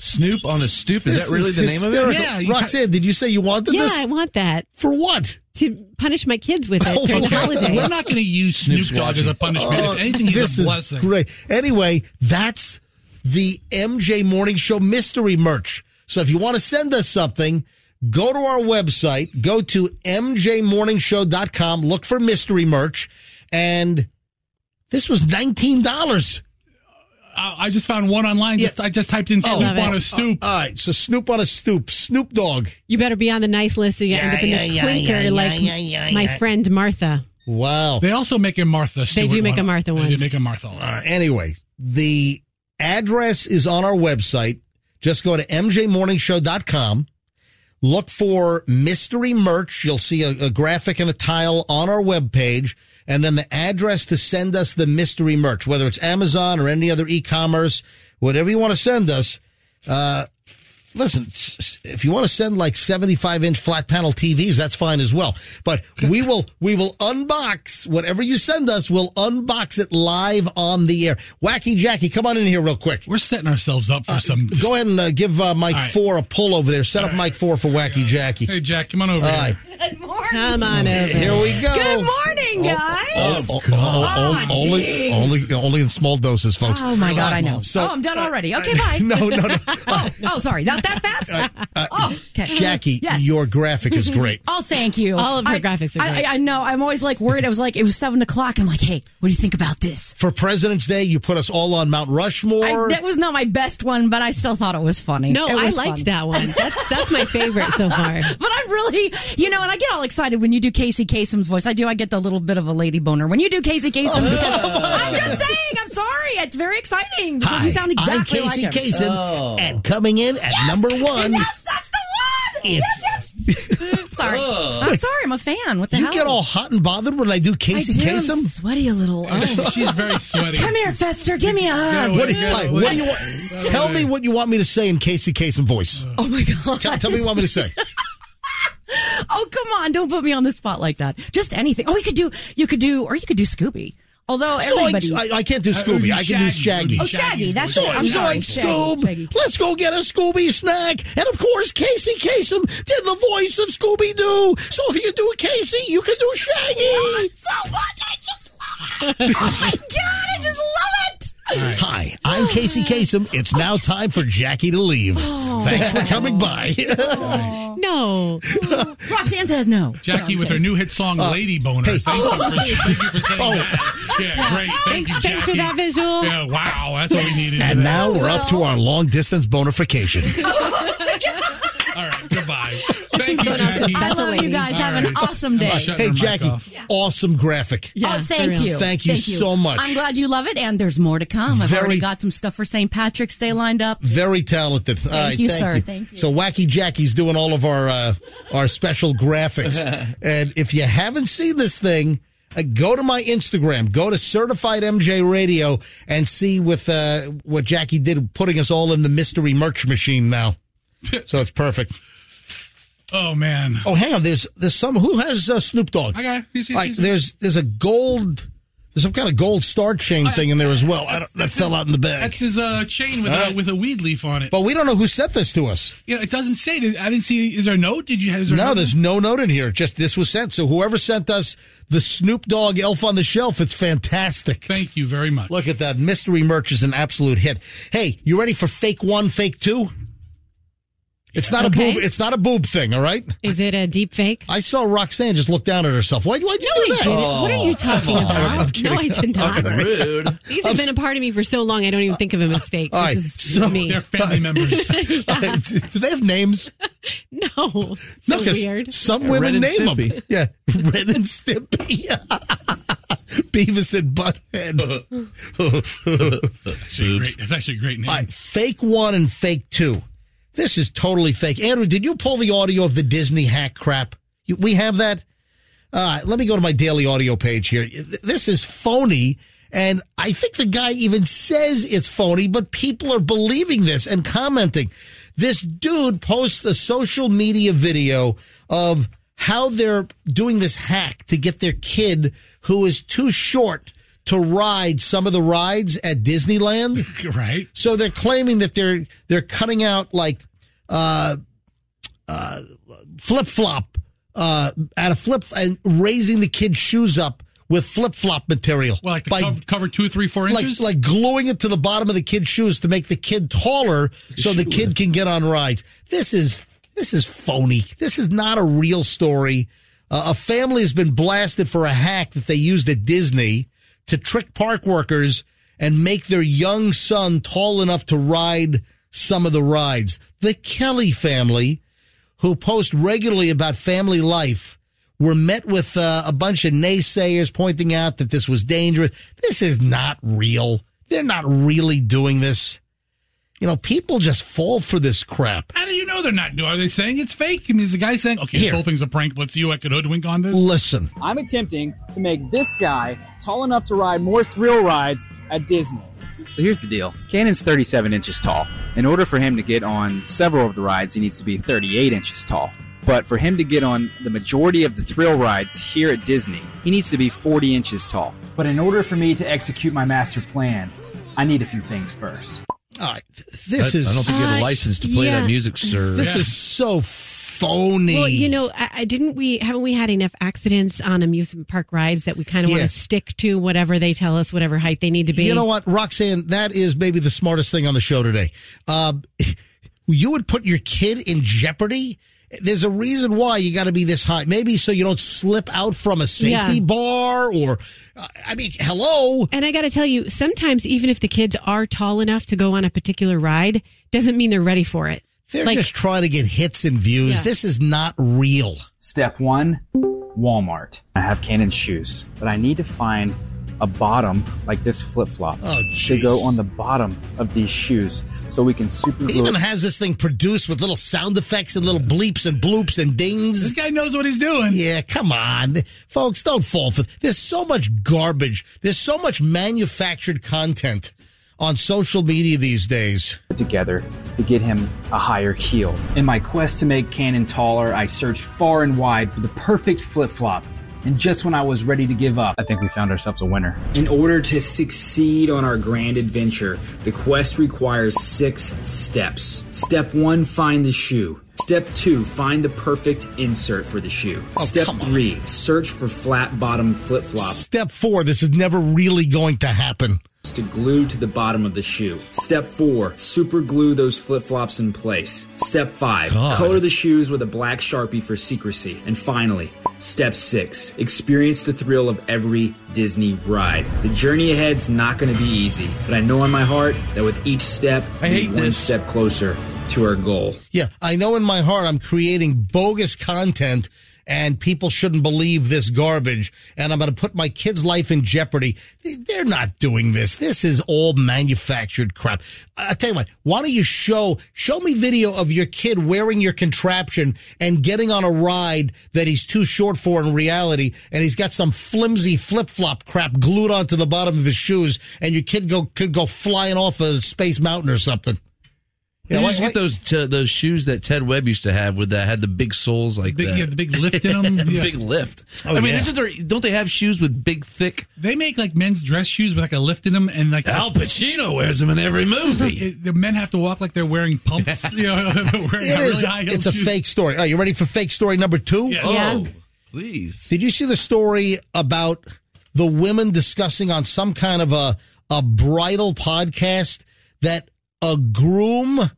Snoop on a stoop. Is This that really the name of it? hysterical. Roxanne, did you say you wanted yeah, this? I want that. For what? To punish my kids with it during the holidays. We're not going to use Snoop Snoop's Dogg as a punishment. Oh, if anything, he's this a is blessing. great. Anyway, that's the MJ Morning Show mystery merch. So if you want to send us something, go to our website, go to mjmorningshow.com, look for mystery merch, and this was nineteen dollars. I, I just found one online. Just, I just typed in Oh, Snoop on a stoop. Uh, all right, so Snoop on a stoop, Snoop Dog. You better be on the nice list so you end up in a yeah, yeah, clinker yeah, like yeah, yeah, my yeah. friend Martha. Wow. They also make a Martha. Stewart do make one. a Martha They one. do make a Martha. one. Uh, anyway, the address is on our website. Just go to mjmorningshow.com. Look for mystery merch. You'll see a, a graphic and a tile on our webpage, and then the address to send us the mystery merch, whether it's Amazon or any other e-commerce, whatever you want to send us. Uh, listen, s- s- if you want to send like 75 inch flat panel TVs, that's fine as well. But we will, we will unbox whatever you send us. We'll unbox it live on the air. Wacky Jackie, come on in here real quick. We're setting ourselves up for some. Go ahead and uh, give uh, Mike All right. Four a pull over there. Set up Mike Four for Wacky Jackie. Hey, Jack, come on over. All here. right. Good morning. Come on over. Here we go. Good morning, guys. Oh, oh, oh, oh, only, geez. only, only in small doses, folks. Ah, Oh my god, I know. So, uh, oh, I'm done already. Okay, bye. no, no, no. oh, oh, sorry, not that fast. oh, okay. Jackie, Yes. your graphic is great. Oh, thank you. All of her I- graphics are I- great. I, I know. I'm always like worried. I was like, it was seven o'clock. I'm like, hey, what do you think about this? For President's Day, you put us all on Mount Rushmore. That was not my best one, but I still thought it was funny. No, It I was liked fun. that one. That's that's my favorite so far. But I'm really, you know, and I get all excited when you do Casey Kasem's voice. I do. I get the little bit of a lady boner when you do Casey Kasem. I'm just saying. I'm sorry. It's very exciting because you sound exactly Oh, I'm Casey like him. Kasem, and coming in at number one, Yes, that's the one. yes, yes. sorry. Oh. I'm sorry. I'm a fan. What the you hell? get all hot and bothered when I do Casey I do. I'm Kasem. sweaty a little. Oh. She's very sweaty. Come here, Fester. Give me a hug. What do you like? What do you want? Tell me what you want me to say in Casey Kasem voice. Oh my god. Tell, tell me what you want me to say. Oh come on! Don't put me on the spot like that. Just anything. Oh, you could do. You could do, or you could do Scooby. Although So I, everybody. I, I can't do Scooby. I can do Shaggy. Oh, Shaggy. That's it. I'm Zoink, sorry. zoink, Shaggy, Scoob. Shaggy. Let's go get a Scooby snack. And of course, Casey Kasem did the voice of Scooby Doo. So if you can do Casey, you can do Shaggy. So much. I just love it. oh my god! I just love it. Hi, I'm Casey Kasem. It's now time for Jackie to leave. Oh. Thanks for coming by. No. Roxanne says no. Oh, Jackie with her new hit song Uh, "Lady Boner." Thank, you for, thank you for saying that. Yeah, great. Thank you, Jackie. Thanks for that visual. Yeah, wow, that's what we needed. and now we're up to our long distance bonification. All right, goodbye. Thank you, Jackie. I love you guys. All Have an right. awesome day. Hey, Jackie, awesome graphic. oh, thank you. Thank you so much. I'm glad you love it, and there's more to come. I've Very- already got some stuff for St. Patrick's Day lined up. Very talented. Thank you, sir. Thank you. So Wacky Jackie's doing all of our uh, our special graphics, and if you haven't seen this thing, uh, go to my Instagram, go to Certified MJ Radio, and see with uh, what Jackie did, putting us all in the mystery merch machine now. so it's perfect. Oh man. Oh, hang on. There's there's some who has uh, Snoop Dogg. I got it. He's- he's- Like, he's- there's there's a gold. There's some kind of gold star chain thing in there as well. I don't, that fell out in the bag. That's his uh, chain with All a right. with a weed leaf on it. But we don't know who sent this to us. You know, it doesn't say. Did- I didn't see. Is there a note? Did you? Is there a No, note? there's no note in here. Just this was sent. So whoever sent us the Snoop Dogg Elf on the Shelf, it's fantastic. Thank you very much. Look at that. Mystery merch is an absolute hit. Hey, you ready for fake one, fake two? It's not Okay. a boob. It's not a boob thing. All right. Is it a deep fake? I saw Roxanne just look down at herself. Why? Why'd you No, do I that? didn't. What Oh, are you talking about? Oh, I'm kidding. No, I did not. All right. These have been a part of me for so long, I don't even think of them as fake. All right. This is just So- me. They're family members. Do they have names? No. No, So 'cause weird. some women Red and name them. Stimpy. Yeah, Red and Stimpy. Beavis and Butthead. Actually, great- It's actually a great name. All right, fake one and fake two. This is totally fake. Andrew, did you pull the audio of the Disney hack crap? You, we have that. Uh, let me go to my daily audio page here. Th- This is phony, and I think the guy even says it's phony, but people are believing this and commenting. This dude posts a social media video of how they're doing this hack to get their kid who is too short to ride some of the rides at Disneyland. Right. So they're claiming that they're they're cutting out like uh, uh, flip flop uh, at a flip and raising the kid's shoes up with flip flop material. Well, like the by- cover, cover two, three, four like inches. like gluing it to the bottom of the kid's shoes to make the kid taller so the kid can get on rides. This is this is phony. This is not a real story. Uh, a family has been blasted for a hack that they used at Disney to trick park workers and make their young son tall enough to ride some of the rides. The Kelly family, who post regularly about family life, were met with uh, a bunch of naysayers pointing out that this was dangerous. This is not real. They're not really doing this. You know, people just fall for this crap. How do you know they're not? Are they saying it's fake? I mean, is the guy saying, okay, Here. this whole thing's a prank. Let's see who I could hoodwink on this? Listen. I'm attempting to make this guy tall enough to ride more thrill rides at Disney. So here's the deal Cannon's 37 inches tall. In order for him to get on several of the rides, he needs to be 38 inches tall. But for him to get on the majority of the thrill rides here at Disney, he needs to be 40 inches tall. But in order for me to execute my master plan, I need a few things first. All right, this I- is. I don't think you have a license to play yeah. that music, sir. This is so phony. Well, you know, I, I didn't we haven't we had enough accidents on amusement park rides that we kind of Yeah. want to stick to whatever they tell us, whatever height they need to be. You know what, Roxanne? That is maybe the smartest thing on the show today. Uh, you would put your kid in jeopardy. There's a reason why you got to be this high. Maybe so you don't slip out from a safety Yeah. bar, or uh, I mean, hello. And I got to tell you, sometimes even if the kids are tall enough to go on a particular ride, doesn't mean they're ready for it. they're Like- just trying to get hits and views. Yeah. This is not real. Step one Walmart. I have Cannon's shoes, but I need to find a bottom like this flip flop oh, to go on the bottom of these shoes so we can super It glue even has this thing produced with little sound effects and little bleeps and bloops and dings. This guy knows what he's doing. Yeah, come on. Folks, don't fall for There's so much garbage. There's so much manufactured content on social media these days. together to get him a higher heel. In my quest to make Cannon taller, I searched far and wide for the perfect flip flop. And just when I was ready to give up, I think we found ourselves a winner. In order to succeed on our grand adventure, the quest requires six steps. Step one, find the shoe. Step two, find the perfect insert for the shoe. Step three, search for flat bottom flip flops Step four, this is never really going to happen. to glue to the bottom of the shoe. Step four, super glue those flip flops in place. Step five, God. color the shoes with a black sharpie for secrecy. And finally, step six, experience the thrill of every Disney ride. The journey ahead's not going to be easy, but I know in my heart that with each step, I hate one step closer to our goal. Yeah, I know in my heart I'm creating bogus content and people shouldn't believe this garbage and I'm going to put my kid's life in jeopardy. They're not doing this. This is all manufactured crap. I I tell you what, why don't you show show me video of your kid wearing your contraption and getting on a ride that he's too short for in reality and he's got some flimsy flip-flop crap glued onto the bottom of his shoes and your kid go could go flying off a space mountain or something. You Yeah, why- just get those t- those shoes that Ted Webb used to have with that had the big soles like Big, that. yeah, the big lift in them. Yeah. Big lift. Oh, I mean, yeah. isn't there, don't they have shoes with big thick? They make like men's dress shoes with like a lift in them, and like Al Pacino wears them in every movie. It- the men have to walk like they're wearing pumps. you know, they're wearing It really is. high-heeled it's a shoes. fake story. Are you ready for fake story number two? Yes. Yeah. Oh, please. Did you see the story about the women discussing on some kind of a a bridal podcast that a groom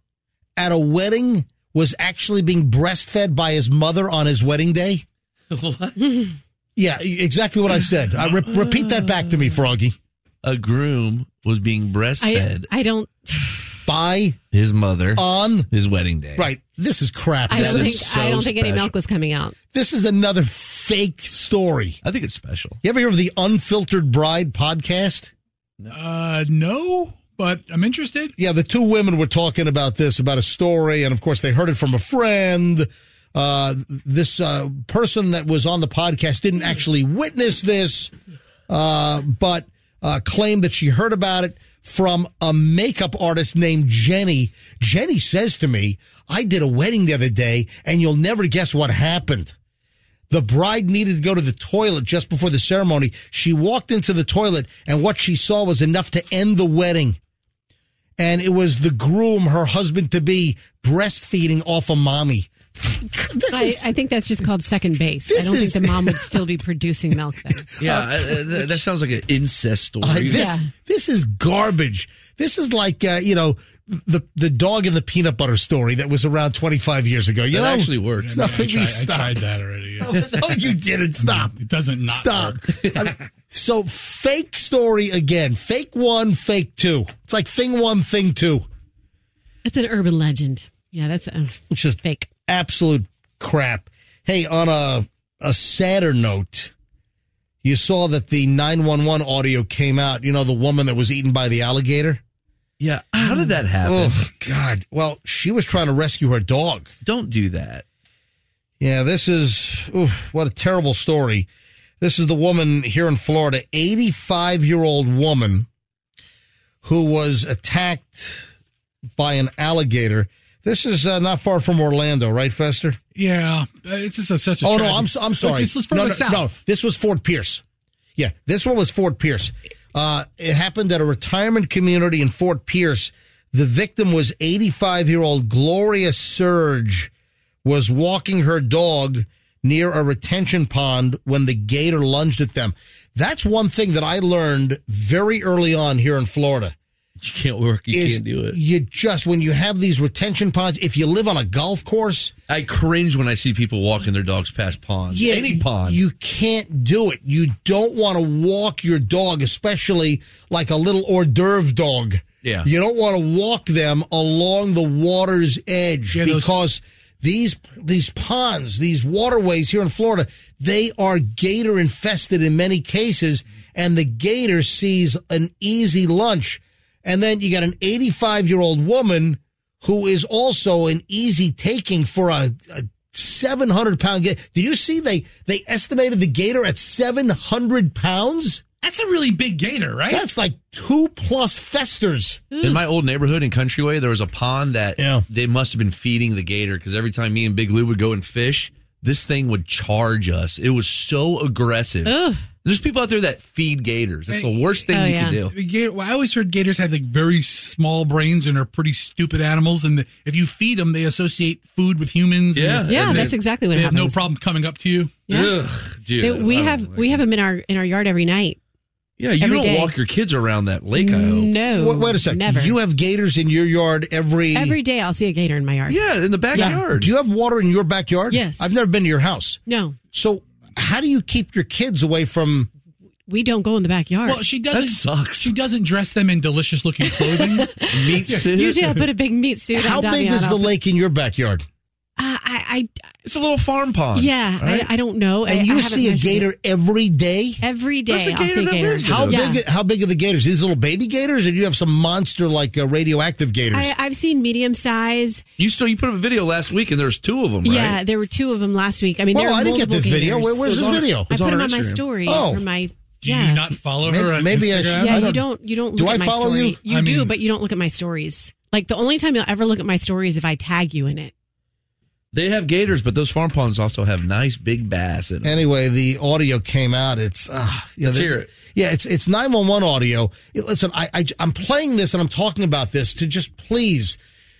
at a wedding was actually being breastfed by his mother on his wedding day? What? Yeah, e-, exactly what I said. I re- repeat that back to me, Froggy. A groom was being I, breastfed I don't. by his mother on his wedding day. Right. This is crap. I This don't is think. so I don't think any special. milk was coming out. This is another fake story. I think it's special. You ever hear of the Unfiltered Bride podcast? Uh, no, but I'm interested. Yeah, the two women were talking about this, about a story, and of course they heard it from a friend. Uh, this uh, person that was on the podcast didn't actually witness this, uh, but uh, claimed that she heard about it from a makeup artist named Jenny. Jenny says to me, I did a wedding the other day, and you'll never guess what happened. The bride needed to go to the toilet just before the ceremony. She walked into the toilet, and what she saw was enough to end the wedding and it was the groom, her husband to be, breastfeeding off a mommy. This I, is- I think that's just called second base. I This don't is- think the mom would still be producing milk. Then. Yeah, I- I- Uh, that- that sounds like an incest story. Uh, this this is garbage. This is like uh, you know the the dog and the peanut butter story that was around 25 years ago. You That know? actually worked. No, Yeah, I please tried- I stop. tried that already. yeah. No, you didn't. Stop. It doesn't not stop. I mean, so fake story again. Fake one, fake two. It's like thing one, thing two. That's an urban legend. Yeah, that's uh, It's just fake. Absolute crap. Hey, on a a sadder note, you saw that the 911 audio came out. You know, the woman that was eaten by the alligator? Yeah. How did that happen? Oh, God. Well, she was trying to rescue her dog. Don't do that. Yeah, this is oof, what a terrible story. This is the woman here in Florida, 85 year old woman who was attacked by an alligator. This is uh, not far from Orlando, right, Fester? Yeah, uh, it's just a, such a. Oh tragedy. no, I'm so- I'm sorry. It's, it's no, further no, south. no, this was Fort Pierce. Yeah, this one was Fort Pierce. Uh, it happened at a retirement community in Fort Pierce. The victim was 85 year old Gloria Surge. Was walking her dog near a retention pond when the gator lunged at them. That's one thing that I learned very early on here in Florida You can't work. You is can't do it. You just when you have these retention ponds, if you live on a golf course, I cringe when I see people walking their dogs past ponds. yeah, Any pond. you can't do it. You don't want to walk your dog, especially like a little hors d'oeuvre dog. Yeah. you don't want to walk them along the water's edge because these these ponds, these waterways here in Florida, they are gator infested in many cases, and the gator sees an easy lunch. And then you got an 85 year old woman who is also an easy taking for a, a 700 pound gator. Did you see they, they estimated the gator at 700 pounds? That's a really big gator, right? That's like two plus festers. Mm. In my old neighborhood in Countryway, there was a pond that Yeah. they must have been feeding the gator because every time me and Big Lou would go and fish, this thing would charge us. It was so aggressive. Ugh. There's people out there that feed gators. That's the worst Oh, thing you can do. The gator- well, I always heard gators have like very small brains and are pretty stupid animals, and the, if you feed them, they associate food with humans. and Yeah. they- Yeah, and they- that's exactly what they have happens. no problem coming up to you. Yeah. Ugh, dude. It- I we don't have like- we have them in our in our yard every night. Yeah, you every don't day. walk your kids around that lake, I hope. No, Wait, wait a second. Never. You have gators in your yard every. every day I'll see a gator in my yard. Yeah, in the Do you have water in your backyard? Yes. I've never been to your house. No, So, how do you keep your kids away from. we don't go in the backyard. Well, she doesn't. She doesn't dress them in delicious looking clothing. Meat Usually I'll put a big meat suit. How on big is the Damiano. lake in your backyard? Uh, I, I It's a little farm pond. yeah, I, I don't know. I- And you I haven't see a measured gator it. every day? every day. There's a I'll gator see that gators. lives there. How Yeah. big? How big are the gators? These little baby gators, or do you have some monster like uh, radioactive gators? I, I've seen medium size. You still you put up a video last week and there's two of them, right? Yeah, there were two of them last week. I mean, Whoa, there are I didn't get multiple this video. gators. Where- where's It's this on- video? I it's put on it her on my Instagram. story. Oh. Oh, my Do yeah. you not follow her? Maybe- on maybe I Instagram? should- I Yeah, you don't- don't. You don't. Do look I at my follow story. you? You I do, mean- but you don't look at my stories. Like the only time you'll ever look at my story is if I tag you in it. They have gators, but those farm ponds also have nice big bass in them. Anyway, the audio came out. It's uh, you know, Let's the- hear it. Yeah, it's it's nine one one audio. It- listen, I, I I'm playing this and I'm talking about this to just please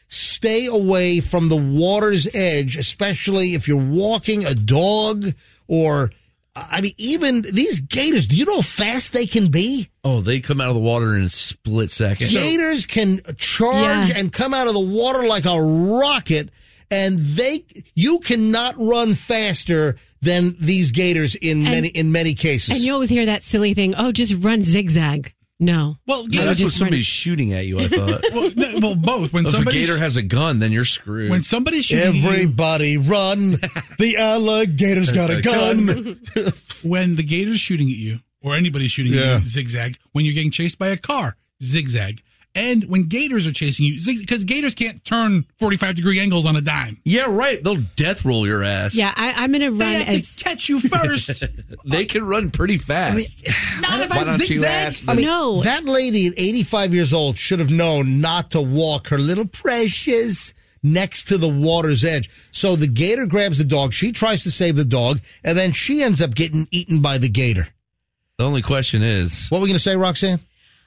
stay away from the water's edge, especially if you're walking a dog or I mean even these gators. Do you know how fast they can be? Oh, they come out of the water in a split second. Gators can charge Yeah. and come out of the water like a rocket, and they you cannot run faster than these gators in And- many in many cases. And you always hear that silly thing. Oh, just run zigzag. No. Well, No, I that's what just run- somebody's shooting at you. I thought. well, no, well, both. When if a somebody gator has a gun, then you're screwed. when somebody's shooting at you- Mm. Everybody run! The alligator's got a gun. when the gator's shooting at you, or anybody's shooting Yeah. at you, zigzag. When you're getting chased by a car, zigzag. And when gators are chasing you, because gators can't turn 45 degree angles on a dime. yeah, right. They'll death roll your ass. Yeah, I, I'm gonna They run have as to catch you first. they can run pretty fast. Not if Why I don't you zigzag. ask? I mean, No. that lady at 85 years old should have known not to walk her little precious next to the water's edge. So the gator grabs the dog. She tries to save the dog, and then she ends up getting eaten by the gator. The only question is, What were we going to say, Roxanne?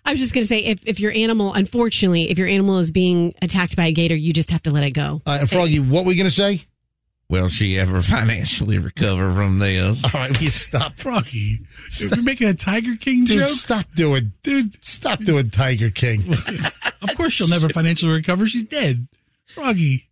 I was just going to say, if, if your animal, unfortunately, if your animal is being attacked by a gator, you just have to let it go. Uh, and Froggy, what were you going to say? will she ever financially recover from this? All right, we stop. Froggy, stop. you're making a Tiger King Dude, joke? stop doing, dude, stop doing Tiger King. Of course she'll never financially recover. She's dead. Froggy.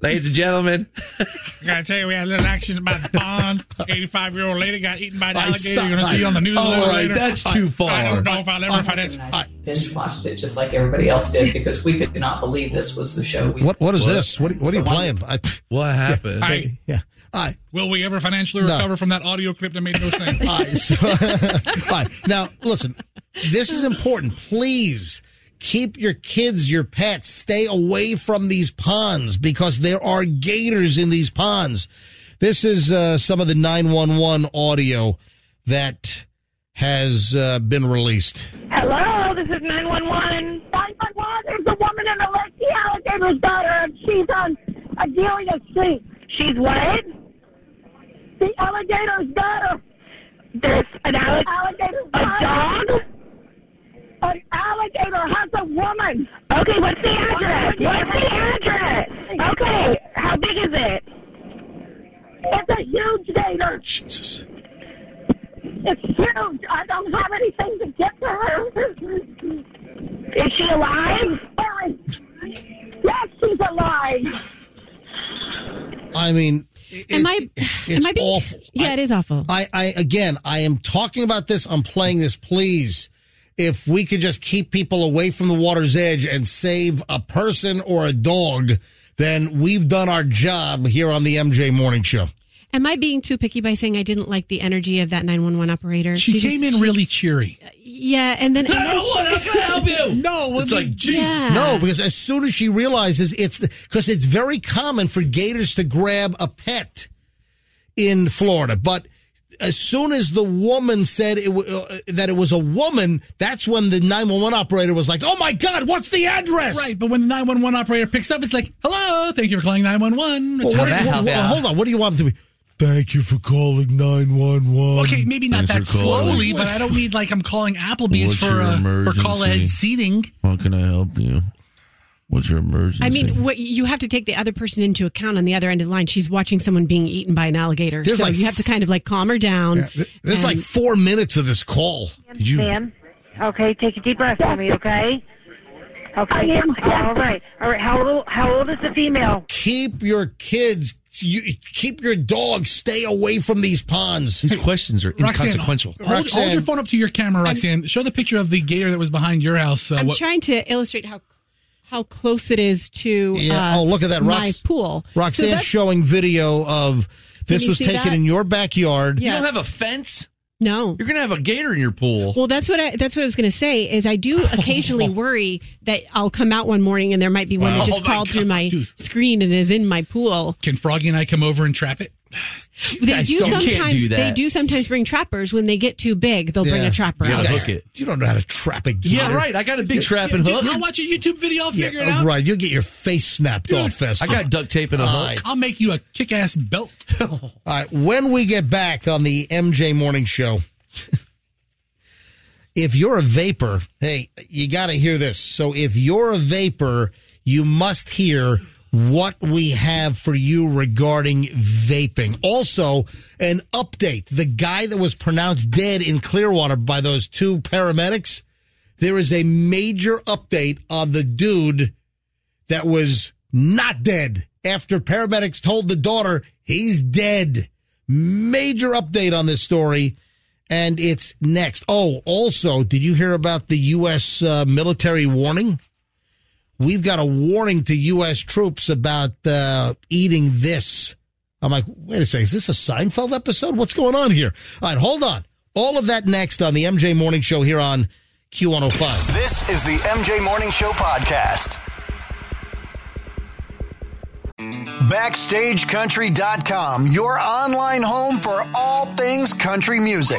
Ladies and gentlemen, I gotta tell you, we had a little action about the pond. Eighty-five year old lady got eaten by an I alligator. stopped- You're gonna see I- on the Oh, news. a all little right, later. that's I- too I far. don't know if I'll ever find it. binge watched it just like everybody else did because we could not believe this was the show. We What what is this? What what are you playing? I, what happened? I- yeah. I Will we ever financially No. recover from that audio clip that made no sense? All right. Now, listen, this is important. Please keep your kids, your pets, stay away from these ponds because there are gators in these ponds. This is uh, some of the 911 audio that has uh, been released. Hello, this is 911. 911, there's a woman in the lake, the alligator's daughter, and she's on Adelia Street. She's what? The alligator's daughter. There's an alligator. alligator's a dog? An alligator has a woman. Okay, what's the address? What's the address? Okay, how big is it? It's a huge gator. Jesus. It's huge. I don't have anything to get to her. Is she alive? Erin. Yes, she's alive. I mean, Am I? it's am I being, awful. Yeah, it is awful. I, I again, I am talking about this. I'm playing this. Please, if we could just keep people away from the water's edge and save a person or a dog, then we've done our job here on the MJ Morning Show. Am I being too picky by saying I didn't like the energy of that 911 operator? She came in really cheery. Yeah, and then. And then she- No, It's like, Jesus. Yeah. No, because as soon as she realizes it's because it's very common for gators to grab a pet in Florida, but as soon as the woman said it, w- uh, that it was a woman, that's when the nine one one operator was like, "Oh my God, what's the address?" Right, but when the 911 operator picks up, it's like, hello, thank you for calling 911. Well, what do you- well, hold on. What do you want them to be? Thank you for calling nine one one. Okay, maybe not that slowly, but I don't need like I'm calling Applebee's What's for your uh, for emergency? call ahead seating. how can I help you? What's your emergency? I mean, what, you have to take the other person into account on the other end of the line. She's watching someone being eaten by an alligator. There's so like- you have to kind of like calm her down. There's like four minutes of this call. Ma'am, okay, take a deep breath for me, okay? Okay. I am. All right. All right. How old? How old is the female? Keep your kids, you, keep your dog, stay away from these ponds. These questions are Roxanne, Hold, hold your phone up to your camera, Roxanne. Show the picture of the gator that was behind your house. Uh, I'm what, trying to illustrate how how close it is to Yeah. uh, oh, look at that, my Rox- pool. So Roxanne that's- showing video of this you was see taken that? in your backyard. Yeah. You don't have a fence? No. You're going to have a gator in your pool. Well, that's what I, that's what I was going to say is I do occasionally worry that I'll come out one morning and there might be one Wow. that just Oh my crawled through my screen and is in my pool. can Froggy and I come over and trap it? They guys do don't- can't sometimes. do they that. do sometimes bring trappers when they get too big. They'll bring a trapper. You gotta out. hook it. You don't know how to trap a gator. Yeah, right. I got a big trap and hook. I'll watch a YouTube video. I'll figure it Yeah, out. right. You'll get your face snapped off, Fester. I got duct tape and a All hook. right. I'll make you a kick-ass belt. All right. When we get back on the MJ Morning Show, if you're a vapor, hey, you got to hear this. So if you're a vapor, you must hear what we have for you regarding vaping. Also, an update. The guy that was pronounced dead in Clearwater by those two paramedics, there is a major update on the dude that was not dead after paramedics told the daughter he's dead. Major update on this story. And it's next. Oh, also, did you hear about the U.S. Uh, military warning? We've got a warning to U.S. troops about uh, eating this. I'm like, wait a second. Is this a Seinfeld episode? What's going on here? All right, hold on. All of that next on the MJ Morning Show here on Q105. This is the MJ Morning Show podcast. BackstageCountry.com, your online home for all things country music.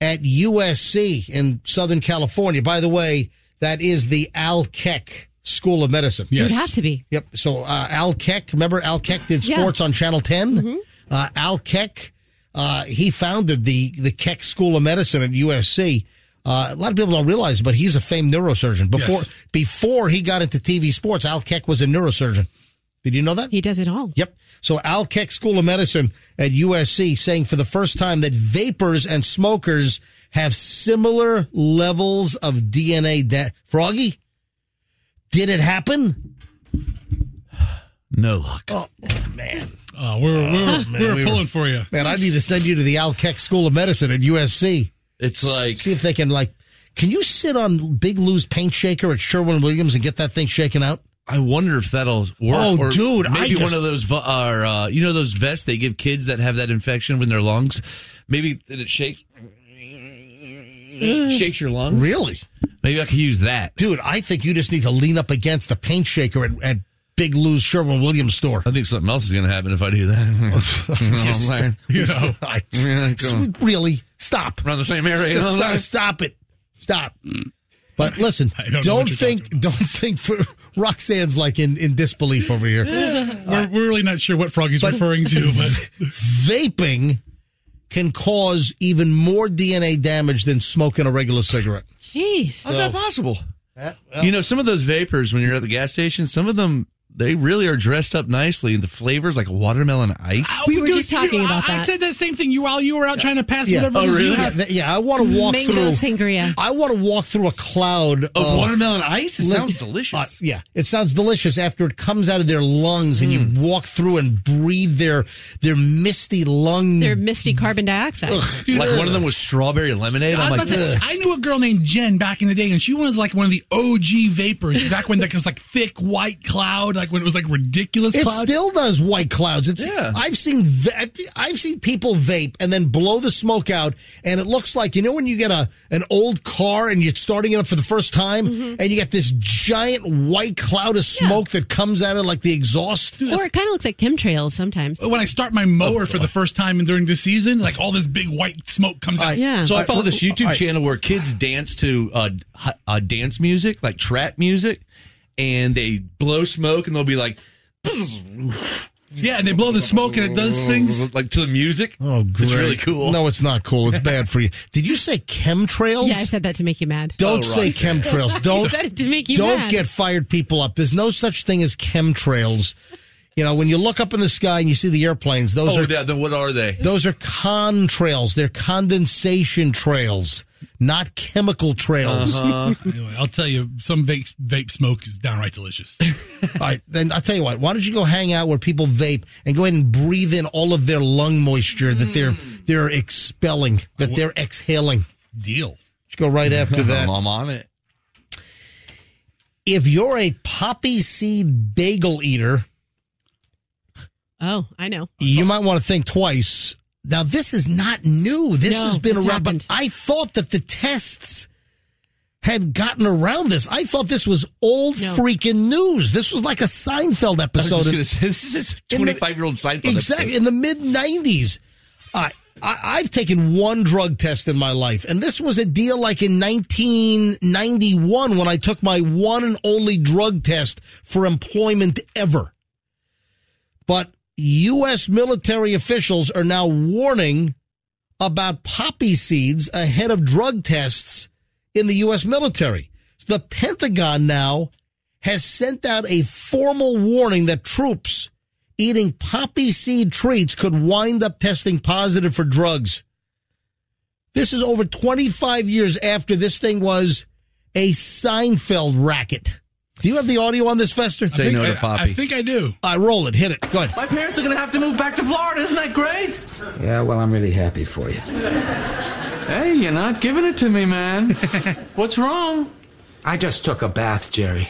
at USC in Southern California. By the way, that is the Al Keck School of Medicine. Yes. It had to be. Yep. So uh, Al Keck, remember Al Keck did Yeah. Mm-hmm. sports on Channel 10? Uh, Al Keck, uh, he founded the, the Keck School of Medicine at USC. Uh, a lot of people don't realize, but he's a famed neurosurgeon. Before before he got into TV sports, Al Keck was a neurosurgeon. Did you know that? He does it all. Yep. So Al Keck School of Medicine at USC saying for the first time that vapors and smokers have similar levels of DNA. Da- Froggy, did it happen? No luck. Oh, man. Oh, we're, we're, Oh, man, we're we pulling were- for you. Man, I need to send you to the Al Keck School of Medicine at USC. It's like see if they can like. Can you sit on Big Lou's paint shaker at Sherwin Williams and get that thing shaken out? I wonder if that'll work. Oh, or dude, I maybe just- one of those vi- or uh, you know those vests they give kids that have that infection in their lungs. Maybe that it shakes shakes your lungs. Really? Maybe I could use that, dude. I think you just need to lean up against the paint shaker at, at Big Lou's Sherwin Williams store. I think something else is going to happen if I do that. You know, Just- like, you know. I- Yeah, come on. really stop. Around the same area. Stop, stop, stop it. Stop. But listen, Mm. know don't, what you're think don't think for Roxanne's like in, in disbelief over here. Uh, We're, we're really not sure what Froggy's referring to, but Vaping can cause even more DNA damage than smoking a regular cigarette. Jeez. How's that possible? well- you know, some of those vapors when you're at the gas station, some of them they really are dressed up nicely, and the flavors like watermelon ice. We were Dude, just talking Oh you- about I, I that. said that same thing you while you were out trying to pass whatever. it is You Yeah, have. th- yeah, I want to walk Mango through. sangria. I want to walk through a cloud of, watermelon ice? It Li- sounds delicious. Uh, yeah, it sounds delicious after it comes out of their lungs and you walk through and breathe their their misty lung. They're misty carbon dioxide. Like one of them was strawberry lemonade. I, I'm was about like, to say, "Ugh." I knew a girl named Jen back in the day, and she was like one of the OG vapors back when there was like thick white cloud, like when it was like ridiculous it cloud. still does white clouds. It's Yeah. I've seen va- I've seen people vape and then blow the smoke out, and it looks like you know when you get a an old car and you're starting it up for the first time, and you get this giant white cloud of smoke that comes out of like the exhaust. or it kind of looks like chemtrails sometimes. when I start my mower for the first time during the season, like all this big white smoke comes out. Yeah. So I follow this YouTube All right. channel where kids dance to uh, h- uh, dance music, like trap music, and they blow smoke, and they'll be like, Yeah, and they blow the smoke and it does things. like to the music. Oh, great. It's really cool. No, it's not cool. It's bad for you. Did you say chemtrails? Yeah, I said that to make you mad. Don't Oh, say chemtrails. Don't I said it to make you don't mad. get fired people up. There's no such thing as chemtrails. You know, when you look up in the sky and you see the airplanes, those oh, are yeah, then what are they? those are contrails. They're condensation trails, not chemical trails. Uh-huh. anyway, I'll tell you, some vape, vape smoke is downright delicious. all right, then I'll tell you what. Why don't you go hang out where people vape and go ahead and breathe in all of their lung moisture that they're they're expelling, that they're exhaling. Deal. Just go right after that. I'm on it. If you're a poppy seed bagel eater, Oh, I know. you might want to think twice. Now, this is not new. This No, has been it's around, happened. but I thought that the tests had gotten around this. I thought this was old No. freaking news. This was like a Seinfeld I was episode. just gonna say, this is In the- 25 year old Seinfeld. Exactly. episode. In the mid 90s. I, I, I've taken one drug test in my life, and this was a deal like in 1991 when I took my one and only drug test for employment ever. But U.S. military officials are now warning about poppy seeds ahead of drug tests in the U.S. military. The Pentagon now has sent out a formal warning that troops eating poppy seed treats could wind up testing positive for drugs. This is over 25 years after this thing was a Seinfeld racket. Do you have the audio on this, Fester? Say no to Poppy. think I do. I roll it. Hit it. Go ahead. My parents are going to have to move back to Florida. Isn't that great? Yeah, well, I'm really happy for you. Hey, you're not giving it to me, man. What's wrong? I just took a bath, Jerry.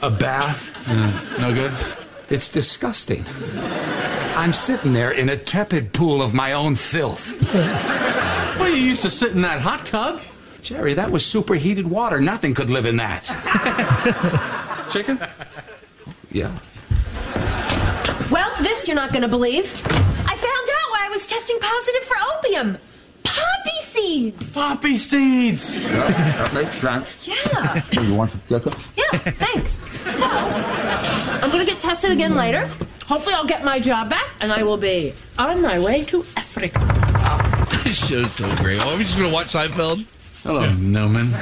A bath? no good? It's disgusting. I'm sitting there in a tepid pool of my own filth. well, you used to sit in that hot tub. Jerry, that was superheated water. Nothing could live in that. Chicken? Yeah. Well, this you're not going to believe. I found out why I was testing positive for opium. Poppy seeds. Poppy seeds! that makes sense. Yeah. You want some chicken? Yeah, thanks. So, I'm going to get tested again later. Hopefully, I'll get my job back, and I will be on my way to Africa. this show's so great. Oh, are we just gonna watch Seinfeld? Hello, Newman.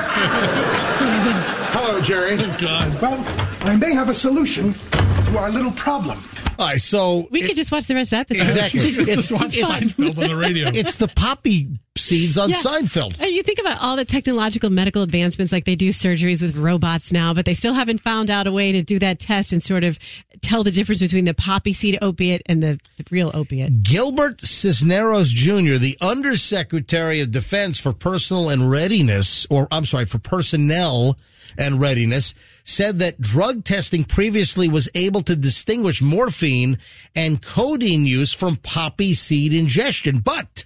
Hello, Jerry. Oh, God. Well, I may have a solution to our little problem. All right, so We could just watch the rest of the episode. Exactly. It's fun. It's the poppy seeds on Yeah. Seinfeld. And you think about all the technological medical advancements, like they do surgeries with robots now, but they still haven't found out a way to do that test and sort of tell the difference between the poppy seed opiate and the, the real opiate. Gilbert Cisneros Jr., the Undersecretary of Defense for Personal and Readiness, or I'm sorry, for Personnel and Readiness, said that drug testing previously was able to distinguish morphine and codeine use from poppy seed ingestion. But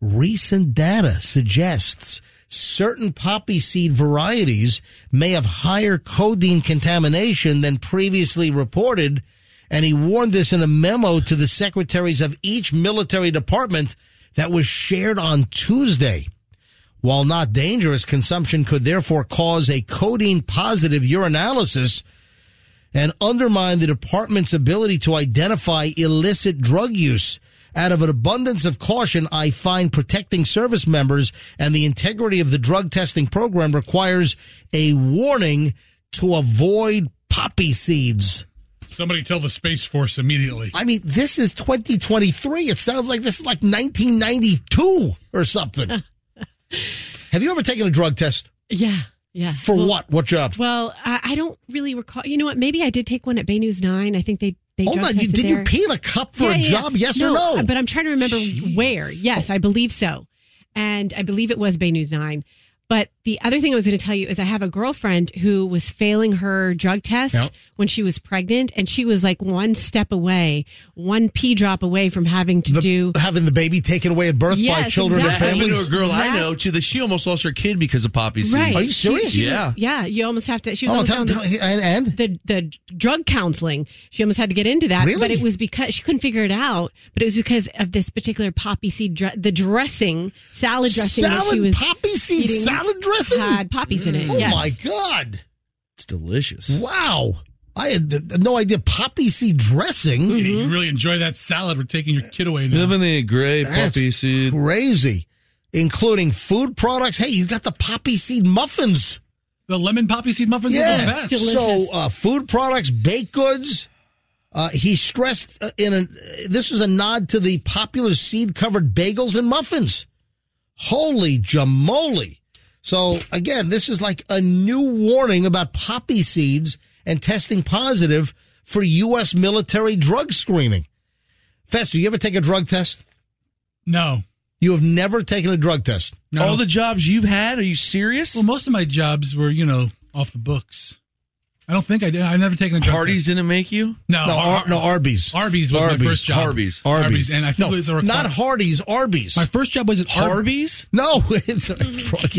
recent data suggests certain poppy seed varieties may have higher codeine contamination than previously reported. And he warned this in a memo to the secretaries of each military department that was shared on Tuesday. While not dangerous, consumption could therefore cause a codeine positive urinalysis and undermine the department's ability to identify illicit drug use. Out of an abundance of caution, I find protecting service members and the integrity of the drug testing program requires a warning to avoid poppy seeds. Somebody tell the Space Force immediately. I mean, this is 2023. It sounds like this is like 1992 or something. Have you ever taken a drug test? Yeah. Yeah. For Well- what? What job? Well, I, I don't really recall. You know what? Maybe I did take one at Bay News 9. I think they. they Hold drug on, you- tested did you there. pee in a cup for a job? Yes or no? But I'm trying to remember where. Yes, I believe so. And I believe it was Bay News 9. But the other thing I was going to tell you is I have a girlfriend who was failing her drug test Yep. when she was pregnant, and she was like one step away, one pee drop away from having to do having the baby taken away at birth Yes, exactly. That happened to a girl I That- know. To the she almost lost her kid because of poppy seeds. Right. She- Yeah. Yeah. You almost have to. She was Oh, almost tell- on tell- the, and- the the drug counseling. She almost had to get into that. But Really? it was because she couldn't figure it out. But it was because of this particular poppy seed, dre- the dressing, salad dressing. that she Salad- was poppy seed eating salad dressing? had poppies in it. Oh yes. my God. It's delicious. Wow. I had no idea poppy seed dressing. You really enjoy that salad. We're taking your kid away now. Lemonade gray poppy seed. Crazy. Including food products. Hey, you got the poppy seed muffins. The lemon poppy seed muffins are the yeah. best. So, uh, food products, baked goods. Uh, he stressed uh, in a, this is a nod to the popular seed covered bagels and muffins. Holy jamoli. So, again, this is like a new warning about poppy seeds and testing positive for U.S. military drug screening. Fester, you ever take a drug test? No. You have never taken a drug test. All the jobs you've had, are you serious? Well, most of my jobs were, you know, off the books. I don't think I did. I've never taken a drug Hardee's test. didn't make you? No, No, Ar- no, Arby's. Arby's was Arby's. my first job. Arby's. Arby's. And I think No, it was a not Hardee's, Arby's. My first job was at Ar- Arby's? No, it's, I'm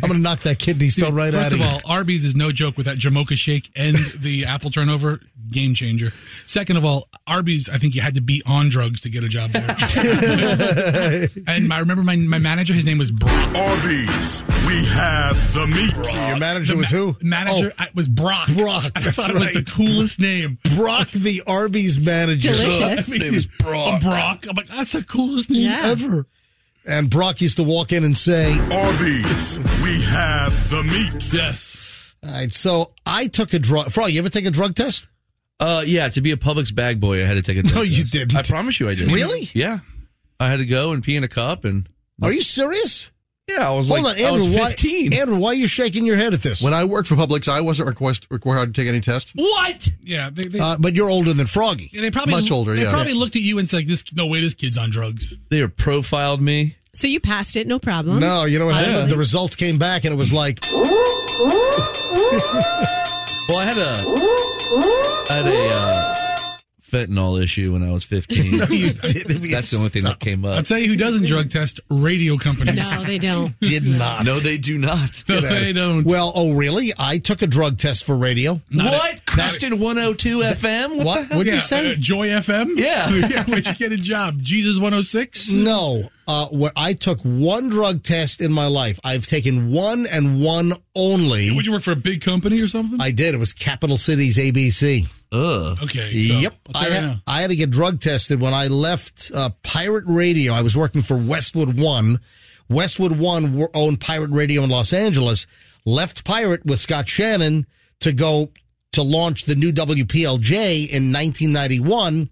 going to knock that kidney stone right out First of you. of all, Arby's is no joke with that Jamocha shake and the apple turnover game changer. Second of all, Arby's, I think you had to be on drugs to get a job there. and I remember my, my manager, his name was Brock. Arby's, we have the meat. Your manager was who? Oh. Manager I- was Brock. Brock. I thought that's it was right. the coolest name. Brock, the Arby's manager. Oh, Delicious. His name is Brock. Brock. I'm like, that's the coolest name Yeah. ever. And Brock used to walk in and say, Arby's, we have the meat. Yes. All right, so I took a drug. Frog, you ever take a drug test? Uh, yeah, to be a Publix bag boy, I had to take a drug No, you test. didn't. I promise you I did. Really? Yeah. I had to go and pee in a cup and. Are you serious? Yeah, I was Hold like, on, I Andrew. was why, 15. Andrew, why are you shaking your head at this? When I worked for Publix, I wasn't request, required to take any test. What? Yeah. They, they, uh, but you're older than Froggy. they probably much older, They yeah. probably looked at you and said, "This no way, this kid's on drugs." They profiled me. So you passed it, no problem. No, you know what I happened? believe- The results came back, and it was like, Well, I had a, I had a uh, fentanyl issue when I was 15. No, you didn't. That's the only thing that came I'll up. tell you who doesn't drug test radio companies. No, they don't. did not. No, they do not. No, they don't. Well, oh really? I took a drug test for radio. what? Christian oh- 102 FM? What, the hell? What'd you Yeah, say? uh, Joy FM? Yeah. Where'd you get a job? Jesus 106? No, uh, what I took one drug test in my life. I've taken one and one only. Would you work for a big company or something? I did. It was Capital Cities ABC. Ugh. okay. so, Yep. I'll I tell you right had, now. I had to get drug tested when I left uh, Pirate Radio. I was working for Westwood One. Westwood One were, owned Pirate Radio in Los Angeles. Left Pirate with Scott Shannon to go to launch the new WPLJ in 1991.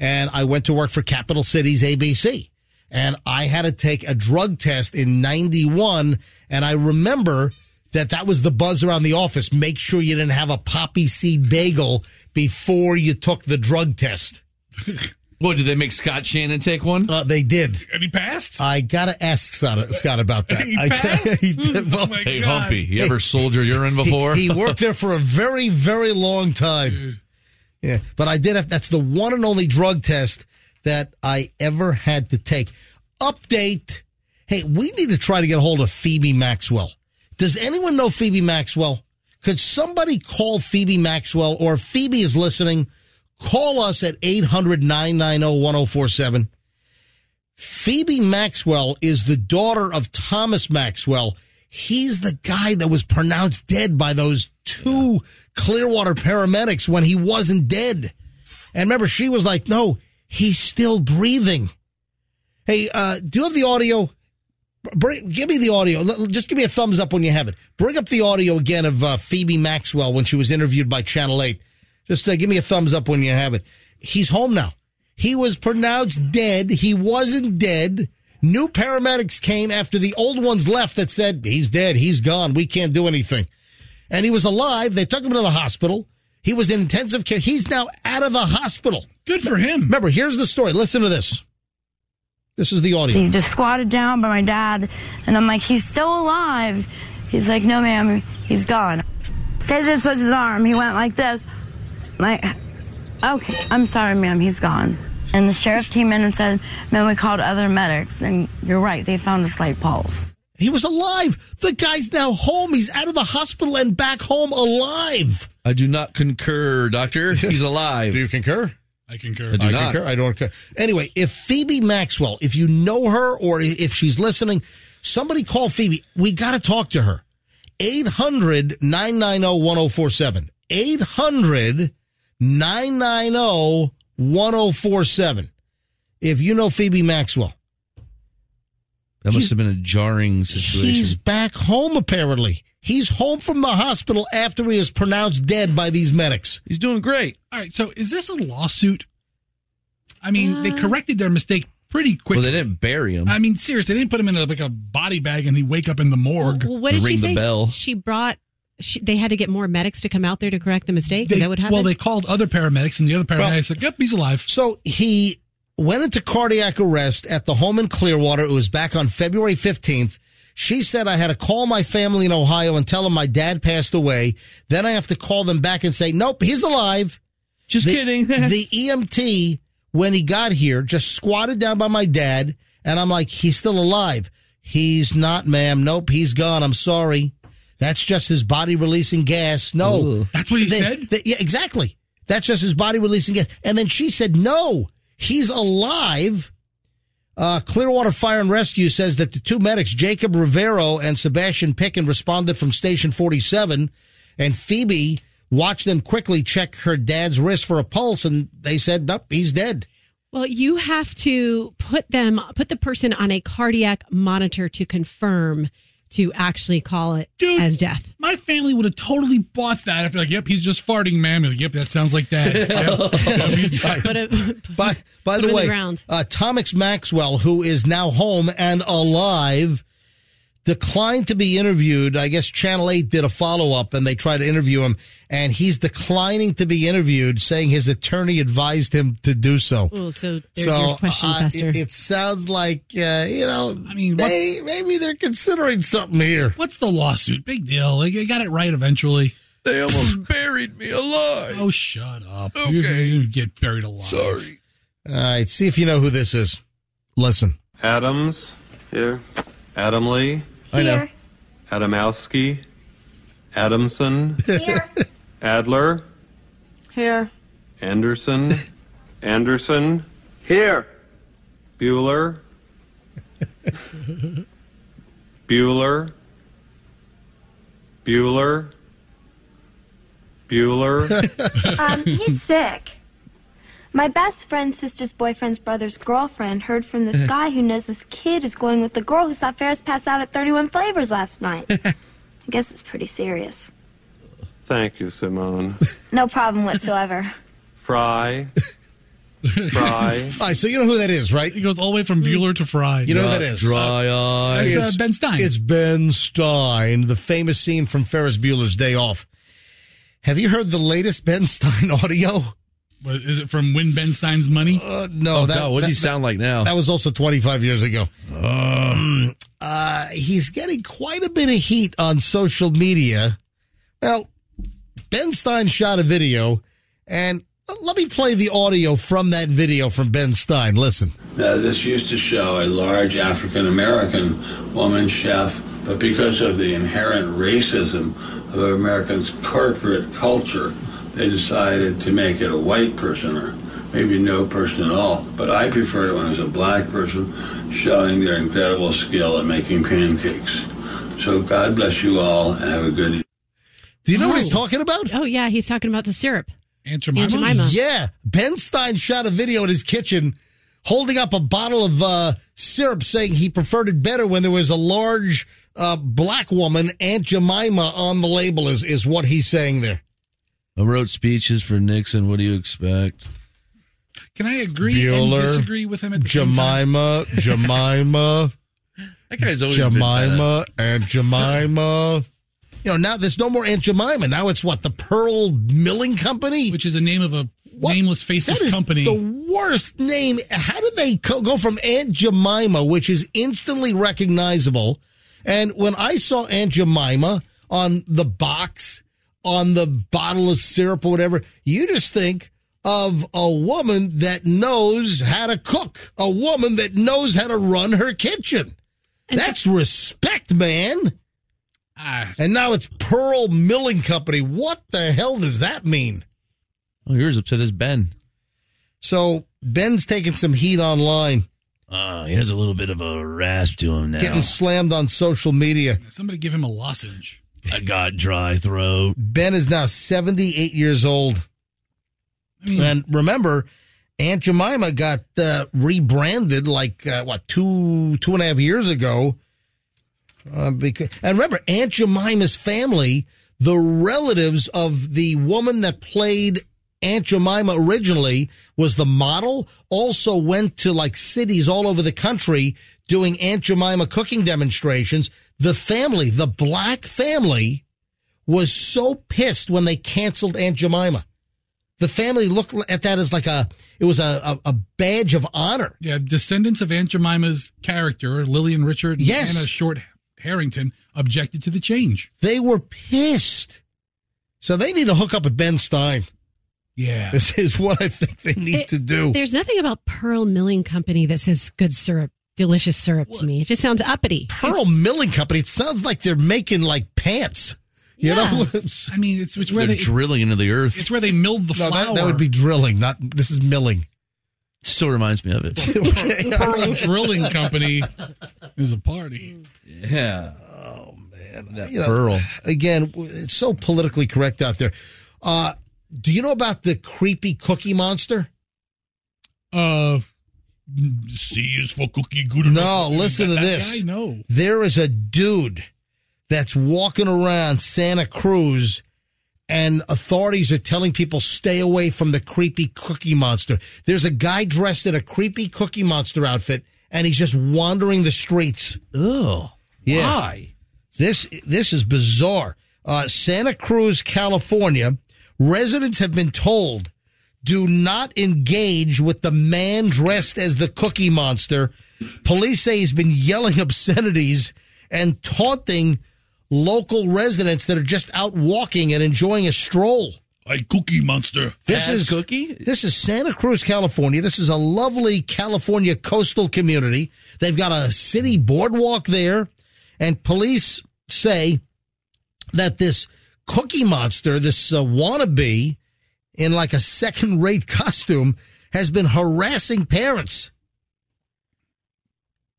And I went to work for Capital Cities ABC. And I had to take a drug test in 91. And I remember that that was the buzz around the office. Make sure you didn't have a poppy seed bagel before you took the drug test. What, did Oh, they make Scott Shannon take one? Uh, they did. And he passed? I gotta ask Scott, Scott about that. He I, passed? he did. Well, Oh my Hey, God. Humpy, you ever sold your urine he- before? he, worked there for a very, very long time. Yeah, but I did. Have, that's the one and only drug test that I ever had to take. Update. Hey, we need to try to get a hold of Phoebe Maxwell. Does anyone know Phoebe Maxwell? Could somebody call Phoebe Maxwell or if Phoebe is listening? Call us at 800 990 1047. Phoebe Maxwell is the daughter of Thomas Maxwell. He's the guy that was pronounced dead by those two Clearwater paramedics when he wasn't dead. And remember, she was like, no, he's still breathing. Hey, uh, do you have the audio? Br- Bring, give me the audio. L- l- Just give me a thumbs up when you have it. Bring up the audio again of uh, Phoebe Maxwell when she was interviewed by Channel 8. Just uh, give me a thumbs up when you have it. He's home now. He was pronounced dead. He wasn't dead. New paramedics came after the old ones left that said, he's dead. He's gone. We can't do anything. And he was alive. They took him to the hospital. He was in intensive care. He's now out of the hospital. Good for him. Remember, here's the story. Listen to this. This is the audio. He just squatted down by my dad, and I'm like, he's still alive. He's like, no, ma'am, he's gone. Say this was his arm. He went like this. Like, okay, I'm sorry, ma'am, he's gone. And the sheriff came in and said, ma'am, we called other medics, and you're right, they found a slight pulse. He was alive. The guy's now home. He's out of the hospital and back home alive. I do not concur, Doctor. He's alive. you concur? I concur. I do not. I don't care. Anyway, if Phoebe Maxwell, if you know her or if she's listening, somebody oh call Phoebe. We got to talk to her. 800 990 1047. 800 990 1047. If you know Phoebe Maxwell, That must have been a jarring he's situation. back home apparently. He's home from the hospital after he was pronounced dead by these medics. He's doing great. All right, so is this a lawsuit? I mean, Uh. they corrected their mistake pretty Well, quickly. they didn't bury him. I mean, seriously, they didn't put him in a, like a body bag and he wake up in the morgue. Well, what did Ring she the say? bell. She brought. She, they had to get more medics to come out there to correct the mistake. They- Is that what happened? well, they called other paramedics, and the other Well- paramedics like, "Yep, he's alive." So he went into cardiac arrest at the home in Clearwater. It was back on February 15th. She said, I had to call my family in Ohio and tell them my dad passed away. Then I have to call them back and say, nope, he's alive. Just the, kidding. the EMT, when he got here, just squatted down by my dad. And I'm like, he's still alive. He's not, ma'am. Nope, he's gone. I'm sorry. That's just his body releasing gas. No. Ooh. That's what he They- said. they- yeah, exactly. That's just his body releasing gas. And then she said, no, he's alive. Uh, Clearwater Fire and Rescue says that the two medics, Jacob Rivero and Sebastian Picken, responded from Station 47, and Phoebe watched them quickly check her dad's wrist for a pulse, and they said, nope, he's dead. Well, you have to put them, put the person on a cardiac monitor to confirm to actually call it Dude. as death. My family would have totally bought that. If like, "Yep, he's just farting, ma'am." Like, "Yep, that sounds like dad." Yep. Oh, Yep, he's died. Put a, By, by the Put him in the way, ground. uh, Tomix Maxwell, who is now home and alive, declined to be interviewed. I guess Channel 8 did a follow up and they tried to interview him, and he's declining to be interviewed, saying his attorney advised him to do so. oh, so there's so your question, uh, Buster. It, it sounds like, uh, you know, I mean, mean, what's- maybe they're considering something here. What's the lawsuit? Big deal. Like, they got it right eventually. They almost buried me alive. Oh, shut up! Okay. You're, you're gonna get buried alive. Sorry. All right, see if you know who this is. Listen. Adams here, Adam Lee, I know. Adamowski, Adamson, Here. Adler, Here. Anderson, Anderson, Here. Bueller, Bueller, Bueller, Bueller. Um, he's sick. My best friend's sister's boyfriend's brother's girlfriend heard from this guy who knows this kid is going with the girl who saw Ferris pass out at 31 Flavors last night. I guess it's pretty serious. Thank you, Simone. No problem whatsoever. Fry, Fry, All right, so you know who that is, right? He goes all the way Hmm. from Bueller to Fry. You know who that is. Dry eye. That's, uh, It's- Ben Stein. It's Ben Stein, the famous scene from Ferris Bueller's Day Off. Have you heard the latest Ben Stein audio? What, is it from Win Ben Stein's money? Uh, no, Oh, that, God. What does he that- sound like now? that was also 25 years ago. Mm. Uh, he's getting quite a bit of heat on social media. Well, Ben Stein shot a video, and let me play the audio from that video from Ben Stein. Listen. Now, this used to show a large African American woman chef, but because of the inherent racism of Americans' corporate culture, they decided to make it a white person or maybe no person at all. But I prefer it when it's a black person showing their incredible skill at making pancakes. So God bless you all and have a good evening. Do you know what he's Oh. talking about? oh, yeah, he's talking about the syrup. Aunt Jemima? Aunt Jemima. Yeah, Ben Stein shot a video in his kitchen holding up a bottle of uh, syrup, saying he preferred it better when there was a large uh, black woman, Aunt Jemima, on the label. Is is what he's saying there? I wrote speeches for Nixon. What do you expect? Can I agree Bueller, and disagree with him at the same time? Jemima, Jemima, That guy's always been bad. Jemima, Aunt Jemima. You know, now there's no more Aunt Jemima. Now it's what the Pearl Milling Company. Which is a name of a What? nameless, faceless That is company. the worst name. How did they co- go from Aunt Jemima, which is instantly recognizable? And when I saw Aunt Jemima on the box, on the bottle of syrup or whatever, you just think of a woman that knows how to cook, a woman that knows how to run her kitchen. That's respect, man. Ah, And now it's Pearl Milling Company. What the hell does that mean? Oh, you're as upset as Ben. So Ben's taking some heat online, Uh, he has a little bit of a rasp to him now. getting slammed on social media. somebody give him a lozenge. I got dry throat. Ben is now 78 years old. And remember, Aunt Jemima got uh, rebranded like, uh, what, two, two and a half years ago. Uh, because, and remember, Aunt Jemima's family, the relatives of the woman that played Aunt Jemima originally was the model, also went to like cities all over the country doing Aunt Jemima cooking demonstrations. The family, the black family, was so pissed when they canceled Aunt Jemima. The family looked at that as like a, it was a, a, a badge of honor. Yeah, descendants of Aunt Jemima's character, Lillian Richard and Yes. Anna Short Harrington, objected to the change. They were pissed. So they need to hook up with Ben Stein. Yeah. This is what I think they need to do. There's nothing about Pearl Milling Company that says good syrup, delicious syrup to me. It just sounds uppity. Pearl Milling Company, it sounds like they're making like pants. You know? I mean, it's, it's where They're they drilling into the earth. it's where they milled the No, flour. that, that would be drilling, not this is milling. Still reminds me of it. Pearl Drilling Company is a party. Yeah. Oh man, That You know, pearl. again, w- it's so politically correct out there. Uh, do you know about the creepy cookie monster? Uh, C is for cookie good No, listen to this. I know. There is a dude that's walking around Santa Cruz and authorities are telling people stay away from the creepy cookie monster. There's a guy dressed in a creepy cookie monster outfit and he's just wandering the streets. Oh. Yeah. Why? This this is bizarre. Uh, Santa Cruz, California, residents have been told do not engage with the man dressed as the Cookie Monster. Police say he's been yelling obscenities and taunting local residents that are just out walking and enjoying a stroll. I cookie monster. This As is Cookie? This is Santa Cruz, California. This is a lovely California coastal community. They've got a city boardwalk there, and police say that this cookie monster, this uh, wannabe in like a second-rate costume, has been harassing parents.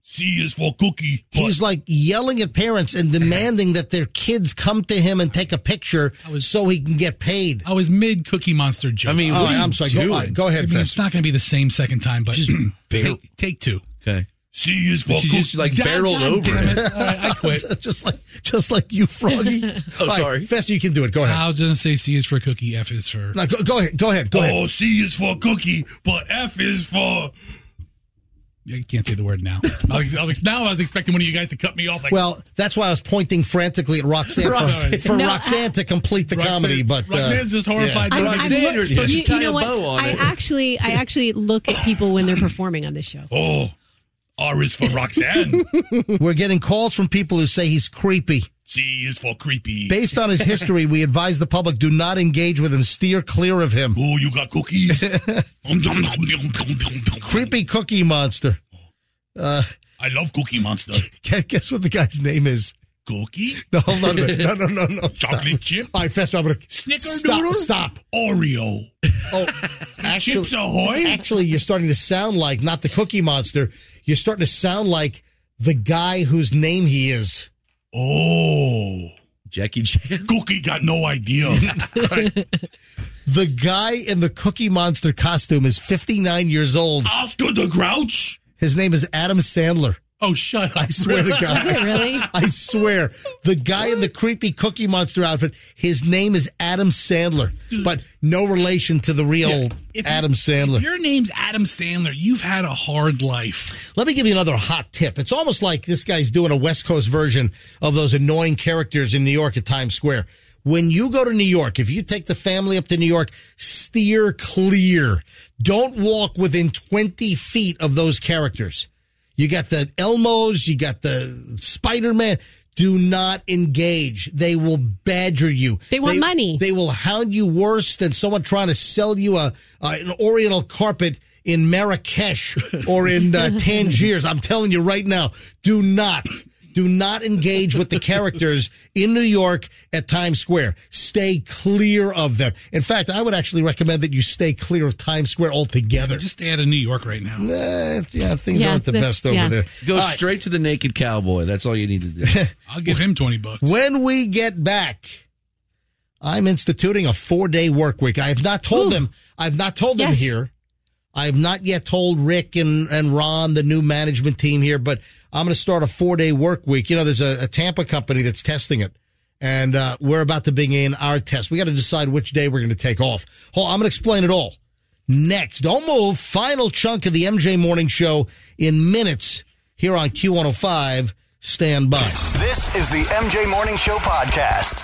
C is for Oh, cookie. He's like yelling at parents and demanding that their kids come to him and take a picture so he can get paid. I was mid Cookie Monster I joke. mean, All what right, are you I'm sorry. doing? Go, all right, go I ahead, mean, it's Fest. not going to be the same second time, but barrel- take, take two. Okay. C is for She just, like, God barreled damn over it. it. All right, I quit. just like just like you, Froggy. oh, sorry. Fest, you can do it. Go ahead. I was going to say C is for cookie, F is for. No, go, go ahead. Go ahead. Go ahead. Oh, C is for cookie, but F is for. I can't say the word now. I was, I was, now I was expecting one of you guys to cut me off. Like, Well, that's why I was pointing frantically at Roxanne for, Roxanne. for No, Roxanne to complete the Roxanne- comedy, but uh, Roxanne's just horrified. I'm- by I'm this. look- Xander's supposed to tie a what? bow on I it. actually, I actually look at people when they're performing on this show. oh, R is for Roxanne. we're getting calls from people who say he's creepy. C is for creepy. Based on his history, we advise the public do not engage with him. Steer clear of him. oh, you got cookies. Creepy cookie monster. Uh, I love Cookie Monster. gu- guess what the guy's name is? Cookie, No, hold on a minute. No, no, no, no. stop. chocolate chip, All right, Fester, I'm gonna Snickerdoodle? Stop. Stop. Oreo, Oh, Chips Ahoy. actually you're starting to sound like not the cookie monster you're starting to sound like the guy whose name he is Oh, Jackie Chan. Cookie got no idea. the guy in the cookie monster costume is 59 years old Oscar the Grouch. his name is adam sandler Oh, shut up! i swear to god Really? i swear the guy in the creepy cookie monster outfit his name is adam sandler but no relation to the real If you- adam sandler If your name's Adam Sandler. You've had a hard life. Let me give you another hot tip. It's almost like this guy's doing a West Coast version of those annoying characters in New York at Times Square. When you go to New York, if you take the family up to New York, steer clear. Don't walk within 20 feet of those characters. You got the Elmos, you got the Spider Man. Do not engage. They will badger you. They want money. They will hound you worse than someone trying to sell you a, a an Oriental carpet in Marrakesh or in uh, Tangiers. I'm telling you right now, do not Do not engage with the characters in New York at Times Square. Stay clear of them. In fact, I would actually recommend that you stay clear of Times Square altogether. Just stay out of New York right now. Uh, yeah, things Yeah, aren't the, the- best over yeah. there. Go All right. straight to the naked cowboy. That's all you need to do. I'll give him 20 bucks. When we get back, I'm instituting a four day work week. I have not told them. I've not told them Yes. here. I have not yet told Rick and, and Ron, the new management team here, but I'm going to start a four day work week. You know, there's a, a Tampa company that's testing it. And uh, we're about to begin our test. We got to decide which day we're going to take off. Hold, I'm going to explain it all next. Don't move. Final chunk of the MJ Morning Show in minutes here on Q105. Stand by. This is the MJ Morning Show podcast.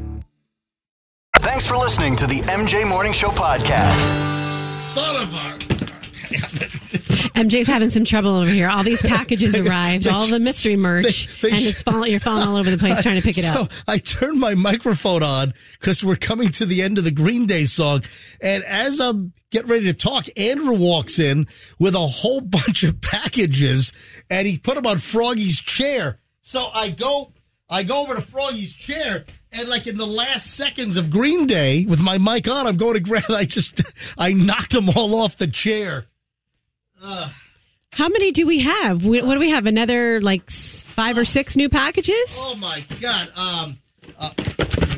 Thanks for listening to the MJ Morning Show podcast. MJ's having some trouble over here. All these packages arrived, all the mystery merch, They- they- and it's falling, you're falling all over the place trying to pick it so up. I turned my microphone on because we're coming to the end of the Green Day song. And as I'm getting ready to talk, Andrew walks in with a whole bunch of packages and he put them on Froggy's chair. So I go, I go over to Froggy's chair. And like in the last seconds of Green Day, with my mic on, I'm going to grab. I just, I knocked them all off the chair. How many do we have? We, what do we have? Another like s- five or six new packages? Oh my god. Um uh,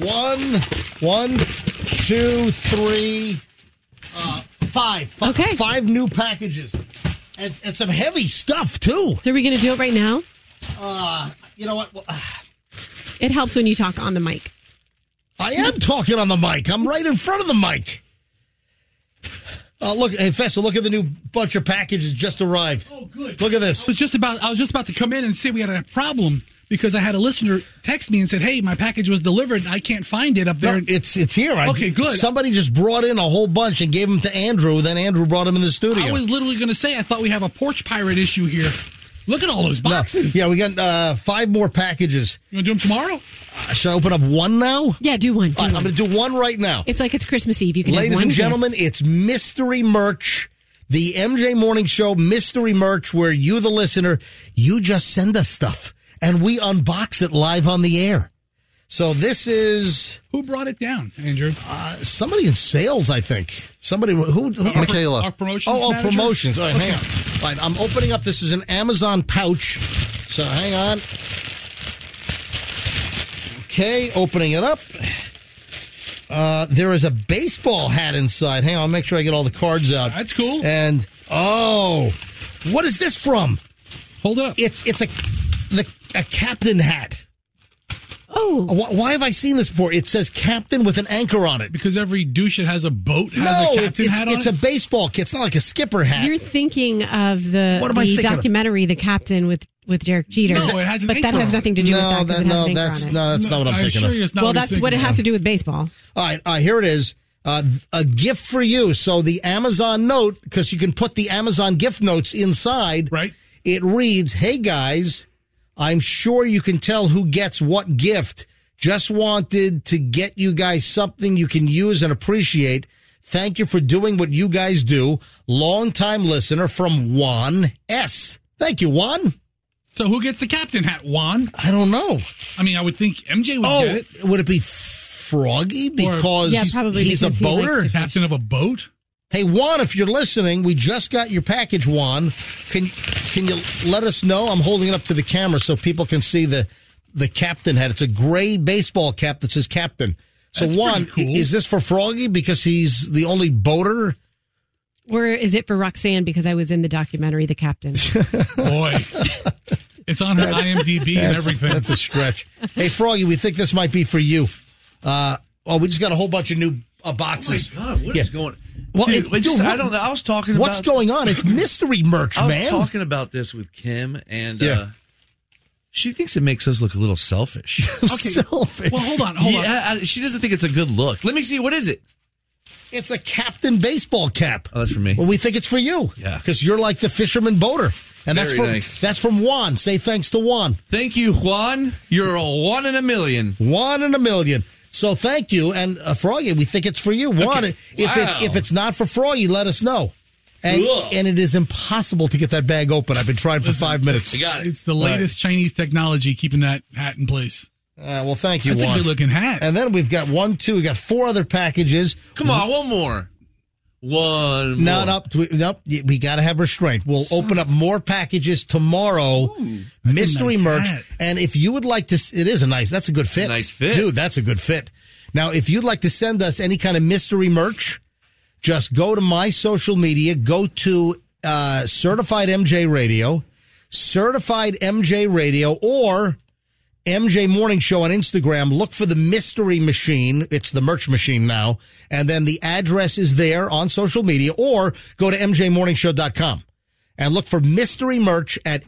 one one two three uh five. Fi- Okay. Five new packages. And, and some heavy stuff too. So are we going to do it right now? Uh you know what? Well, ah, It helps when you talk on the mic. I am talking on the mic. I'm right in front of the mic. Uh, look, hey Fessa, look at the new bunch of packages just arrived. Oh, good. Look at I this. was just about I was just about to come in and say we had a problem because I had a listener text me and said, "Hey, my package was delivered. and I can't find it up there." No, it's it's here. I- Okay, good. Somebody just brought in a whole bunch and gave them to Andrew. Then Andrew brought them in the studio. I was literally going to say I thought we have a porch pirate issue here. Look at all those No. boxes. Yeah, we got uh, five more packages. You want to do them tomorrow? Uh, should I open up one now? Yeah, do one. do All right, I'm one. going to do one right now. it's like it's Christmas Eve. You can have Ladies one and gift. gentlemen, it's mystery merch. The MJ Morning Show mystery merch, where you, the listener, you just send us stuff and we unbox it live on the air. So this is Uh, Who brought it down, Andrew? somebody in sales, I think. Somebody who, who Michaela. Our promotions. Oh, oh, manager? promotions. All right, Okay. hang on. All right, I'm opening up. This is an Amazon pouch. So hang on. Okay, opening it up. Uh, there is a baseball hat inside. Hang on, I'll make sure I get all the cards out. That's cool. And oh, what is this from? Hold up. It's it's a the, a captain hat. Oh, Why, why have I seen this before? It says captain with an anchor on it. Because every douche that has a boat has No, a it's, captain hat on it's a it. baseball kit. It's not like a skipper hat. you're thinking of the, What am I the thinking of? documentary, The Captain, with, with Derek Jeter. No, it has an but that anchor on has it. nothing to do with that. 'cause it has an anchor that's on it. no, that's not what I'm I'm thinking sure of. it's not well, what he's that's what it thinking has of. to do with baseball. All right, all right, here it is. Uh, th- a gift for you. So the Amazon note, because you can put the Amazon gift notes inside. Right. It reads, "Hey guys, I'm sure you can tell who gets what gift. Just wanted to get you guys something you can use and appreciate. Thank you for doing what you guys do. Longtime listener from Juan S. Thank you, Juan. So who gets the captain hat? Juan. I don't know. I mean, I would think MJ would Oh, get it. would it be Froggy because Yeah, probably he's because a he likes boater? to Captain of a boat. Hey Juan, if you're listening, we just got your package, Juan. Can can you let us know? I'm holding it up to the camera so people can see the the captain hat. It's a gray baseball cap that says captain. So Juan, pretty cool. is this for Froggy because he's the only boater? Or is it for Roxanne because I was in the documentary, The Captain? Boy, it's on her IMDb and everything. That's a stretch. hey Froggy, we think this might be for you. Uh, oh, we just got a whole bunch of new uh, boxes. God, what Yeah. is going? Well, Dude, it- wait, just- dude, I what- don't know. I was talking What's about. going on? It's mystery merch, I was man. talking about this with Kim, and Yeah. uh, she thinks it makes us look a little selfish. Okay. Selfish. Well, hold on, hold on. yeah, I- she doesn't think it's a good look. Let me see. What is it? It's a captain baseball cap. Oh, that's for me. Well, we think it's for you. Yeah. Because you're like the fisherman boater. And that's Very from nice. that's from Juan. Say thanks to Juan. Thank you, Juan. You're a one in a million. One in a million. So thank you. And uh, Froggy, we think it's for you. Juan, if Wow. it if it's not for Froggy, let us know. And, Cool. and it is impossible to get that bag open. I've been trying for five minutes. You Uh, got it. It's the latest Chinese technology keeping that hat in place. Uh, well, thank you, That's a Juan. good looking hat. And then we've got one, two. We got four other packages. Come on, one more. One. Not more. up. To, nope. We got to have restraint. We'll open up more packages tomorrow. mystery nice merch. hat. And if you would like to, s- it is a nice. That's a good fit. nice fit. dude. That's a good fit. Now, if you'd like to send us any kind of mystery merch, just go to my social media. Go to uh, Certified MJ Radio, Certified MJ Radio, or MJ Morning Show on Instagram. Look for the mystery machine. It's the merch machine now. And then the address is there on social media or go to MJMorningShow.com and look for mystery merch at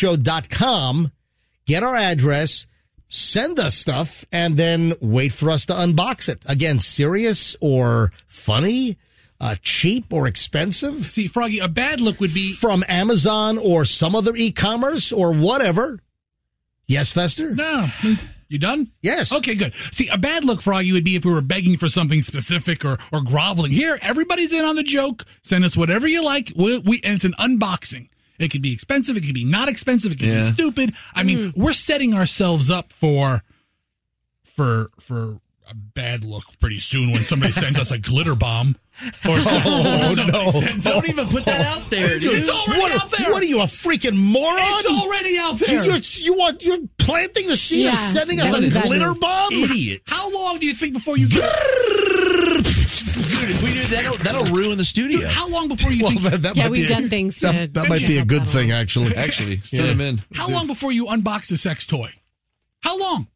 MJMorningShow.com. Get our address, send us stuff, and then wait for us to unbox it. Again, serious or funny, uh, cheap or expensive See, Froggy, a bad look would be from Amazon or some other e-commerce or whatever. Yes, Fester? no. You done? Yes. Okay, good. See, a bad look, Froggy, would be if we were begging for something specific or or groveling. Here, everybody's in on the joke. Send us whatever you like. We, we and it's an unboxing. It could be expensive. It could be not expensive. It could be Yeah. stupid. I mean, we're setting ourselves up for for for a bad look pretty soon when somebody sends us a glitter bomb or something. Oh, no. Don't even put that out there, dude. It's already what, out there. what are you, a freaking moron? It's already out there. You, are you want you're planting the seed of Yeah, sending us that a was bad glitter news. bomb? Idiot. How long do you think before you get? Dude, if we do that, that'll, that'll ruin the studio. Dude, how long before you think? that, that Yeah, we've done things to- That, that might be a good thing, actually. Actually, send them in. How long before you unbox a sex toy? How long?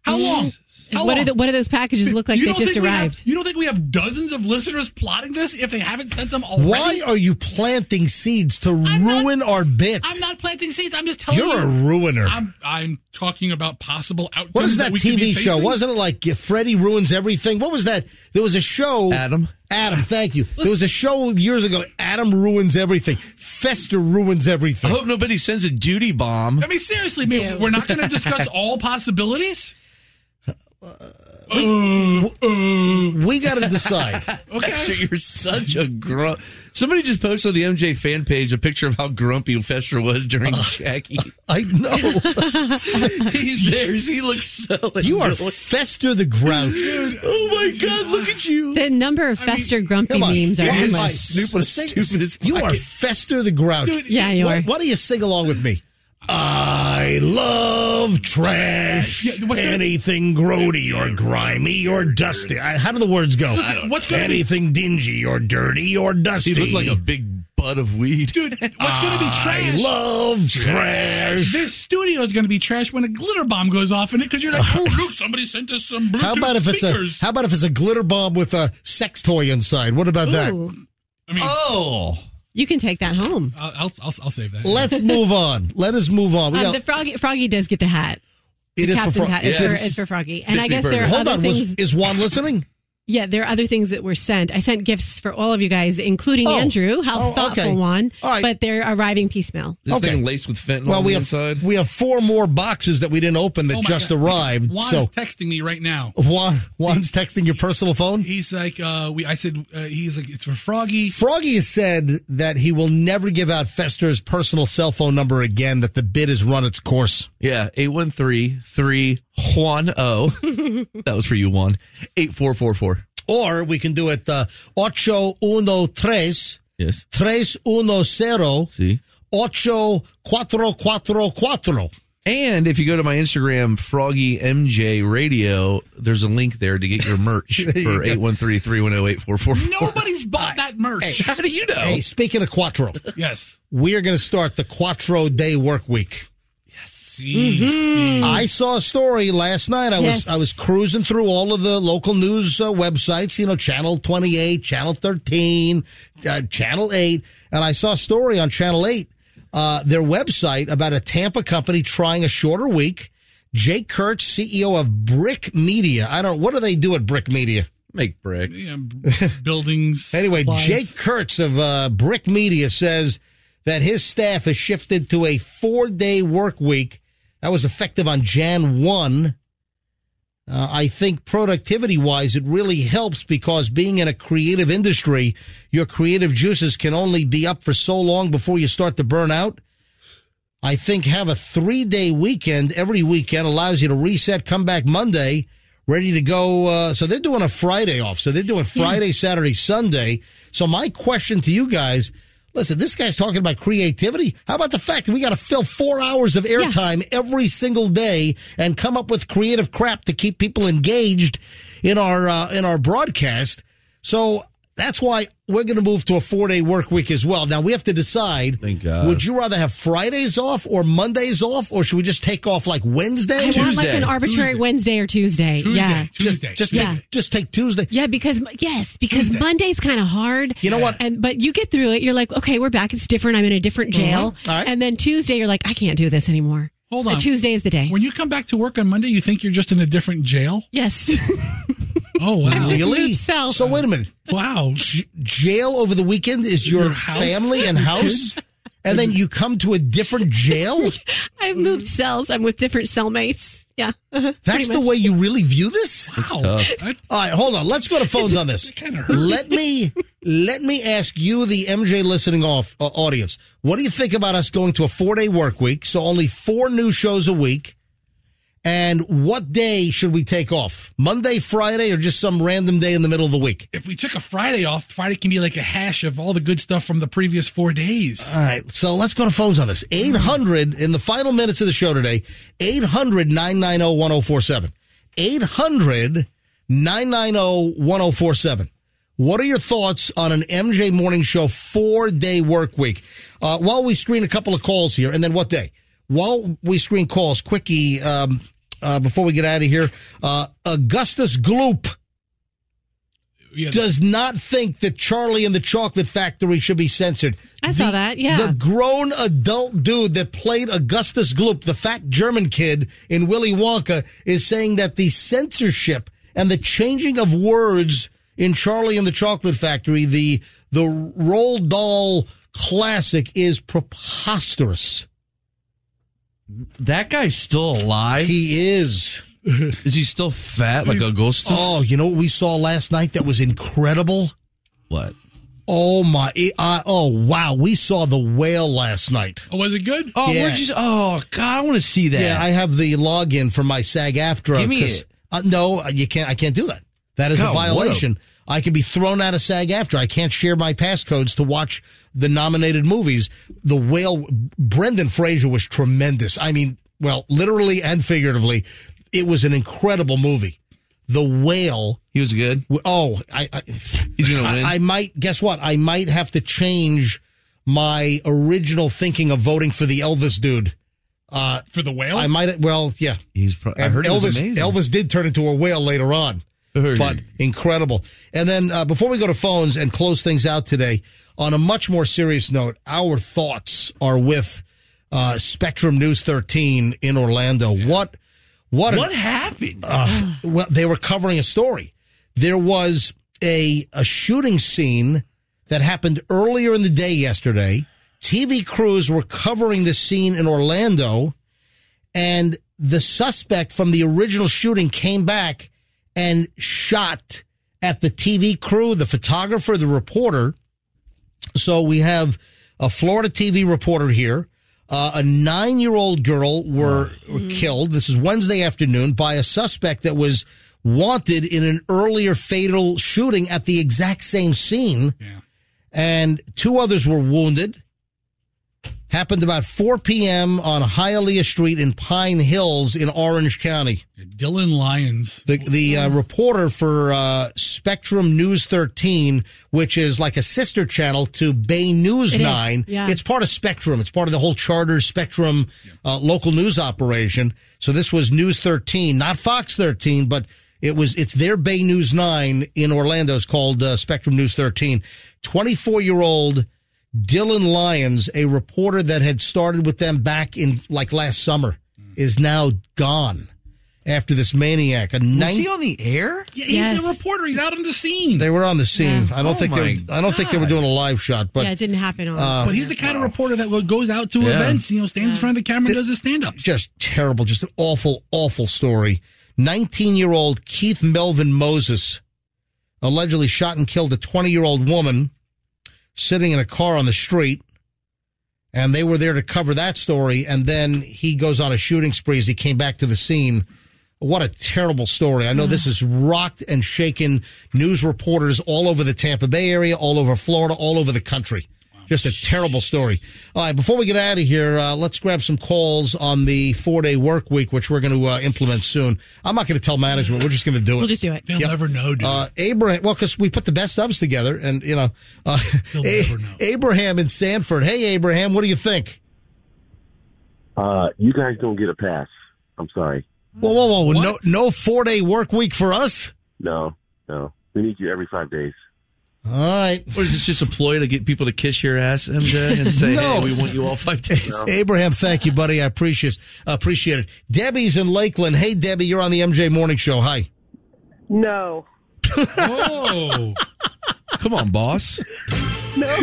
How long? How Mm-hmm. What, long? are the, what do those packages look like? You They don't just think we have- arrived. you don't think we have dozens of listeners plotting this if they haven't sent them already? Why are you planting seeds to I'm not- ruin our bit? I'm not planting seeds. I'm just telling you. You're a ruiner. I'm I'm talking about possible outcomes. what is that, we could be TV show? facing. Wasn't it like if Freddie ruins everything? What was that? There was a show. Adam. Adam, thank you. There was a show years ago. Adam ruins everything. Fester ruins I Oh, everything. hope nobody sends a duty bomb. I mean, seriously, man, we're not going to discuss all possibilities. We got to decide. Fester, you're such a grump. Somebody just posted on the MJ fan page a picture of how grumpy Fester was during Jackie. I know. He's there. He looks so. You are annoyed. Fester the Grouch. Oh my God! Look at you. The number of Fester Grumpy memes are You're Yes. my endless. Snoop was sing- stupid as You fuck. are Fester the Grouch. Yeah, you Why- are. Why do you sing along with me? I love trash. Yeah, what's the- Anything grody or grimy or dusty. I, how do the words go? Listen, what's gonna be- Anything dingy or dirty or dusty. He looked like a big butt of weed. Dude, what's going to be I trash? love trash. This studio is going to be trash when a glitter bomb goes off in it because you're like, oh, look, somebody sent us some Bluetooth How about if it's a speakers. How about if it's a glitter bomb with a sex toy inside? What about that? Ooh, I mean, Oh, you can take that home. I'll, I'll, I'll, I'll save that. Let's move on. Let us move on. We Um, got, the froggy, froggy does get the hat. it the is for captain's Fro- hat. It's, Yes. for, it's for Froggy. And Fits I me guess there are perfect. Hold other on. things. Was, is Juan listening? Yeah, there are other things that were sent. I sent gifts for all of you guys, including Oh. Andrew. How Oh, thoughtful okay. one. All right. But they're arriving piecemeal. this Okay. thing laced with fentanyl Well, on we the have inside. we have four more boxes that we didn't open that Oh my just God. arrived. Juan so is texting me right now. Juan, Juan's texting your personal phone. He's like, uh, we. I said, uh, he's like, it's for Froggy. Froggy has said that he will never give out Fester's personal cell phone number again. That the bid has run its course. Yeah, 813 Juan O. oh. That was for you, Juan. 8444. Or we can do it uh, ocho uno tres Yes. tres uno cero See? ocho cuatro cuatro cuatro. And if you go to my Instagram, Froggy MJ Radio, there's a link there to get your merch for 813 310 8444. Nobody's bought that merch. How do you know? Hey, speaking of cuatro, Yes. we are going to start the cuatro day work week. See, see. I saw a story last night. I Mm-hmm. Yes. was I was cruising through all of the local news uh, websites, you know, Channel 28, Channel 13, uh, Channel 8, and I saw a story on Channel 8, uh, their website about a Tampa company trying a shorter week. Jake Kurtz, CEO of Brick Media. I don't what do they do at Brick Media? Make brick. buildings. Anyway, supplies. Jake Kurtz of uh, Brick Media says that his staff has shifted to a four day work week. That was effective on Jan 1. Uh, I think productivity wise, it really helps because being in a creative industry, your creative juices can only be up for so long before you start to burn out. I think have a three day weekend every weekend allows you to reset, come back Monday, ready to go. Uh, so they're doing a Friday off. So they're doing Friday, Saturday, Sunday. So my question to you guys, listen, this guy's talking about creativity. How about the fact that we got to fill four hours of airtime every single day and come up with creative crap to keep people engaged in our, uh, in our broadcast. So that's why we're going to move to a four day work week as well. Now we have to decide. Thank God. Would you rather have Fridays off or Mondays off, or should we just take off like Wednesday? I want like an arbitrary Wednesday or Tuesday. yeah. Just, just, yeah. Take, just take Tuesday. Yeah, because yes, because Monday's kind of hard. You know what? And but you get through it. You're like, okay, we're back. It's different. I'm in a different Mm-hmm. jail. Mhm. All right. And then Tuesday, you're like, I can't do this anymore. Hold And on. Tuesday is the day. When you come back to work on Monday, you think you're just in a different jail? Yes. Oh, wow. I'm just Really? moved south. So wait a minute. Wow. J- jail over the weekend is your, Your house? family and Your house, and then you come to a different jail. I've moved cells. I'm with different cellmates. Yeah. Uh-huh. That's the way you really view this. All right, hold on. Let's go to phones on this. let me let me ask you, the MJ listening off uh, audience, what do you think about us going to a four day work week? So only four new shows a week, and what day should we take off? Monday, Friday, or just some random day in the middle of the week? If we took a Friday off, Friday can be like a hash of all the good stuff from the previous four days. All right, so let's go to phones on this. 800 in the final minutes of the show today, 800 990 1047. 800 990 1047. What are your thoughts on an MJ Morning Show four day work week? Uh, while we screen a couple of calls here, and then what day? While we screen calls, quickie, um, uh, before we get out of here, uh, Augustus Gloop Yeah, does not think that Charlie and the Chocolate Factory should be censored. I saw that, yeah. The grown adult dude that played Augustus Gloop, the fat German kid in Willy Wonka, is saying that the censorship and the changing of words in Charlie and the Chocolate Factory, the the Roald Dahl classic, is preposterous. That guy's still alive. He is. Is he still fat like Augustus? Oh, you know what we saw last night that was incredible? What? Oh my! it- I- oh wow! We saw the whale last night. Oh, was it good? Oh, Yeah. where'd you? Oh, God, I want to see that. Yeah, I have the login for my SAG-AFTRA. Give me 'cause- it. Uh, no, you can't. I can't do that. That is God, a what a- violation. I can be thrown out of SAG-AFTRA. I can't share my passcodes to watch the nominated movies. The whale. Brendan Fraser was tremendous. I mean, well, literally and figuratively, it was an incredible movie. The whale. he was good. w- Oh, I. I He's gonna win. I, I might guess what? I might have to change my original thinking of voting for the Elvis dude. Uh, For the whale? I might. Well, yeah. He's. Pro- I And heard Elvis. It was amazing. Elvis did turn into a whale later on, Heard. but incredible. And then uh, before we go to phones and close things out today, on a much more serious note, our thoughts are with uh, Spectrum News 13 in Orlando. What? What? a- What happened? uh, well, they were covering a story. There was a a shooting scene that happened earlier in the day yesterday. TV crews were covering the scene in Orlando, and the suspect from the original shooting came back and shot at the TV crew, the photographer, the reporter. So we have a Florida TV reporter here. Uh, a nine-year-old girl were, were killed. This is Wednesday afternoon by a suspect that was wanted in an earlier fatal shooting at the exact same scene, Yeah. and two others were wounded. Happened about 4 p.m. on Hialeah Street in Pine Hills in Orange County. Dylan Lyons. The, the uh, reporter for uh, Spectrum News 13, which is like a sister channel to Bay News It is, 9. yeah. It's part of Spectrum. It's part of the whole charter Spectrum uh, local news operation. So this was News 13, not Fox 13, but it was it's their Bay News 9 in Orlando. It's called uh, Spectrum News 13. 24 year old Dylan Lyons, a reporter that had started with them back in like last summer, is now gone after this maniac. A Was he on the air? Yeah, he's a reporter. He's out on the scene. They were on the scene. I don't Oh think they my were, I don't think they were doing a live shot, but yeah, it didn't happen on. uh, but he's the kind of reporter that will- goes out to Yeah. events, you know, stands in front of the camera, and does his stand up. just terrible, just an awful, awful story. 19 year old Keith Melvin Moses allegedly shot and killed a 20 year old woman sitting in a car on the street. And they were there to cover that story. And then he goes on a shooting spree as he came back to the scene. What a terrible story. I know this has rocked and shaken news reporters all over the Tampa Bay area, all over Florida, all over the country. Just a terrible story. All right, before we get out of here, uh, let's grab some calls on the four day work week, which we're going to uh, implement soon. I'm not going to tell management. We're just going to do it. We'll just do it. They'll never know, dude. Uh, Abraham, well, because we put the best ofs together, and you know, uh, A- Abraham in Sanford. Hey, Abraham, what do you think? Uh, you guys don't get a pass. I'm sorry. Whoa, whoa, whoa! No, no four day work week for us. No, no. We need you every five days. All right. Or is this just a ploy to get people to kiss your ass, MJ, and say, No. hey, we want you all five days? Abraham, thank you, buddy. I appreciate appreciate it. Debbie's in Lakeland. Hey, Debbie, you're on the MJ Morning Show. Hi. No. oh, come on, boss. No.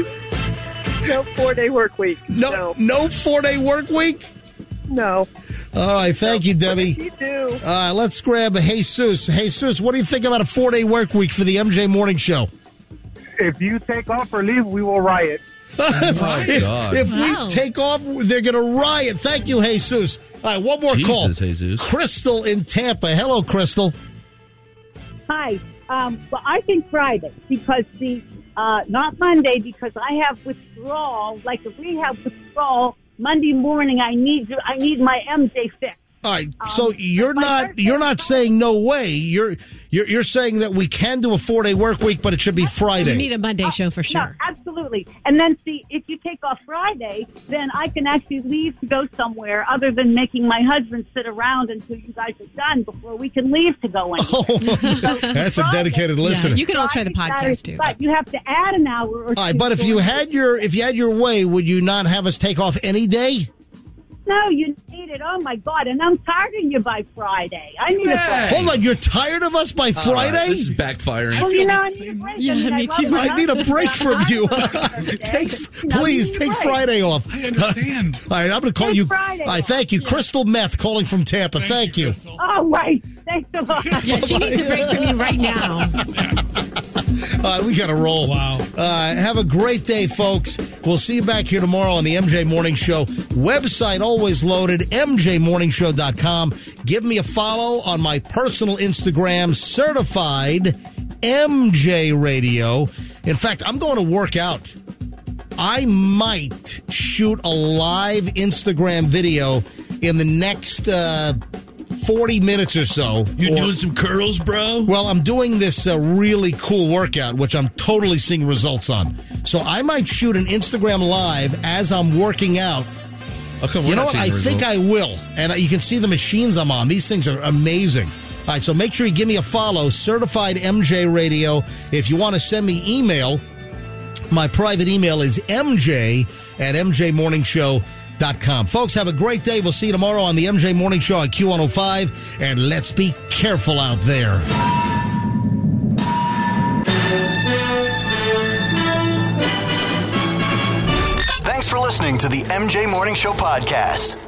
No four day work week. No. No, four day work week. No. All right, thank you, Debbie. You do. All right, let's grab Jesus. Jesus, what do you think about a four day work week for the MJ Morning Show? If you take off or leave, we will riot. my if God. if Wow. we take off, they're going to riot. Thank you, Jesus. All right, one more Jesus, call. Jesus. Crystal in Tampa. Hello, Crystal. Hi. Um, well, I think Friday because the uh, not Monday because I have withdrawal, like a rehab withdrawal. Monday morning, I need I need my MJ fix. All right, Um, so you're not you're not saying no way. You're you're you're saying that we can do a four day work week, but it should be Friday. We need a Ah, Monday show for sure. Absolutely. And then see if you take off Friday, then I can actually leave to go somewhere other than making my husband sit around until you guys are done before we can leave to go anywhere. Oh, That's a dedicated listener. you can all try the podcast too. But you have to add an hour or All right, two but if for you it. had your if you had your way, would you not have us take off any day? No, you need it. Oh my God! And I'm tired of you by Friday. I need a break. Hold on, you're tired of us by Uh, Friday? this is backfiring. Well, you know, I need a break. I mean, I love my I need a husband. break from you. take, please take Friday off. I understand. All right, I'm going to call Take you. Friday I thank you, Crystal Meth, calling from Tampa. Thank, you. Oh, right. Thanks a lot. Yeah, she needs a break from you right now. Uh, we got to roll. Wow. Uh, have a great day, folks. We'll see you back here tomorrow on the MJ Morning Show. Website always loaded, mjmorningshow.com. Give me a follow on my personal Instagram, certified MJ Radio. In fact, I'm going to work out. I might shoot a live Instagram video in the next uh, 40 minutes or so. You Or- doing some curls, bro? Well, I'm doing this uh, really cool workout, which I'm totally seeing results on. So I might shoot an Instagram live as I'm working out. come, we're you know not what? seeing I the think I results. will. And uh, you can see the machines I'm on. These things are amazing. All right, so make sure you give me a follow, Certified MJ Radio. If you want to send me email, my private email is mj at mjmorningshow.com. Folks, have a great day. We'll see you tomorrow on the MJ Morning Show on Q105. And let's be careful out there. Thanks for listening to the MJ Morning Show podcast.